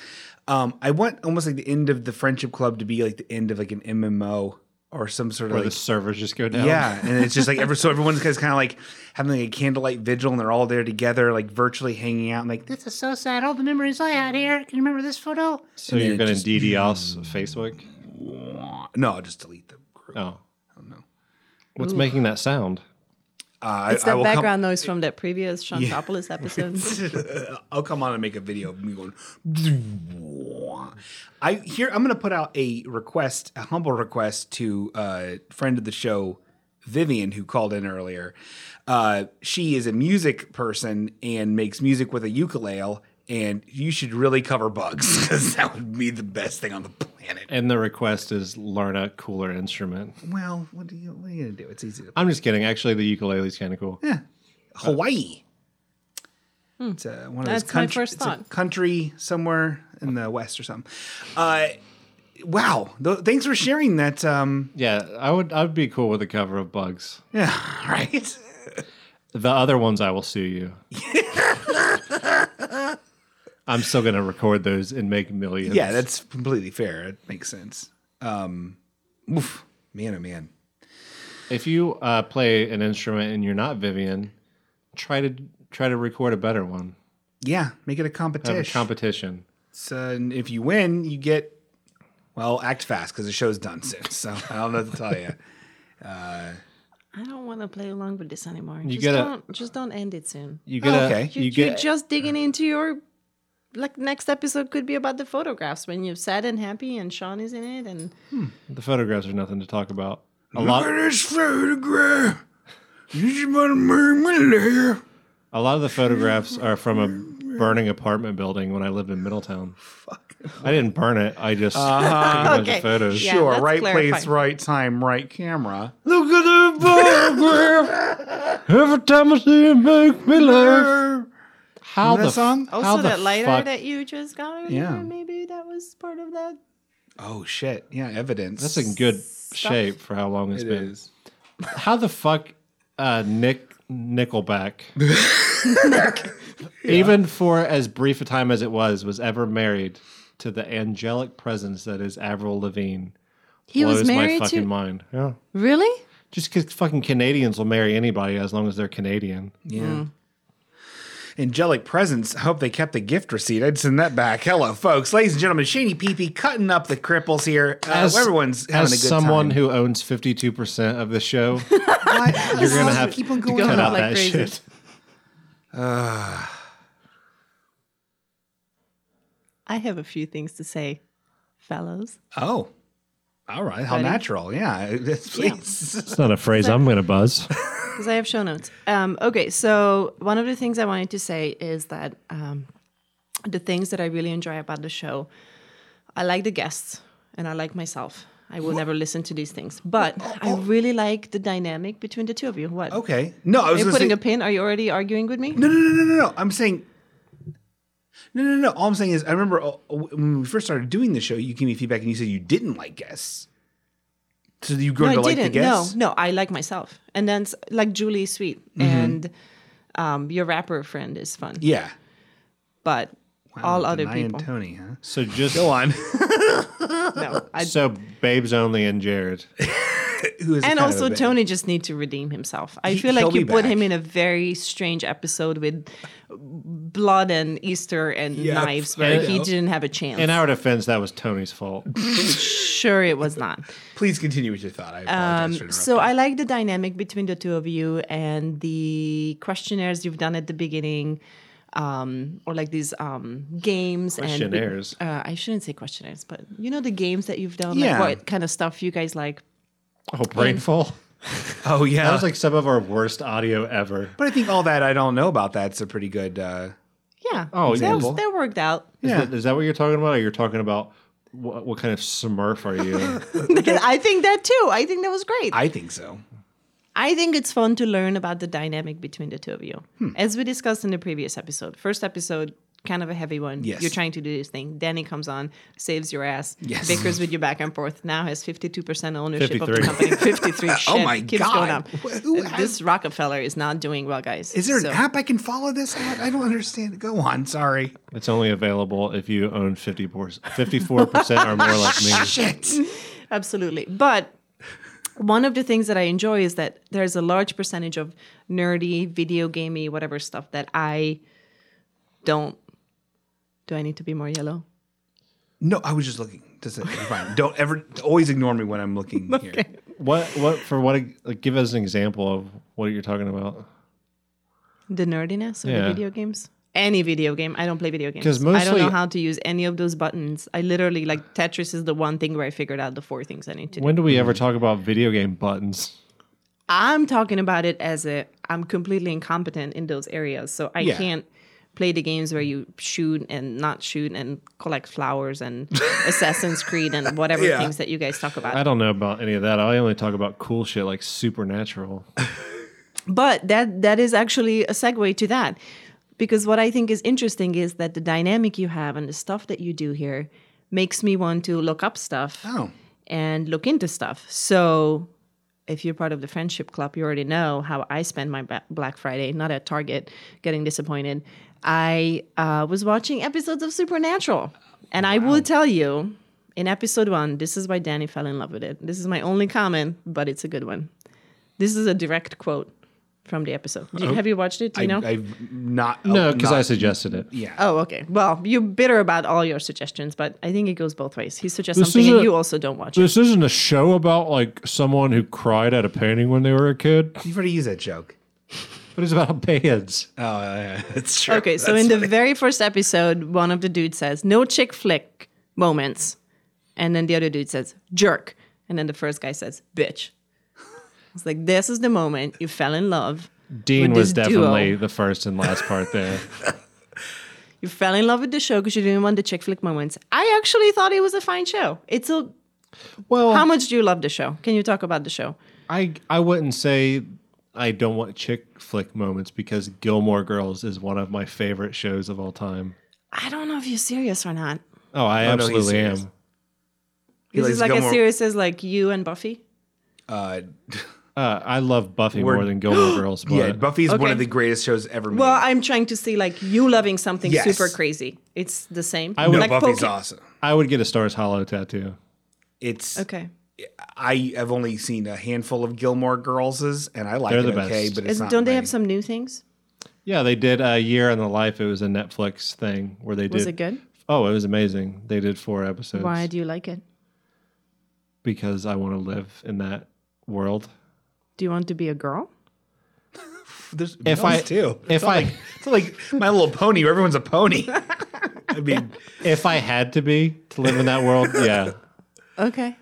[SPEAKER 2] Um, I want almost like the end of the friendship club to be like the end of like an MMO or some sort of
[SPEAKER 3] Where
[SPEAKER 2] like,
[SPEAKER 3] the servers just go down.
[SPEAKER 2] yeah, and it's just like every so everyone's kind of like having like a candlelight vigil, and they're all there together, like virtually hanging out, and like this is so sad. All the memories I had here. Can you remember this photo?
[SPEAKER 3] So you're gonna DDoS Facebook?
[SPEAKER 2] No, I'll just delete them.
[SPEAKER 3] Oh. I don't know. What's making that sound?
[SPEAKER 2] Uh,
[SPEAKER 1] It's
[SPEAKER 2] I, I
[SPEAKER 1] that
[SPEAKER 2] will come-
[SPEAKER 1] background noise from that previous Shantopoulos episode.
[SPEAKER 2] I'll come on and make a video of me going. I here I'm gonna put out a request, a humble request to uh, friend of the show, Vivian, who called in earlier, uh, she is a music person and makes music with a ukulele. And you should really cover bugs because that would be the best thing on the planet.
[SPEAKER 3] And the request is learn a cooler instrument.
[SPEAKER 2] Well, what are you, what are you gonna do? It's easy to
[SPEAKER 3] I'm just kidding. Actually, the ukulele's kind of cool.
[SPEAKER 2] Hawaii. It's uh, one
[SPEAKER 1] Hmm.
[SPEAKER 2] of those
[SPEAKER 1] That's my
[SPEAKER 2] country,
[SPEAKER 1] first
[SPEAKER 2] it's a
[SPEAKER 1] thought.
[SPEAKER 2] country somewhere in the west or something. Uh, wow! Th- thanks for sharing that. Um,
[SPEAKER 3] Yeah, I would. I'd be cool with a cover of Bugs.
[SPEAKER 2] yeah, right.
[SPEAKER 3] The other ones, I will sue you. I'm still going to record those and make millions.
[SPEAKER 2] Yeah, that's completely fair. It makes sense. Um, oof, man, oh man.
[SPEAKER 3] if you uh, play an instrument and you're not Vivian, try to try to record a better one.
[SPEAKER 2] Yeah, make it a
[SPEAKER 3] Have a
[SPEAKER 2] competition.
[SPEAKER 3] competition.
[SPEAKER 2] It's, uh, and if you win, you get. Well, act fast because the show's done soon. So I don't know what to tell you.
[SPEAKER 1] I don't want to play along with this anymore. just
[SPEAKER 3] gotta-
[SPEAKER 1] don't just don't end it soon.
[SPEAKER 3] You get a-
[SPEAKER 2] okay.
[SPEAKER 1] You,
[SPEAKER 3] You
[SPEAKER 1] are
[SPEAKER 3] get
[SPEAKER 1] just digging into your like next episode could be about the photographs when you're sad and happy and Sean is in it and
[SPEAKER 3] the photographs are nothing to talk about. A lot.
[SPEAKER 2] this photograph. You just want to murmur later.
[SPEAKER 3] A lot of the photographs are from a burning apartment building when I lived in Middletown. I didn't burn it. I just took a bunch
[SPEAKER 1] Okay.
[SPEAKER 3] of photos.
[SPEAKER 1] Yeah.
[SPEAKER 2] sure,
[SPEAKER 1] let's
[SPEAKER 2] right
[SPEAKER 1] clarify.
[SPEAKER 2] place, right time, right camera.
[SPEAKER 3] Look at the photograph. Every time I see it, makes me laugh. How
[SPEAKER 2] Remember
[SPEAKER 3] the
[SPEAKER 2] that song?
[SPEAKER 3] f- how
[SPEAKER 1] also
[SPEAKER 3] the
[SPEAKER 1] that lighter
[SPEAKER 3] fuck-
[SPEAKER 1] that you just got earlier,
[SPEAKER 2] Yeah.
[SPEAKER 1] maybe that was part of that.
[SPEAKER 2] Oh shit! Yeah, evidence.
[SPEAKER 3] That's in good shape for how long it's
[SPEAKER 2] It
[SPEAKER 3] been.
[SPEAKER 2] is.
[SPEAKER 3] How the fuck, uh, Nick Nickelback, even for as brief a time as it was, was ever married to the angelic presence that is Avril Lavigne?
[SPEAKER 1] He
[SPEAKER 3] Blows
[SPEAKER 1] was married
[SPEAKER 3] my fucking
[SPEAKER 1] to
[SPEAKER 3] mind. Yeah,
[SPEAKER 1] Really?
[SPEAKER 3] just because fucking Canadians will marry anybody as long as they're Canadian.
[SPEAKER 2] Yeah. Angelic presence. I hope they kept the gift receipt. I'd send that back. Hello, folks, ladies and gentlemen. Shady Peepee cutting up the cripples here. Uh, everyone's having
[SPEAKER 3] as
[SPEAKER 2] a good
[SPEAKER 3] someone
[SPEAKER 2] time.
[SPEAKER 3] who owns fifty two percent of the show,
[SPEAKER 2] Why-
[SPEAKER 3] you're gonna have
[SPEAKER 2] keep on
[SPEAKER 3] to
[SPEAKER 2] going.
[SPEAKER 3] cut
[SPEAKER 1] on
[SPEAKER 3] out
[SPEAKER 1] like
[SPEAKER 3] that
[SPEAKER 1] crazy.
[SPEAKER 3] shit.
[SPEAKER 1] I have a few things to say, fellows.
[SPEAKER 2] Oh, all right. How
[SPEAKER 1] Ready?
[SPEAKER 2] natural. Yeah. Please.
[SPEAKER 3] It's not a phrase I'm gonna buzz.
[SPEAKER 1] because I have show notes. Um, okay, so one of the things I wanted to say is that um, the things that I really enjoy about the show, I like the guests and I like myself. I will never listen to these things, but I really like the dynamic between the two of you. What?
[SPEAKER 2] Okay. No, I
[SPEAKER 1] Are
[SPEAKER 2] was
[SPEAKER 1] you
[SPEAKER 2] gonna
[SPEAKER 1] putting
[SPEAKER 2] say-
[SPEAKER 1] a pin? Are you already arguing with me?
[SPEAKER 2] No, no, no, no, no, no. I'm saying. No, no, no. All I'm saying is, I remember uh, when we first started doing the show, you gave me feedback and you said you didn't like guests. So you grown
[SPEAKER 1] no,
[SPEAKER 2] to
[SPEAKER 1] I
[SPEAKER 2] like the
[SPEAKER 1] didn't.
[SPEAKER 2] guests? Mm-hmm.
[SPEAKER 1] No, no, I like myself. And then, s- like Julie is Sweet and um, your rapper friend is fun,
[SPEAKER 2] Yeah.
[SPEAKER 1] but all other
[SPEAKER 2] Denai and
[SPEAKER 1] people.
[SPEAKER 2] Tony, huh?
[SPEAKER 3] So just
[SPEAKER 2] Go on.
[SPEAKER 1] No, I
[SPEAKER 3] so babes only and Jared.
[SPEAKER 2] Who
[SPEAKER 1] and
[SPEAKER 2] is kind of a
[SPEAKER 1] also
[SPEAKER 2] bit-
[SPEAKER 1] Tony just need to redeem himself. I
[SPEAKER 2] He-
[SPEAKER 1] feel
[SPEAKER 2] he'll
[SPEAKER 1] like you
[SPEAKER 2] be
[SPEAKER 1] put
[SPEAKER 2] back.
[SPEAKER 1] him in a very strange episode with blood and Easter and knives where
[SPEAKER 2] I
[SPEAKER 1] he
[SPEAKER 2] know.
[SPEAKER 1] didn't have a chance.
[SPEAKER 3] In our defense, that was Tony's fault.
[SPEAKER 1] sure it was not.
[SPEAKER 2] Please continue with your thought.
[SPEAKER 1] Um,
[SPEAKER 2] I apologize for
[SPEAKER 1] So I like the dynamic between the two of you and the questionnaires you've done at the beginning. Um, or like these um, games
[SPEAKER 3] Questionnaires.
[SPEAKER 1] and uh, I shouldn't say questionnaires, but you know the games that you've done,
[SPEAKER 2] Yeah.
[SPEAKER 1] like what kind of stuff you guys like.
[SPEAKER 3] Oh,
[SPEAKER 1] Uh,
[SPEAKER 3] brainful.
[SPEAKER 2] oh, yeah.
[SPEAKER 3] That was like some of our worst audio ever.
[SPEAKER 2] but I think all that I don't know about that's a pretty good. Uh,
[SPEAKER 1] Yeah,
[SPEAKER 3] Oh,
[SPEAKER 1] that,
[SPEAKER 3] example.
[SPEAKER 1] was- that worked out.
[SPEAKER 2] Yeah.
[SPEAKER 3] Is, that, is that what you're talking about? Or you're talking about what, what kind of smurf are you?
[SPEAKER 1] I think that too. I think that was great.
[SPEAKER 2] I think so.
[SPEAKER 1] I think it's fun to learn about the dynamic between the two of you.
[SPEAKER 2] Hmm.
[SPEAKER 1] As we discussed in the previous episode, first episode, kind of a heavy one.
[SPEAKER 2] Yes.
[SPEAKER 1] You're trying to do this thing. Danny comes on, saves your ass,
[SPEAKER 2] Yes.
[SPEAKER 1] bickers with you back and forth, now has 52% ownership of the
[SPEAKER 3] 53.
[SPEAKER 1] company. 53 shit.
[SPEAKER 2] Oh my
[SPEAKER 1] keeps
[SPEAKER 2] God.
[SPEAKER 1] going up.
[SPEAKER 2] Who
[SPEAKER 1] And this Rockefeller is not doing well, guys.
[SPEAKER 2] Is there an
[SPEAKER 1] So-
[SPEAKER 2] app I can follow this on? I don't understand. Go on. Sorry.
[SPEAKER 3] it's only available if you own 54, 54% or more like
[SPEAKER 1] Ah,
[SPEAKER 3] me.
[SPEAKER 2] Shit.
[SPEAKER 1] Absolutely. But one of the things that I enjoy is that there's a large percentage of nerdy, video gamey, whatever stuff that I don't. Do I need to be more yellow?
[SPEAKER 2] No, I was just looking. Just uh, fine. Don't ever always ignore me when I'm looking here.
[SPEAKER 3] What, what, for what, like, give us an example of what you're talking about.
[SPEAKER 1] The nerdiness of
[SPEAKER 3] Yeah.
[SPEAKER 1] the video games? Any video game. I don't play video games.
[SPEAKER 3] 'Cause
[SPEAKER 1] I don't
[SPEAKER 3] mostly-
[SPEAKER 1] know how to use any of those buttons. I literally, like, Tetris is the one thing where I figured out the four things I need to do.
[SPEAKER 3] When do we ever talk about video game buttons?
[SPEAKER 1] I'm talking about it as a I'm completely incompetent in those areas, so I
[SPEAKER 2] Yeah.
[SPEAKER 1] can't play the games where you shoot and not shoot and collect flowers and Assassin's Creed and whatever
[SPEAKER 2] Yeah.
[SPEAKER 1] things that you guys talk about.
[SPEAKER 3] I don't know about any of that. I only talk about cool shit like supernatural.
[SPEAKER 1] Oh, but that that is actually a segue to that because what i think is interesting is that the dynamic you have and the stuff that you do here makes me want to look up stuff
[SPEAKER 2] Oh.
[SPEAKER 1] and look into stuff so if you're part of the friendship club you already know how i spend my Ba- black friday not at target getting disappointed i uh, was watching episodes of supernatural and i will tell you in episode one this is why danny fell in love with it this is my only comment but it's a good one this is a direct quote from the episode. Do
[SPEAKER 3] Oh,
[SPEAKER 1] you- have you watched it? Do you know?
[SPEAKER 2] I, I've not. uh,
[SPEAKER 3] No, because I
[SPEAKER 2] not-
[SPEAKER 3] suggested it. Yeah.
[SPEAKER 1] oh, okay. Well, you're bitter about all your suggestions, but I think it goes both ways. He suggests
[SPEAKER 3] This
[SPEAKER 1] something
[SPEAKER 3] is
[SPEAKER 1] and
[SPEAKER 3] a-
[SPEAKER 1] you also don't watch it.
[SPEAKER 3] This isn't a show about like someone who cried at a painting when they were a kid,
[SPEAKER 2] You've already used that joke.
[SPEAKER 3] but it's about bands.
[SPEAKER 2] Oh, yeah, that's true.
[SPEAKER 1] Okay, so in the very first episode, one of the dudes says, no chick flick moments. And then the other dude says, jerk. And then the first guy says, bitch. It's like, this is the moment you fell in love.
[SPEAKER 3] Dean
[SPEAKER 1] With
[SPEAKER 3] was
[SPEAKER 1] this
[SPEAKER 3] definitely
[SPEAKER 1] duo.
[SPEAKER 3] the first and last part there.
[SPEAKER 1] You fell in love with the show because you didn't want the chick flick moments. I actually thought it was a fine show. It's a.
[SPEAKER 3] well,
[SPEAKER 1] How much do you love the show? Can you talk about the show?
[SPEAKER 3] I I wouldn't say I don't want chick flick moments because Gilmore Girls is one of my favorite shows of all time.
[SPEAKER 1] I don't know if you're serious or not.
[SPEAKER 3] Oh, I
[SPEAKER 2] no, he's
[SPEAKER 3] absolutely
[SPEAKER 2] serious.
[SPEAKER 3] am.
[SPEAKER 2] He
[SPEAKER 1] This
[SPEAKER 2] likes
[SPEAKER 1] is like
[SPEAKER 2] Gilmore-
[SPEAKER 1] as serious as like you and Buffy.
[SPEAKER 2] Uh,
[SPEAKER 3] Uh, I love Buffy
[SPEAKER 2] We're-
[SPEAKER 3] more than Gilmore Girls. But
[SPEAKER 2] yeah, Buffy's one
[SPEAKER 1] Okay.
[SPEAKER 2] of the greatest shows ever made.
[SPEAKER 1] Well, I'm trying to see like you loving something
[SPEAKER 2] Yes.
[SPEAKER 1] super crazy. It's the same. I
[SPEAKER 2] no,
[SPEAKER 1] like
[SPEAKER 2] Buffy's
[SPEAKER 1] Poke-
[SPEAKER 2] awesome.
[SPEAKER 3] I would get a Stars Hollow tattoo.
[SPEAKER 2] It's
[SPEAKER 1] Okay.
[SPEAKER 2] I have only seen a handful of Gilmore Girls' and I like
[SPEAKER 3] They're
[SPEAKER 2] it
[SPEAKER 3] the
[SPEAKER 2] okay,
[SPEAKER 3] best.
[SPEAKER 2] but it's
[SPEAKER 1] Is,
[SPEAKER 2] not
[SPEAKER 1] don't they
[SPEAKER 2] my-
[SPEAKER 1] have some new things?
[SPEAKER 3] Yeah, they did a year in the life. It was a Netflix thing where they did.
[SPEAKER 1] Was it good?
[SPEAKER 3] Oh, it was amazing. They did four episodes.
[SPEAKER 1] Why do you like it?
[SPEAKER 3] Because I want to live in that world.
[SPEAKER 1] Do you want to be a girl?
[SPEAKER 2] There's
[SPEAKER 3] If I
[SPEAKER 2] those too.
[SPEAKER 3] if I
[SPEAKER 2] It's not like My Little Pony. where Everyone's a pony. I mean,
[SPEAKER 3] if I had to be to live in that world, yeah,
[SPEAKER 1] Okay.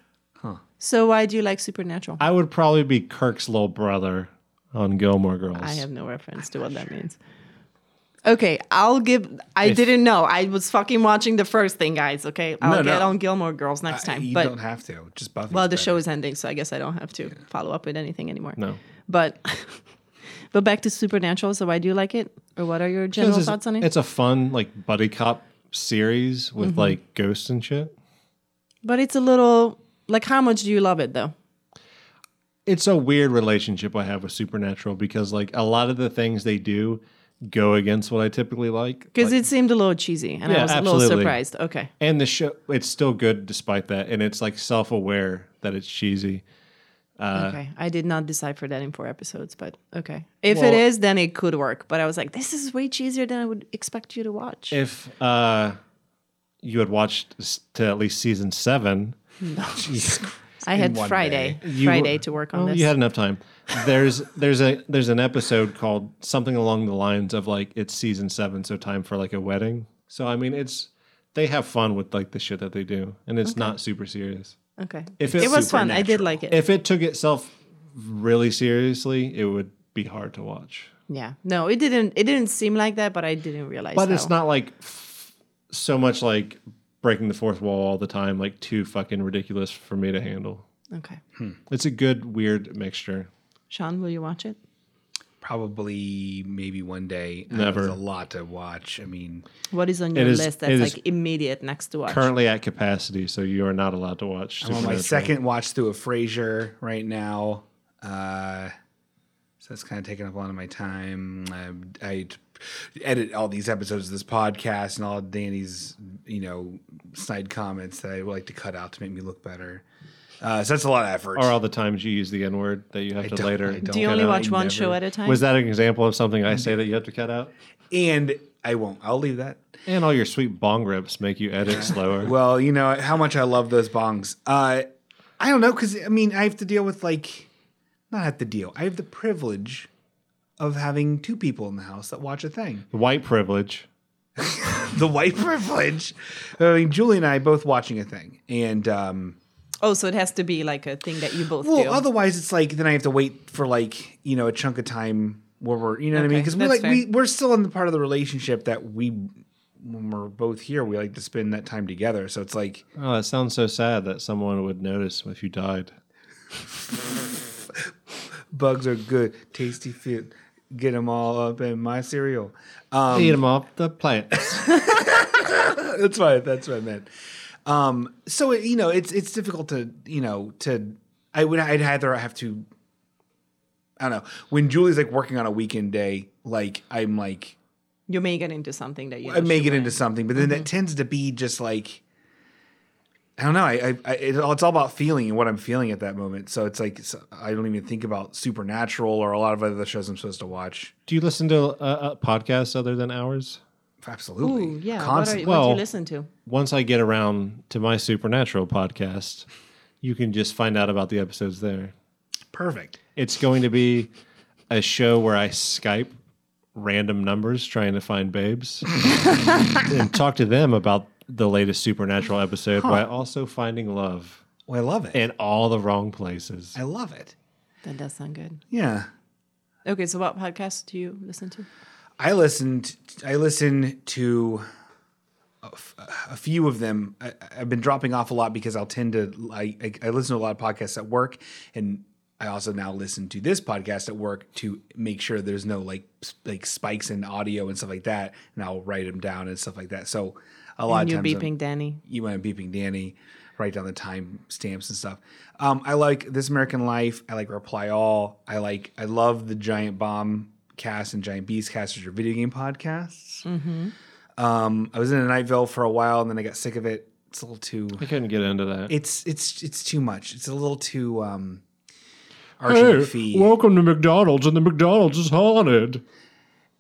[SPEAKER 1] So why do you like Supernatural? I,
[SPEAKER 3] I would probably be Kirk's little brother on Gilmore Girls.
[SPEAKER 1] have no reference to what that means. Okay, I'll give. I didn't know. I was fucking watching the first thing, guys. Okay, I'll
[SPEAKER 2] No,
[SPEAKER 1] get
[SPEAKER 2] no.
[SPEAKER 1] on Gilmore Girls next time.
[SPEAKER 2] you
[SPEAKER 1] but
[SPEAKER 2] don't have to. Just Buffy.
[SPEAKER 1] Well, the show is ending, so I guess I don't have to follow up with anything anymore.
[SPEAKER 3] No.
[SPEAKER 1] But but back to Supernatural. So why do you like it, or what are your
[SPEAKER 3] Because
[SPEAKER 1] general
[SPEAKER 3] it's,
[SPEAKER 1] thoughts on it? Mm-hmm.
[SPEAKER 3] It's a fun like buddy cop series with like ghosts and shit.
[SPEAKER 1] but it's a little like how much do you love it though?
[SPEAKER 3] It's a weird relationship I have with Supernatural because like a lot of the things they do go against what I typically like.
[SPEAKER 1] Because
[SPEAKER 3] Like-
[SPEAKER 1] it seemed a little cheesy, and I
[SPEAKER 3] Yeah,
[SPEAKER 1] was a little
[SPEAKER 3] absolutely.
[SPEAKER 1] surprised. Okay,
[SPEAKER 3] and the show it's still good despite that, and it's like self aware that it's cheesy. Uh,
[SPEAKER 1] okay, I did not decipher that in four episodes, but okay. If it
[SPEAKER 3] Well-
[SPEAKER 1] is, then it could work. But I was like, this is way cheesier than I would expect you to watch.
[SPEAKER 3] If uh, you had watched s- to at least season seven,
[SPEAKER 1] I had
[SPEAKER 2] one
[SPEAKER 1] Friday,
[SPEAKER 3] You were-
[SPEAKER 1] Friday to work on
[SPEAKER 3] Oh,
[SPEAKER 1] this.
[SPEAKER 3] You had enough time. There's there's a there's an episode called something along the lines of like it's season seven, so time for like a wedding. So I mean, it's they have fun with like the shit that they do, and it's not super serious.
[SPEAKER 1] okay,
[SPEAKER 3] If
[SPEAKER 1] it was fun. I did
[SPEAKER 2] Supernatural.
[SPEAKER 1] like it.
[SPEAKER 3] If it took itself really seriously, it would be hard to watch.
[SPEAKER 1] yeah, no, it didn't. It didn't seem like that, but I didn't realize.
[SPEAKER 3] But it's
[SPEAKER 1] how-
[SPEAKER 3] not like f- so much like breaking the fourth wall all the time, like too fucking ridiculous for me to handle.
[SPEAKER 1] okay.
[SPEAKER 3] It's a good weird mixture.
[SPEAKER 1] Sean, will you watch it?
[SPEAKER 2] probably maybe one day. Uh,
[SPEAKER 3] Never.
[SPEAKER 2] there's a lot to watch. I mean,
[SPEAKER 1] What is on your
[SPEAKER 3] It is-
[SPEAKER 1] list
[SPEAKER 3] it
[SPEAKER 1] that's
[SPEAKER 3] is
[SPEAKER 1] like immediate next to watch?
[SPEAKER 3] Currently at capacity, so you are not allowed to watch.
[SPEAKER 1] Oh
[SPEAKER 2] I'm on my
[SPEAKER 3] Supernatural.
[SPEAKER 2] second watch through of Frasier right now. Uh, so that's kind of taking up a lot of my time. I, I t- edit all these episodes of this podcast and all Danny's, you know, side comments that I would like to cut out to make me look better. Uh, so that's a lot of effort.
[SPEAKER 3] Or all the times you use the N word that you have to
[SPEAKER 2] don't-
[SPEAKER 3] later.
[SPEAKER 2] I don't.
[SPEAKER 1] Do you
[SPEAKER 3] cut
[SPEAKER 1] only
[SPEAKER 3] out.
[SPEAKER 1] watch
[SPEAKER 2] I
[SPEAKER 1] one
[SPEAKER 2] never-
[SPEAKER 1] show at a time?
[SPEAKER 3] Was that an example of something I say that you have to cut out?
[SPEAKER 2] and I won't. I'll leave that.
[SPEAKER 3] And all your sweet bong rips make you edit slower.
[SPEAKER 2] Well, you know how much I love those bongs. Uh, I don't know because I mean I have to deal with like, not have to deal. I have the privilege of having two people in the house that watch a thing.
[SPEAKER 3] White privilege.
[SPEAKER 2] the white privilege. I mean, Julie and I both watching a thing, and um,
[SPEAKER 1] Oh, so it has to be like a thing that you both
[SPEAKER 2] Well,
[SPEAKER 1] do.
[SPEAKER 2] otherwise it's like then I have to wait for like you know a chunk of time where we're you know what I mean
[SPEAKER 1] Okay,
[SPEAKER 2] because we
[SPEAKER 1] that's
[SPEAKER 2] like
[SPEAKER 1] fair.
[SPEAKER 2] we we're still in the part of the relationship that we when we're both here we like to spend that time together. So it's like
[SPEAKER 3] Oh, that sounds so sad that someone would notice if you died.
[SPEAKER 2] bugs are good, tasty food. Get them all up in my cereal. Um,
[SPEAKER 3] Eat them off the plants.
[SPEAKER 2] that's right. That's what I meant. Um, so it, you know, it's it's difficult to you know to I would I'd either have to I don't know when Julie's like working on a weekend day, like I'm like
[SPEAKER 1] you may get into something that you.
[SPEAKER 2] I may get into something, but
[SPEAKER 1] Mm-hmm.
[SPEAKER 2] then that tends to be just like I don't know. I, I, I it, it's all about feeling and what I'm feeling at that moment. So it's like it's, I don't even think about supernatural or a lot of other shows I'm supposed to watch.
[SPEAKER 3] do you listen to uh, uh, podcasts other than ours?
[SPEAKER 2] Absolutely,
[SPEAKER 1] Ooh, yeah. What, are,
[SPEAKER 2] constantly.
[SPEAKER 1] you- what do you
[SPEAKER 3] Well-
[SPEAKER 1] listen to?
[SPEAKER 3] Once I get around to my supernatural podcast, you can just find out about the episodes there.
[SPEAKER 2] perfect.
[SPEAKER 3] It's going to be a show where I Skype random numbers trying to find babes and talk to them about the latest supernatural episode while also finding love
[SPEAKER 2] Well, I love it.
[SPEAKER 3] in all the wrong places.
[SPEAKER 2] I love it.
[SPEAKER 1] That does sound good.
[SPEAKER 2] Yeah.
[SPEAKER 1] Okay, so what podcast do you listen to?
[SPEAKER 2] I listened. I listened to a, f- a few of them. I, I've been dropping off a lot because I'll tend to. I, I, I listen to a lot of podcasts at work, and I also now listen to this podcast at work to make sure there's no like s- like spikes in audio and stuff like that. And I'll write them down and stuff like that. So a lot
[SPEAKER 1] And
[SPEAKER 2] of
[SPEAKER 1] you
[SPEAKER 2] times I'm-
[SPEAKER 1] beeping Danny.
[SPEAKER 2] you went beeping Danny, write down the time stamps and stuff. Um, I like This American Life. I like Reply All. I like I love the Giant Bomb cast and Giant Beast cast as your video game podcasts.
[SPEAKER 3] Mm-hmm.
[SPEAKER 2] Um, I was in a Night Vale for a while and then I got sick of it. It's a little too.
[SPEAKER 3] I couldn't get into that.
[SPEAKER 2] It's it's it's too much. It's a little too um, Archie McPhee.
[SPEAKER 3] welcome to McDonald's, and the McDonald's is haunted.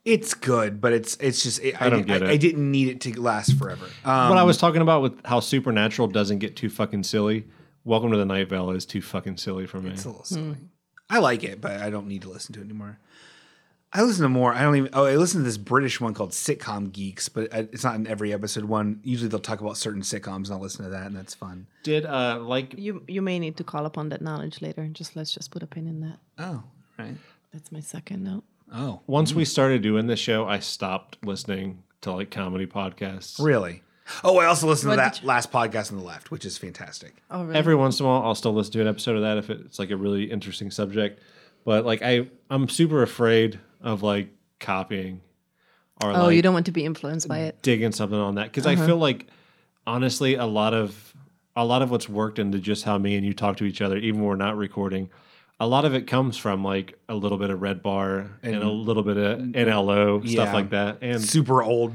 [SPEAKER 2] it's good, but it's it's just it, I,
[SPEAKER 3] don't get
[SPEAKER 2] I,
[SPEAKER 3] it.
[SPEAKER 2] I didn't need it to last forever. Um,
[SPEAKER 3] what I was talking about with how Supernatural doesn't get too fucking silly. Welcome to the Night Vale is too fucking silly for me.
[SPEAKER 2] It's a little silly. I like it, but I don't need to listen to it anymore. I listen to more. I don't even. Oh, I listen to this British one called Sitcom Geeks, but I- it's not in every episode one. Usually they'll talk about certain sitcoms, and I'll listen to that, and that's fun.
[SPEAKER 3] Did uh like
[SPEAKER 1] You you may need to call upon that knowledge later. and Just let's just put a pin in that.
[SPEAKER 2] Oh, right.
[SPEAKER 1] That's my second note.
[SPEAKER 2] Oh,
[SPEAKER 3] once we started doing this show, I stopped listening to like comedy podcasts.
[SPEAKER 2] really? Oh, I also listened
[SPEAKER 1] What
[SPEAKER 2] to
[SPEAKER 1] did
[SPEAKER 2] that last podcast on the left, which is fantastic.
[SPEAKER 1] Oh, really?
[SPEAKER 3] Every once in a while, I'll still listen to an episode of that if it's like a really interesting subject. But like I, I'm super afraid of like copying or
[SPEAKER 1] oh,
[SPEAKER 3] like
[SPEAKER 1] you don't Uh-huh. want to be influenced by it.
[SPEAKER 3] digging something on that because I feel like honestly a lot of a lot of what's worked into just how me and you talk to each other, even when we're not recording, a lot of it comes from like a little bit of Red Bar and, a little bit of NLO
[SPEAKER 2] Yeah.
[SPEAKER 3] stuff like that, and
[SPEAKER 2] Super old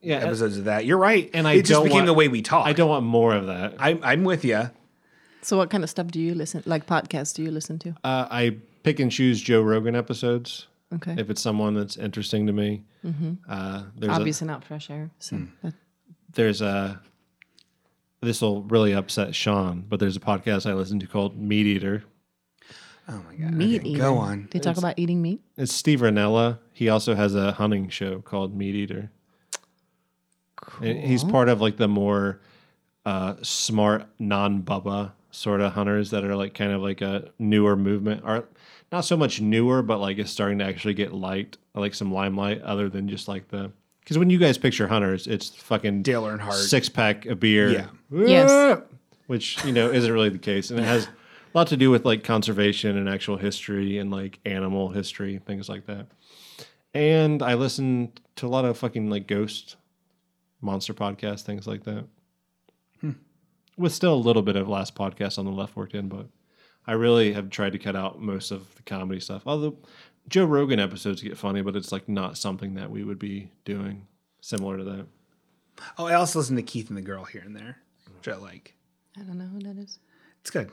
[SPEAKER 3] yeah,
[SPEAKER 2] episodes of that. You're right.
[SPEAKER 3] And I
[SPEAKER 2] it just
[SPEAKER 3] don't
[SPEAKER 2] became
[SPEAKER 3] want-
[SPEAKER 2] the way we talk.
[SPEAKER 3] I don't want more of that.
[SPEAKER 2] I'm, I'm with you.
[SPEAKER 1] So, what kind of stuff do you listen? Like podcasts, do you listen to?
[SPEAKER 3] Uh, I pick and choose Joe Rogan episodes
[SPEAKER 1] Okay,
[SPEAKER 3] if it's someone that's interesting to me. Uh, there's a,
[SPEAKER 1] obviously not fresh air. So that-
[SPEAKER 3] there's a this will really upset Sean, but there's a podcast I listen to called Meat Eater.
[SPEAKER 2] Oh my god.
[SPEAKER 1] meat
[SPEAKER 2] Okay,
[SPEAKER 1] eater.
[SPEAKER 2] Go on.
[SPEAKER 1] They talk about eating meat.
[SPEAKER 3] It's Steve Ranella. He also has a hunting show called Meat Eater. And He's part of like the more uh, smart, non Bubba sort of hunters that are like kind of like a newer movement, or not so much newer, but like it's starting to actually get light, like some limelight, other than just like the. Because when you guys picture hunters, it's fucking
[SPEAKER 2] Dale Earnhardt.
[SPEAKER 3] six pack of beer,
[SPEAKER 2] Yeah.
[SPEAKER 1] Yes.
[SPEAKER 3] which you know isn't really the case, and it has a lot to do with like conservation and actual history and like animal history, things like that. And I listen to a lot of fucking like ghost monster podcasts, things like that. With still a little bit of last podcast on the left worked in, but I really have tried to cut out most of the comedy stuff. Although Joe Rogan episodes get funny, but it's like not something that we would be doing similar to that.
[SPEAKER 2] Oh, I also listen to Keith and the Girl here and there, which I like.
[SPEAKER 1] I don't know who that is.
[SPEAKER 2] It's good.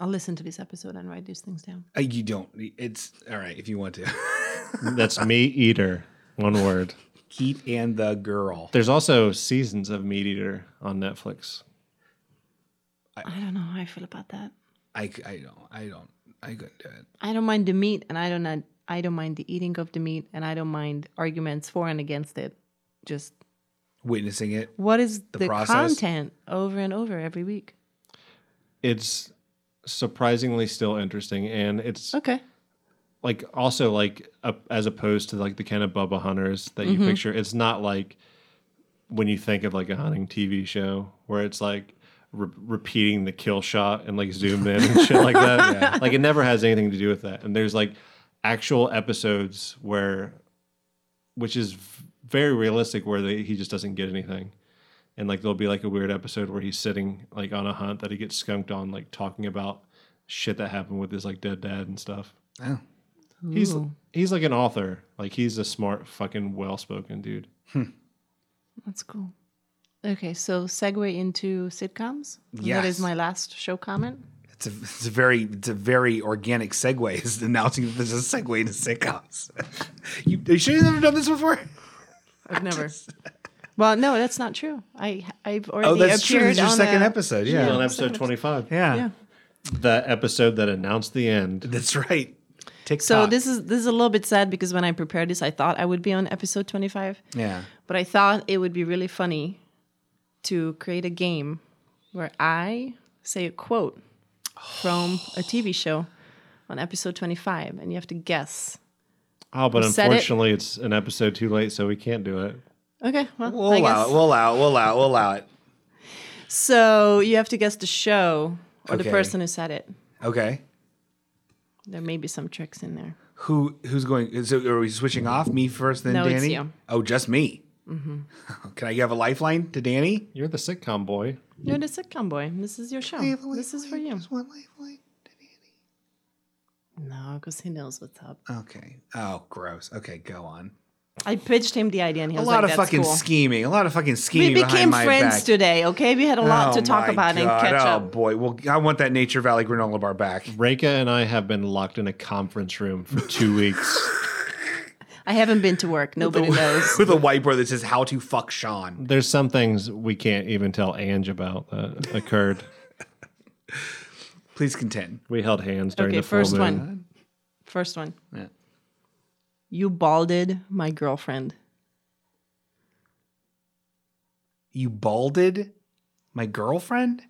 [SPEAKER 1] I'll listen to this episode and write these things down.
[SPEAKER 2] Uh, you don't. It's all right if you want to.
[SPEAKER 3] That's meat eater. One word.
[SPEAKER 2] Keith and the girl.
[SPEAKER 3] There's also seasons of Meat Eater on Netflix.
[SPEAKER 1] I don't know how I feel about that.
[SPEAKER 2] I, c- I don't. I don't. I couldn't do it.
[SPEAKER 1] I don't mind the meat, and I don't not, I don't mind the eating of the meat, and I don't mind arguments for and against it. Just
[SPEAKER 2] witnessing it.
[SPEAKER 1] What is the,
[SPEAKER 2] process?
[SPEAKER 1] content over and over every week?
[SPEAKER 3] It's surprisingly still interesting, and it's
[SPEAKER 1] Okay.
[SPEAKER 3] like also like a, as opposed to like the kind of Bubba hunters that you picture. It's not like when you think of like a hunting TV show where it's like re- repeating the kill shot and like zoomed in and shit like that. Like it never has anything to do with that. And there's like actual episodes where, which is v- very realistic, where they, he just doesn't get anything. And like there'll be like a weird episode where he's sitting like on a hunt that he gets skunked on, like talking about shit that happened with his like dead dad and stuff.
[SPEAKER 2] Oh.
[SPEAKER 3] He's
[SPEAKER 1] Ooh,
[SPEAKER 3] he's like an author. Like he's a smart, fucking, well-spoken dude.
[SPEAKER 1] that's cool. Okay, so segue into sitcoms. That
[SPEAKER 2] Yes.
[SPEAKER 1] is my last show comment.
[SPEAKER 2] It's a, it's a very it's a very organic segue. Is announcing that there's a segue into sitcoms. you, you should have never done this before.
[SPEAKER 1] I've never. Well, no, that's not true. I I've already
[SPEAKER 2] Oh, that's true.
[SPEAKER 1] appeared
[SPEAKER 2] This is your
[SPEAKER 1] on
[SPEAKER 2] second
[SPEAKER 1] a-
[SPEAKER 2] episode. Yeah.
[SPEAKER 3] On episode twenty-five,
[SPEAKER 2] yeah,
[SPEAKER 1] Yeah.
[SPEAKER 3] the episode that announced the end.
[SPEAKER 2] that's right. TikTok.
[SPEAKER 1] So this is this is a little bit sad because when I prepared this, I thought I would be on episode twenty five.
[SPEAKER 2] yeah.
[SPEAKER 1] But I thought it would be really funny to create a game where I say a quote from a TV show on episode 25 and you have to guess.
[SPEAKER 3] Oh, but
[SPEAKER 1] said it.
[SPEAKER 3] unfortunately, it's an episode too late, so we can't do it.
[SPEAKER 1] Okay, well,
[SPEAKER 2] We'll
[SPEAKER 1] I
[SPEAKER 2] allow
[SPEAKER 1] guess.
[SPEAKER 2] it. We'll allow it. We'll allow it. We'll allow it.
[SPEAKER 1] So you have to guess the show or the
[SPEAKER 2] Okay.
[SPEAKER 1] person who said it.
[SPEAKER 2] Okay.
[SPEAKER 1] There may be some tricks in there.
[SPEAKER 2] Who who's going? So are we switching off? Me first, then
[SPEAKER 1] No, it's
[SPEAKER 2] Danny.
[SPEAKER 1] you. Mm-hmm.
[SPEAKER 2] Oh, just me. Can I have a lifeline to Danny?
[SPEAKER 3] You're the sitcom boy.
[SPEAKER 1] You're the sitcom boy. This is your show. This is for you.
[SPEAKER 2] one lifeline.
[SPEAKER 1] No, because he knows what's up.
[SPEAKER 2] Okay. Oh, gross. Okay, go on.
[SPEAKER 1] I pitched him the idea and he
[SPEAKER 2] A
[SPEAKER 1] was
[SPEAKER 2] lot
[SPEAKER 1] like,
[SPEAKER 2] of
[SPEAKER 1] that's
[SPEAKER 2] fucking
[SPEAKER 1] cool.
[SPEAKER 2] scheming. A lot of fucking scheming
[SPEAKER 1] We became
[SPEAKER 2] behind my
[SPEAKER 1] friends
[SPEAKER 2] back.
[SPEAKER 1] today, okay? We had a lot to
[SPEAKER 2] Oh
[SPEAKER 1] talk
[SPEAKER 2] my
[SPEAKER 1] about and
[SPEAKER 2] God.
[SPEAKER 1] catch
[SPEAKER 2] Oh
[SPEAKER 1] up.
[SPEAKER 2] boy. Well, I want that Nature Valley granola bar back.
[SPEAKER 3] Reka and I have been locked in a conference room for two weeks.
[SPEAKER 2] oh.
[SPEAKER 1] I haven't been to work. Nobody knows.
[SPEAKER 2] With a whiteboard that says "How to fuck Sean."
[SPEAKER 3] There's some things we can't even tell Ange about that occurred.
[SPEAKER 2] Please contend.
[SPEAKER 3] We held hands during
[SPEAKER 1] Okay,
[SPEAKER 3] the full
[SPEAKER 1] first
[SPEAKER 3] moon.
[SPEAKER 1] one. First one.
[SPEAKER 2] Yeah.
[SPEAKER 1] You balded my girlfriend.
[SPEAKER 2] You balded my girlfriend.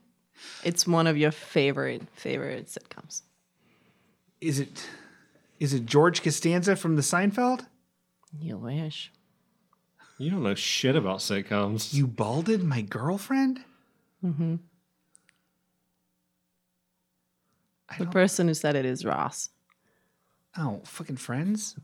[SPEAKER 1] It's one of your favorite favorite sitcoms.
[SPEAKER 2] Is it? Is it George Costanza from the Seinfeld?
[SPEAKER 1] You wish.
[SPEAKER 3] You don't know shit about sitcoms.
[SPEAKER 2] You balded my girlfriend?
[SPEAKER 1] The person who said it is Ross.
[SPEAKER 2] Oh, fucking friends?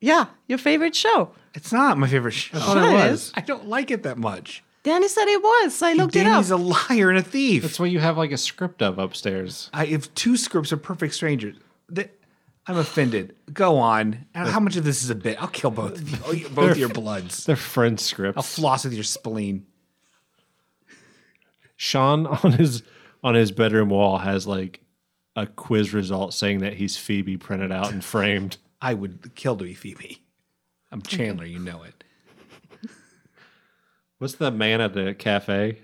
[SPEAKER 1] Yeah, your favorite show.
[SPEAKER 2] It's not my favorite show.
[SPEAKER 3] I thought it
[SPEAKER 1] Sure
[SPEAKER 3] was.
[SPEAKER 1] is.
[SPEAKER 2] I don't like it that much.
[SPEAKER 1] Danny said it was. so I looked
[SPEAKER 2] Danny's
[SPEAKER 1] it
[SPEAKER 2] a
[SPEAKER 1] up.
[SPEAKER 2] liar and a thief.
[SPEAKER 3] That's what you have like a script of upstairs.
[SPEAKER 2] I have two scripts of Perfect Strangers. That I'm offended. Go on. And How much of this is a bit? I'll kill both of you. I'll eat Oh, both of your bloods.
[SPEAKER 3] They're friend scripts.
[SPEAKER 2] I'll floss with your spleen.
[SPEAKER 3] Sean on his on his bedroom wall has like a quiz result saying that he's Phoebe printed out and framed.
[SPEAKER 2] I would kill to be Phoebe. I'm Chandler, you know it.
[SPEAKER 3] What's the man at the cafe?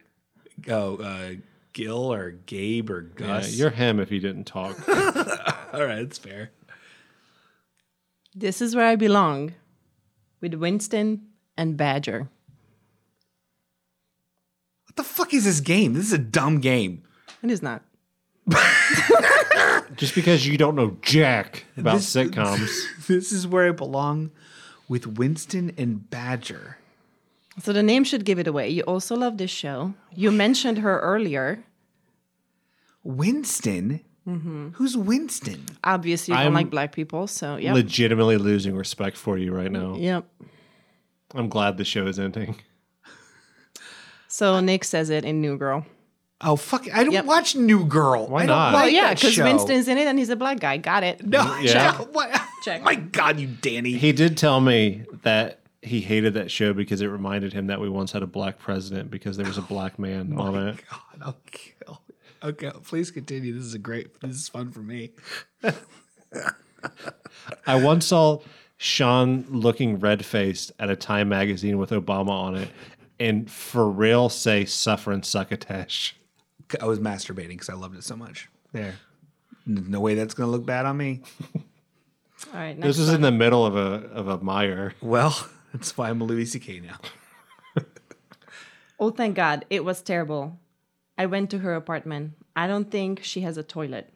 [SPEAKER 2] Oh, uh, Gil or Gabe or
[SPEAKER 3] Yeah,
[SPEAKER 2] Gus.
[SPEAKER 3] Uh, you're him if you didn't talk.
[SPEAKER 2] All right, it's fair.
[SPEAKER 1] This is where I belong with Winston and Badger.
[SPEAKER 2] What the fuck is this game? This is a dumb game.
[SPEAKER 1] It is not.
[SPEAKER 3] Just because you don't know jack about sitcoms.
[SPEAKER 2] This is where I belong with Winston and Badger.
[SPEAKER 1] So the name should give it away. You also love this show. You mentioned her earlier.
[SPEAKER 2] Winston? Who's Winston?
[SPEAKER 1] Obviously, you
[SPEAKER 3] I'm
[SPEAKER 1] don't like black people, so yeah.
[SPEAKER 3] Legitimately losing respect for you right now.
[SPEAKER 1] Yep.
[SPEAKER 3] I'm glad the show is ending.
[SPEAKER 1] So Nick says it in New Girl.
[SPEAKER 2] Oh, fuck. I don't
[SPEAKER 1] Yep.
[SPEAKER 2] watch New Girl.
[SPEAKER 3] Why
[SPEAKER 2] I don't
[SPEAKER 3] not?
[SPEAKER 2] Like
[SPEAKER 1] Oh yeah,
[SPEAKER 2] that
[SPEAKER 1] because
[SPEAKER 2] show.
[SPEAKER 1] Winston's in it and he's a black guy. Got it.
[SPEAKER 2] No,
[SPEAKER 3] Yeah.
[SPEAKER 2] check. What? Oh
[SPEAKER 1] Check.
[SPEAKER 2] My God, you Danny.
[SPEAKER 3] He did tell me that he hated that show because it reminded him that we once had a black president because there was a black man on it.
[SPEAKER 2] God, I'll kill. Okay, please continue. This is a great, this is fun for me.
[SPEAKER 3] I once saw Sean looking red faced at a Time magazine with Obama on it and for real say suffering succotash.
[SPEAKER 2] I was masturbating because I loved it so much. There. N- No way that's going to look bad on me.
[SPEAKER 1] All right. Next
[SPEAKER 3] This is in the middle of a of a mire.
[SPEAKER 2] Well, that's why I'm a Louis C.K. now.
[SPEAKER 1] Oh, thank God. It was terrible. I went to her apartment. I don't think she has a toilet.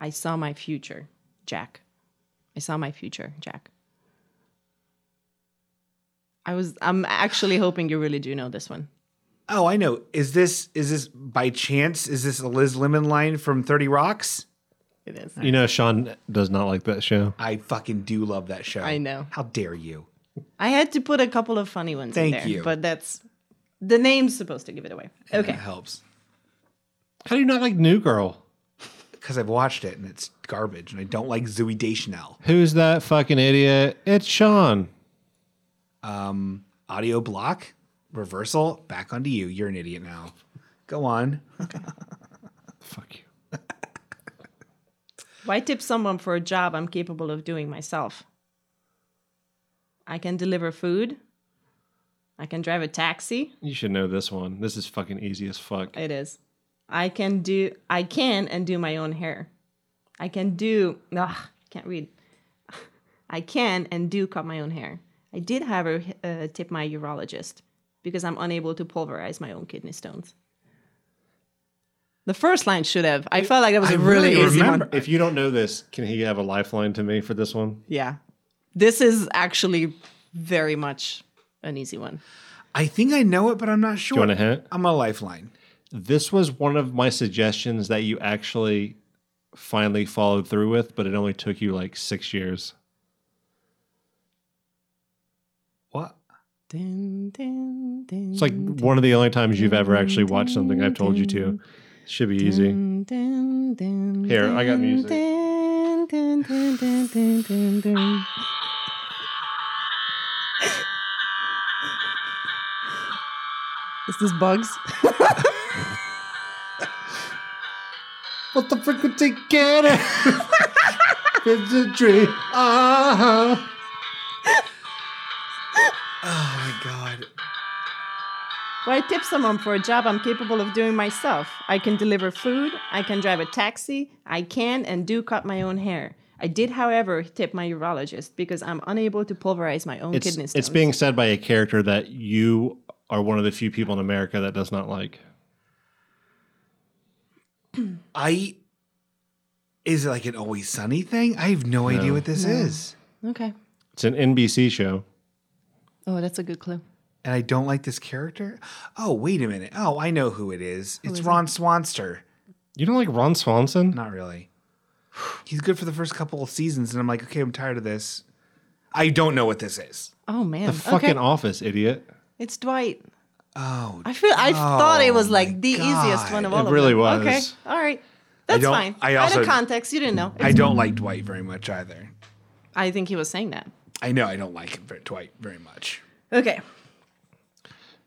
[SPEAKER 1] I saw my future, Jack. I saw my future, Jack. I was I'm actually hoping you really do know this one.
[SPEAKER 2] Oh, I know. Is this is this by chance? Is this a Liz Lemon line from Thirty Rocks?
[SPEAKER 1] It is.
[SPEAKER 3] You know, Sean does not like that show.
[SPEAKER 2] I fucking do love that show.
[SPEAKER 1] I know.
[SPEAKER 2] How dare you?
[SPEAKER 1] I had to put a couple of funny ones in
[SPEAKER 2] Thank
[SPEAKER 1] there.
[SPEAKER 2] you.
[SPEAKER 1] But that's the name's supposed to give it away. Okay.
[SPEAKER 2] That helps
[SPEAKER 3] How do you not like New Girl?
[SPEAKER 2] because I've watched it and it's garbage, and I don't like Zooey Deschanel.
[SPEAKER 3] Who's that fucking idiot? It's Sean.
[SPEAKER 2] Audio block, reversal, back onto you. You're an idiot now. Go on.
[SPEAKER 3] Fuck you.
[SPEAKER 1] Why tip someone for a job I'm capable of doing myself? I can deliver food. I can drive a taxi.
[SPEAKER 3] You should know this one. This is fucking easy as fuck.
[SPEAKER 1] It is. I can do. I can and do my own hair. I can do. Ugh, can't read. I can and do cut my own hair. I did, however, h- uh, tip my urologist because I'm unable to pulverize my own kidney stones. The first line should have. I felt like that was
[SPEAKER 2] I
[SPEAKER 1] a really,
[SPEAKER 2] really
[SPEAKER 1] easy
[SPEAKER 2] remember-
[SPEAKER 1] one.
[SPEAKER 3] If you don't know this, can he have a lifeline to me for this one?
[SPEAKER 1] Yeah, this is actually very much an easy one.
[SPEAKER 2] I think I know it, but I'm not sure.
[SPEAKER 3] you want a hint?
[SPEAKER 2] I'm a lifeline.
[SPEAKER 3] This was one of my suggestions that you actually finally followed through with, but it only took you like six years.
[SPEAKER 2] What?
[SPEAKER 1] Dun, dun, dun,
[SPEAKER 3] It's like one of the only times you've ever actually watched something I've told you to. Should be easy.
[SPEAKER 1] Dun, dun, dun,
[SPEAKER 3] Here, I got
[SPEAKER 1] dun,
[SPEAKER 3] music.
[SPEAKER 1] dun, dun, dun, dun, dun, dun, dun. Is this bugs?
[SPEAKER 3] What the frick would take care of? It's a dream. Uh-huh.
[SPEAKER 2] Oh my god.
[SPEAKER 1] Why tip someone for a job I'm capable of doing myself? I can deliver food, I can drive a taxi, I can and do cut my own hair. I did, however, tip my urologist because I'm unable to pulverize my own
[SPEAKER 3] It's,
[SPEAKER 1] kidney stones.
[SPEAKER 3] it's being said by a character that you are one of the few people in America that does not like.
[SPEAKER 2] I is it like an always sunny thing? I have no, idea what this is.
[SPEAKER 1] okay.
[SPEAKER 3] It's an NBC show.
[SPEAKER 1] Oh, that's a good clue.
[SPEAKER 2] And I don't like this character. Oh, wait a minute. Oh, I know who it is. it's Ron Swanster.
[SPEAKER 3] You don't like Ron Swanson?
[SPEAKER 2] Not really. He's good for the first couple of seasons, and I'm like, okay, I'm tired of this. I don't know what this is.
[SPEAKER 1] Oh man.
[SPEAKER 3] The fucking
[SPEAKER 1] okay.
[SPEAKER 3] office, idiot.
[SPEAKER 1] It's Dwight.
[SPEAKER 2] Oh,
[SPEAKER 1] I feel I thought it was
[SPEAKER 2] my
[SPEAKER 1] like the easiest one of
[SPEAKER 2] God.
[SPEAKER 1] all.
[SPEAKER 3] It
[SPEAKER 1] of
[SPEAKER 3] really
[SPEAKER 1] them.
[SPEAKER 3] was.
[SPEAKER 1] Okay, all right, that's
[SPEAKER 2] don't-
[SPEAKER 1] fine.
[SPEAKER 2] I
[SPEAKER 1] Out
[SPEAKER 2] also-
[SPEAKER 1] of context, you didn't know.
[SPEAKER 2] I don't like Dwight very much either.
[SPEAKER 1] I think he was saying that.
[SPEAKER 2] I know I don't like him very, Dwight very much.
[SPEAKER 1] Okay,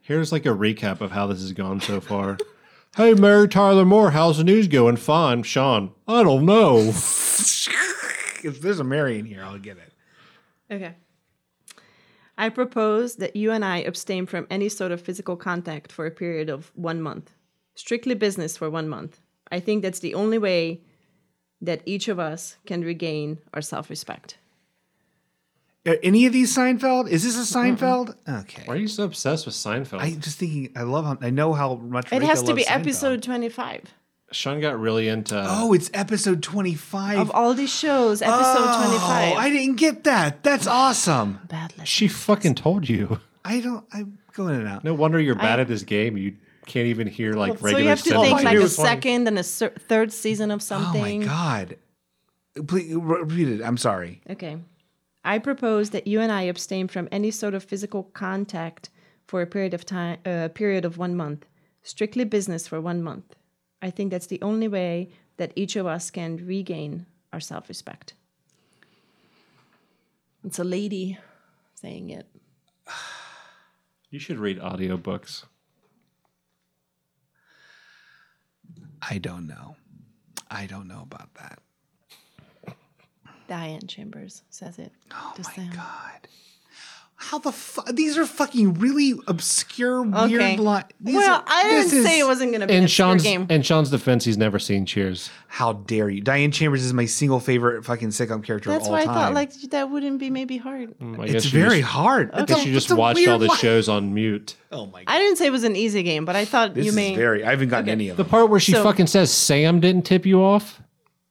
[SPEAKER 3] Here's like a recap of how this has gone so far. hey, Mary Tyler Moore, how's the news going? Fine, Sean. I don't know.
[SPEAKER 2] if there's a Mary in here, I'll get it.
[SPEAKER 1] okay. I propose that you and I abstain from any sort of physical contact for a period of one month, strictly business for one month. I think that's the only way that each of us can regain our self-respect.
[SPEAKER 2] Are any of these Seinfeld? Is this a Seinfeld? Okay.
[SPEAKER 3] Why are you so obsessed with Seinfeld?
[SPEAKER 2] I'm just thinking. I love. How, I know how much
[SPEAKER 1] It
[SPEAKER 2] Rachel
[SPEAKER 1] has to
[SPEAKER 2] loves
[SPEAKER 1] be
[SPEAKER 2] Seinfeld.
[SPEAKER 1] episode twenty-five.
[SPEAKER 3] Sean got really into.
[SPEAKER 2] Oh, it's episode twenty-five.
[SPEAKER 1] Of all these shows, episode
[SPEAKER 2] oh,
[SPEAKER 1] 25.
[SPEAKER 2] I didn't get that. That's awesome.
[SPEAKER 1] Bad luck.
[SPEAKER 3] she fucking told you.
[SPEAKER 2] I don't. I'm going in and out.
[SPEAKER 3] No wonder you're bad at this game. You can't even hear like
[SPEAKER 1] So you
[SPEAKER 3] regular
[SPEAKER 1] have to think
[SPEAKER 3] sentences.
[SPEAKER 1] like
[SPEAKER 2] It
[SPEAKER 1] a
[SPEAKER 2] was funny.
[SPEAKER 1] second and a cer- third season of
[SPEAKER 2] Oh my
[SPEAKER 1] something.
[SPEAKER 2] god! Please re- repeat it. I'm sorry.
[SPEAKER 1] Okay. I propose that you and I abstain from any sort of physical contact for a period of time, a period of one month, strictly business for one month. I think that's the only way that each of us can regain our self-respect. It's a lady saying it.
[SPEAKER 3] you should read audiobooks.
[SPEAKER 2] I don't know. I don't know about that.
[SPEAKER 1] Diane Chambers says it. Oh
[SPEAKER 2] God. How the fuck? These are fucking really obscure,
[SPEAKER 1] Okay.
[SPEAKER 2] weird lines.
[SPEAKER 1] well, I didn't say it wasn't going to be
[SPEAKER 3] In
[SPEAKER 1] a Sean's,
[SPEAKER 3] Sean's
[SPEAKER 1] game.
[SPEAKER 3] in Sean's defense, he's never seen Cheers.
[SPEAKER 2] How dare you? Diane Chambers is my single favorite fucking sitcom character
[SPEAKER 1] That's
[SPEAKER 2] of all
[SPEAKER 1] why I
[SPEAKER 2] time. Oh
[SPEAKER 1] thought like that wouldn't be maybe hard.
[SPEAKER 3] Hmm, I guess
[SPEAKER 2] it's
[SPEAKER 3] you
[SPEAKER 2] very
[SPEAKER 3] Just,
[SPEAKER 2] hard.
[SPEAKER 3] I guess you just watched all the shows on mute.
[SPEAKER 2] Oh my god,
[SPEAKER 1] I didn't say it was an easy game, but I thought
[SPEAKER 2] this
[SPEAKER 1] you
[SPEAKER 2] is
[SPEAKER 1] may.
[SPEAKER 2] very. I haven't gotten any of
[SPEAKER 3] The
[SPEAKER 2] them.
[SPEAKER 3] part where she
[SPEAKER 1] So-
[SPEAKER 3] fucking says Sam didn't tip you off.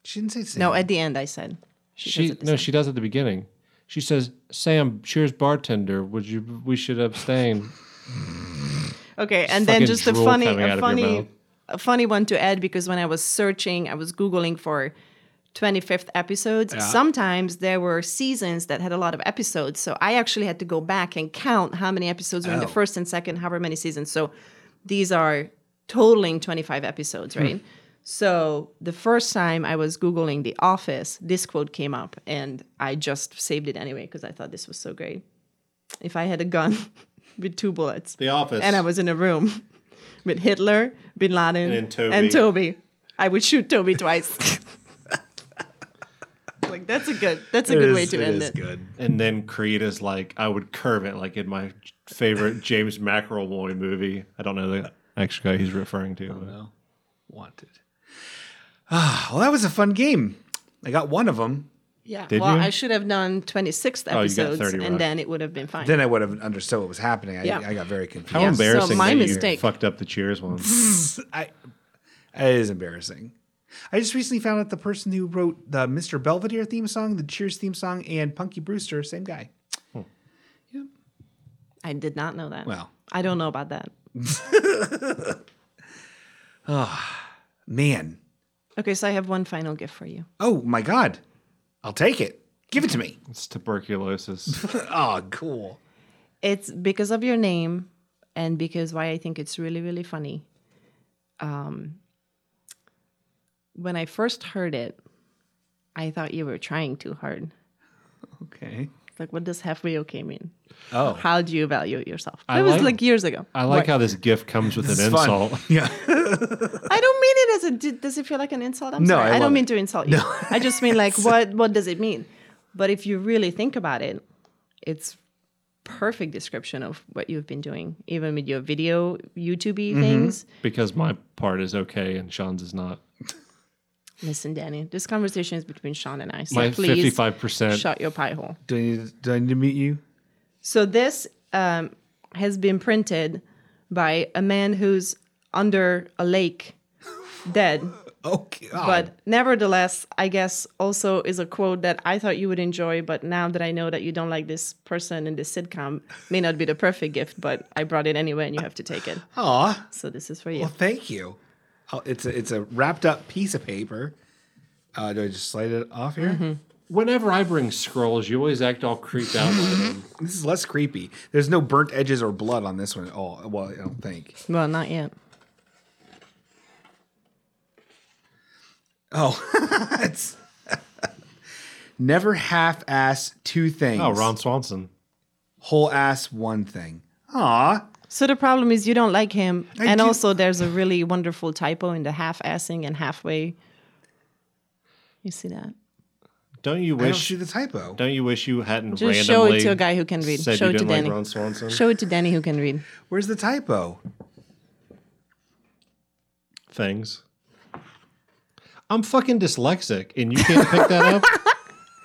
[SPEAKER 2] She didn't say Sam.
[SPEAKER 1] no, Oh, at the end I said.
[SPEAKER 3] She
[SPEAKER 1] says it the
[SPEAKER 3] no, she does at the beginning. She says, "Sam, Cheers, bartender. Would you? We should abstain."
[SPEAKER 1] Okay, and then
[SPEAKER 3] fucking
[SPEAKER 1] just a
[SPEAKER 3] drool
[SPEAKER 1] funny,
[SPEAKER 3] coming out of
[SPEAKER 1] a
[SPEAKER 3] your mouth.
[SPEAKER 1] funny, a funny one to add because when I was searching, I was googling for 25th episodes. Sometimes there were seasons that had a lot of episodes, so I actually had to go back and count how many episodes
[SPEAKER 3] Oh.
[SPEAKER 1] were in the first and second, however many seasons. So these are totaling 25
[SPEAKER 3] Hmm.
[SPEAKER 1] episodes, right? So the first time I was googling The Office, this quote came up, and I just saved it anyway because I thought this was so great. If I had a gun with two bullets,
[SPEAKER 3] The Office.
[SPEAKER 1] and I was in a room with Hitler, Bin Laden,
[SPEAKER 3] And Toby.
[SPEAKER 1] Toby. I would shoot Toby twice. like that's a good that's a good way to end it.
[SPEAKER 2] good.
[SPEAKER 3] And then Creed is like, I would curve it like in my favorite James McElroy movie. I don't know the actual guy he's referring to. but-
[SPEAKER 2] Wanted. Ah, well, that was a fun game. I got one of them.
[SPEAKER 1] Yeah.
[SPEAKER 3] Did
[SPEAKER 1] well,
[SPEAKER 3] you? Oh,
[SPEAKER 1] I should have done 26th
[SPEAKER 3] got
[SPEAKER 1] episodes
[SPEAKER 3] 30
[SPEAKER 1] and
[SPEAKER 3] Rock.
[SPEAKER 1] then it would have been fine.
[SPEAKER 2] Then I would have understood what was happening. I,
[SPEAKER 1] Yeah.
[SPEAKER 2] I got very confused.
[SPEAKER 3] How
[SPEAKER 1] Yeah, so
[SPEAKER 3] embarrassing!
[SPEAKER 1] my
[SPEAKER 3] that you
[SPEAKER 1] mistake.
[SPEAKER 3] fucked up the Cheers one.
[SPEAKER 2] I, it is embarrassing. I just recently found out the person who wrote the Mr. Belvedere theme song, the Cheers theme song, and Punky Brewster, same guy.
[SPEAKER 1] I did not know that.
[SPEAKER 2] Well.
[SPEAKER 1] I don't know about that.
[SPEAKER 2] Man.
[SPEAKER 1] Okay, so I have one final gift for you.
[SPEAKER 2] Oh my God. I'll take it. Give it to me.
[SPEAKER 3] It's tuberculosis.
[SPEAKER 2] Oh, cool.
[SPEAKER 1] It's because of your name and because why I think it's really, really funny. Um, when I first heard it, I thought you were trying too hard.
[SPEAKER 2] Okay.
[SPEAKER 1] Like, what does halfway okay mean?
[SPEAKER 2] Oh.
[SPEAKER 1] How do you evaluate yourself?
[SPEAKER 3] I
[SPEAKER 1] That was
[SPEAKER 3] like-
[SPEAKER 1] like years ago.
[SPEAKER 3] I like how this gift comes with an
[SPEAKER 2] It's fun.
[SPEAKER 3] insult.
[SPEAKER 2] Yeah.
[SPEAKER 1] I don't mean it as a. d- Does it feel like an insult? I'm
[SPEAKER 2] No,
[SPEAKER 1] sorry.
[SPEAKER 2] I
[SPEAKER 1] I,
[SPEAKER 2] love
[SPEAKER 1] don't mean
[SPEAKER 2] it.
[SPEAKER 1] to insult you. I just mean like, what what does it mean? But if you really think about it, it's perfect description of what you've been doing, even with your video YouTubey
[SPEAKER 2] Mm-hmm.
[SPEAKER 1] things.
[SPEAKER 3] because my part is okay and Sean's is not.
[SPEAKER 1] Listen, Danny, this conversation is between Sean and I. So
[SPEAKER 3] My
[SPEAKER 1] please
[SPEAKER 3] fifty-five percent.
[SPEAKER 1] shut your pie hole.
[SPEAKER 2] do, I need to, do I need to meet you?
[SPEAKER 1] So this um, has been printed by a man who's under a lake, dead.
[SPEAKER 2] Okay. Oh, God.
[SPEAKER 1] But nevertheless, I guess also is a quote that I thought you would enjoy. But now that I know that you don't like this person in this sitcom, may not be the perfect gift, but I brought it anyway, and you have to take it.
[SPEAKER 2] Aw.
[SPEAKER 1] So this is for you.
[SPEAKER 2] Well, thank you. Oh, it's a it's a wrapped up piece of paper. Uh, do I just slide it off here?
[SPEAKER 3] Mm-hmm. Whenever I bring scrolls, you always act all creeped out. by them.
[SPEAKER 2] This is less creepy. There's no burnt edges or blood on this one at all. Well, I don't think.
[SPEAKER 1] Well, not yet.
[SPEAKER 2] Oh, it's never half ass two things.
[SPEAKER 3] Oh, Ron Swanson.
[SPEAKER 2] Whole ass one thing. Aw.
[SPEAKER 1] So the problem is you don't like him,
[SPEAKER 2] I
[SPEAKER 1] and
[SPEAKER 2] do-
[SPEAKER 1] also there's a really wonderful typo in the half-assing and halfway. You see that?
[SPEAKER 3] Don't you
[SPEAKER 2] I don't
[SPEAKER 3] wish?
[SPEAKER 2] see the typo.
[SPEAKER 3] Don't you wish you hadn't randomly
[SPEAKER 1] Just show it to a guy who can read.
[SPEAKER 3] said
[SPEAKER 1] Show
[SPEAKER 3] you
[SPEAKER 1] it to
[SPEAKER 3] didn't like
[SPEAKER 1] Danny.
[SPEAKER 3] Ron Swanson?
[SPEAKER 1] Show it to Danny who can read.
[SPEAKER 2] Where's the typo?
[SPEAKER 3] Things. I'm fucking dyslexic, and you can't pick that up.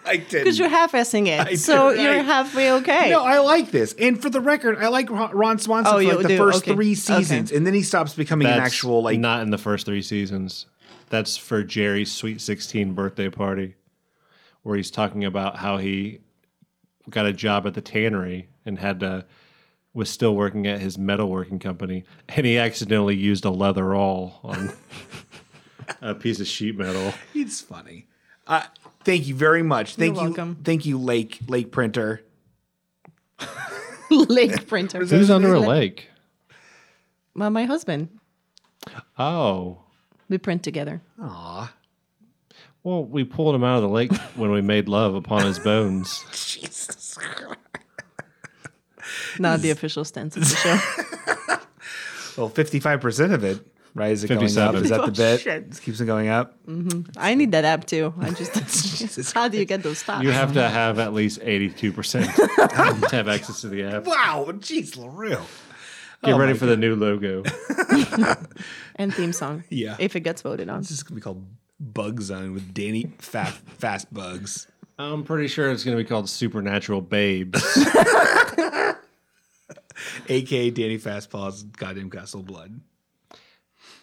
[SPEAKER 2] I did.
[SPEAKER 1] Because you're half-assing it,
[SPEAKER 2] did,
[SPEAKER 1] so you're
[SPEAKER 2] right.
[SPEAKER 1] halfway okay.
[SPEAKER 2] No, I like this. And for the record, I like Ron Ron Swanson
[SPEAKER 1] Oh,
[SPEAKER 2] for
[SPEAKER 1] you
[SPEAKER 2] like the
[SPEAKER 1] do?
[SPEAKER 2] first
[SPEAKER 1] Okay.
[SPEAKER 2] three
[SPEAKER 1] Okay.
[SPEAKER 2] seasons, and then he stops becoming an actual like.
[SPEAKER 3] not in the first three seasons. That's for Jerry's sweet sixteen birthday party, where he's talking about how he got a job at the tannery and had to was still working at his metalworking company, and he accidentally used a leather all on a piece of sheet metal.
[SPEAKER 2] It's funny. Uh, thank you very much. Thank you
[SPEAKER 1] welcome.
[SPEAKER 2] Thank you, Lake Lake Printer.
[SPEAKER 1] Lake printer.
[SPEAKER 3] Who's under a lake?
[SPEAKER 1] Well, my husband.
[SPEAKER 3] Oh.
[SPEAKER 1] We print together.
[SPEAKER 2] Aw.
[SPEAKER 3] Well, we pulled him out of the lake when we made love upon his bones.
[SPEAKER 2] Jesus.
[SPEAKER 1] Not the official stance of the show.
[SPEAKER 2] Well, fifty five percent of it. Right? Is it going up?
[SPEAKER 3] 57.
[SPEAKER 2] Is that the
[SPEAKER 1] Oh,
[SPEAKER 2] bit?
[SPEAKER 1] shit.
[SPEAKER 2] It keeps it going up.
[SPEAKER 1] I need that app too. I just how do you get those stocks?
[SPEAKER 3] You have to have at least 82% to have access to the app.
[SPEAKER 2] Wow, jeez, LaRue.
[SPEAKER 3] Get ready for the new logo.
[SPEAKER 1] and theme song.
[SPEAKER 2] Yeah.
[SPEAKER 1] if it gets voted on.
[SPEAKER 2] This is gonna be called Bug Zone with Danny Fast Fast Bugs.
[SPEAKER 3] I'm pretty sure it's going to be called Supernatural Babes.
[SPEAKER 2] AKA Danny Fast Paws Goddamn Castle Blood.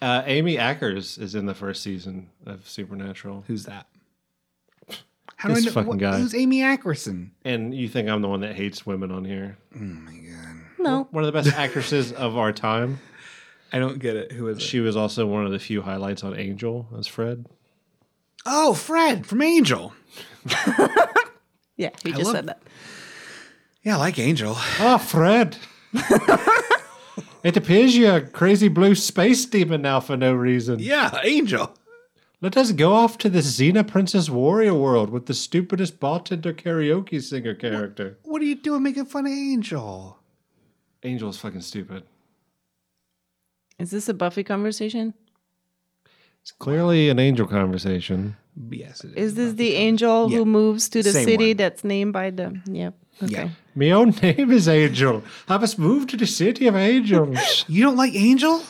[SPEAKER 3] Uh, Amy Ackers is in the first season of Supernatural.
[SPEAKER 2] Who's that? How
[SPEAKER 3] This fucking
[SPEAKER 2] what-
[SPEAKER 3] guy.
[SPEAKER 2] Who's Amy Ackerson?
[SPEAKER 3] And you think I'm the one that hates women on here.
[SPEAKER 1] No,
[SPEAKER 3] One of the best actresses of our time.
[SPEAKER 2] I don't get it. Who is she?
[SPEAKER 3] She was also one of the few highlights on Angel as Fred.
[SPEAKER 2] Oh, Fred from Angel.
[SPEAKER 1] yeah, he just
[SPEAKER 2] love-
[SPEAKER 1] said that.
[SPEAKER 2] Yeah, I like Angel.
[SPEAKER 3] Ah, Fred. it appears you're a crazy blue space demon now for no reason.
[SPEAKER 2] Yeah, Angel.
[SPEAKER 3] Let us go off to the Xena Princess Warrior world with the stupidest bartender karaoke singer character.
[SPEAKER 2] What are you doing making fun of Angel?
[SPEAKER 3] Angel's fucking stupid.
[SPEAKER 1] Is this a Buffy conversation?
[SPEAKER 3] It's clearly an angel conversation.
[SPEAKER 2] Yes, it is.
[SPEAKER 1] Is this the angel
[SPEAKER 2] Yeah.
[SPEAKER 1] who moves to the
[SPEAKER 2] Same
[SPEAKER 1] city
[SPEAKER 2] one.
[SPEAKER 1] that's named by the? Yep. Okay.
[SPEAKER 2] Yeah.
[SPEAKER 3] My own name is Angel. I must move to the city of angels.
[SPEAKER 2] You don't like Angel?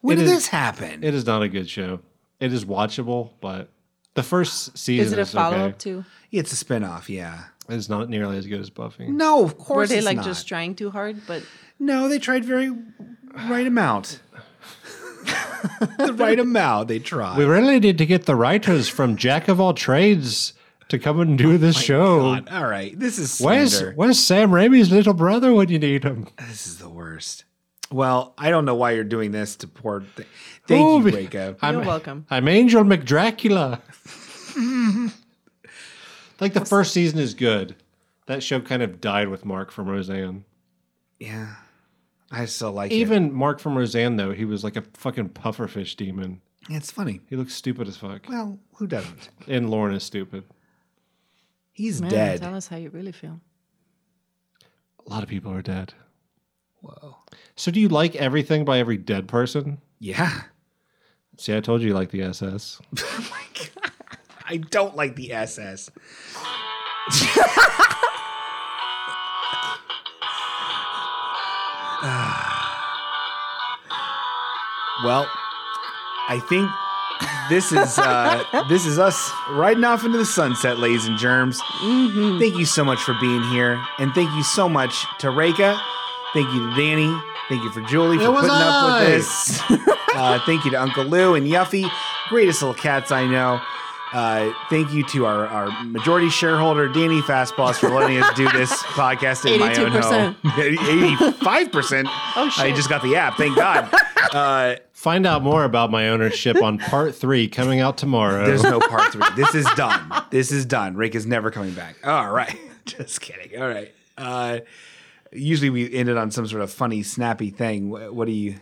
[SPEAKER 2] When
[SPEAKER 3] It
[SPEAKER 2] did
[SPEAKER 3] is-
[SPEAKER 2] this happen?
[SPEAKER 3] It is not a good show. It is watchable, but the first season
[SPEAKER 1] Is it
[SPEAKER 3] is,
[SPEAKER 1] a follow up
[SPEAKER 3] okay.
[SPEAKER 1] to?
[SPEAKER 2] it's a spinoff, yeah.
[SPEAKER 3] It's not nearly as good as Buffy.
[SPEAKER 2] No, of
[SPEAKER 1] Were
[SPEAKER 2] course
[SPEAKER 1] they
[SPEAKER 2] it's
[SPEAKER 1] like
[SPEAKER 2] not.
[SPEAKER 1] just trying too hard? But
[SPEAKER 2] No, they tried very right amount. the right amount they tried.
[SPEAKER 3] We really need to get the writers from Jack of all trades to come and do this show.
[SPEAKER 2] God, all right, this is
[SPEAKER 3] Where's
[SPEAKER 2] slander.
[SPEAKER 3] Where's Sam Raimi's little brother when you need him?
[SPEAKER 2] This is the worst. Well, I don't know why you're doing this to poor. Th- Thank
[SPEAKER 3] Oh,
[SPEAKER 2] you,
[SPEAKER 3] be-
[SPEAKER 2] Waco.
[SPEAKER 3] I'm,
[SPEAKER 1] you're welcome.
[SPEAKER 3] I'm Angel McDracula. like the first season is good. That show kind of died with Mark from Roseanne.
[SPEAKER 2] Yeah, I still like it.
[SPEAKER 3] Even Mark from Roseanne, though, he was like a fucking pufferfish demon.
[SPEAKER 2] Yeah, It's funny.
[SPEAKER 3] He looks stupid as fuck.
[SPEAKER 2] Well, who doesn't?
[SPEAKER 3] And Lauren is stupid.
[SPEAKER 2] He's
[SPEAKER 1] Man,
[SPEAKER 2] dead.
[SPEAKER 1] tell us how you really feel.
[SPEAKER 3] A lot of people are dead.
[SPEAKER 2] Whoa.
[SPEAKER 3] So do you like everything by every dead person?
[SPEAKER 2] Yeah.
[SPEAKER 3] See, I told you you like the SS.
[SPEAKER 2] Oh my God. I don't like the SS. well, I think this is uh, this is us riding off into the sunset, ladies and germs. Thank you so much for being here, and thank you so much to Reka. Thank you to Danny. Thank you for Julie for
[SPEAKER 3] It was
[SPEAKER 2] putting up
[SPEAKER 3] I.
[SPEAKER 2] with this. uh, thank you to Uncle Lou and Yuffie, greatest little cats I know. Uh, thank you to our, our majority shareholder, Danny Fastboss, for letting us do this podcast in my own home.
[SPEAKER 1] 82%.
[SPEAKER 2] 85%.
[SPEAKER 1] Oh,
[SPEAKER 2] I
[SPEAKER 1] shit.
[SPEAKER 2] just got the app. Thank God. Uh,
[SPEAKER 3] Find out more about my ownership on part three coming out tomorrow.
[SPEAKER 2] There's no part three. This is done. This is done. Rick is never coming back. All right. Just kidding. All right. Uh, usually we end it on some sort of funny, snappy thing. Wh- What do you?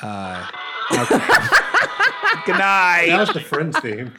[SPEAKER 2] Uh, okay. Good night.
[SPEAKER 3] was the Friends theme.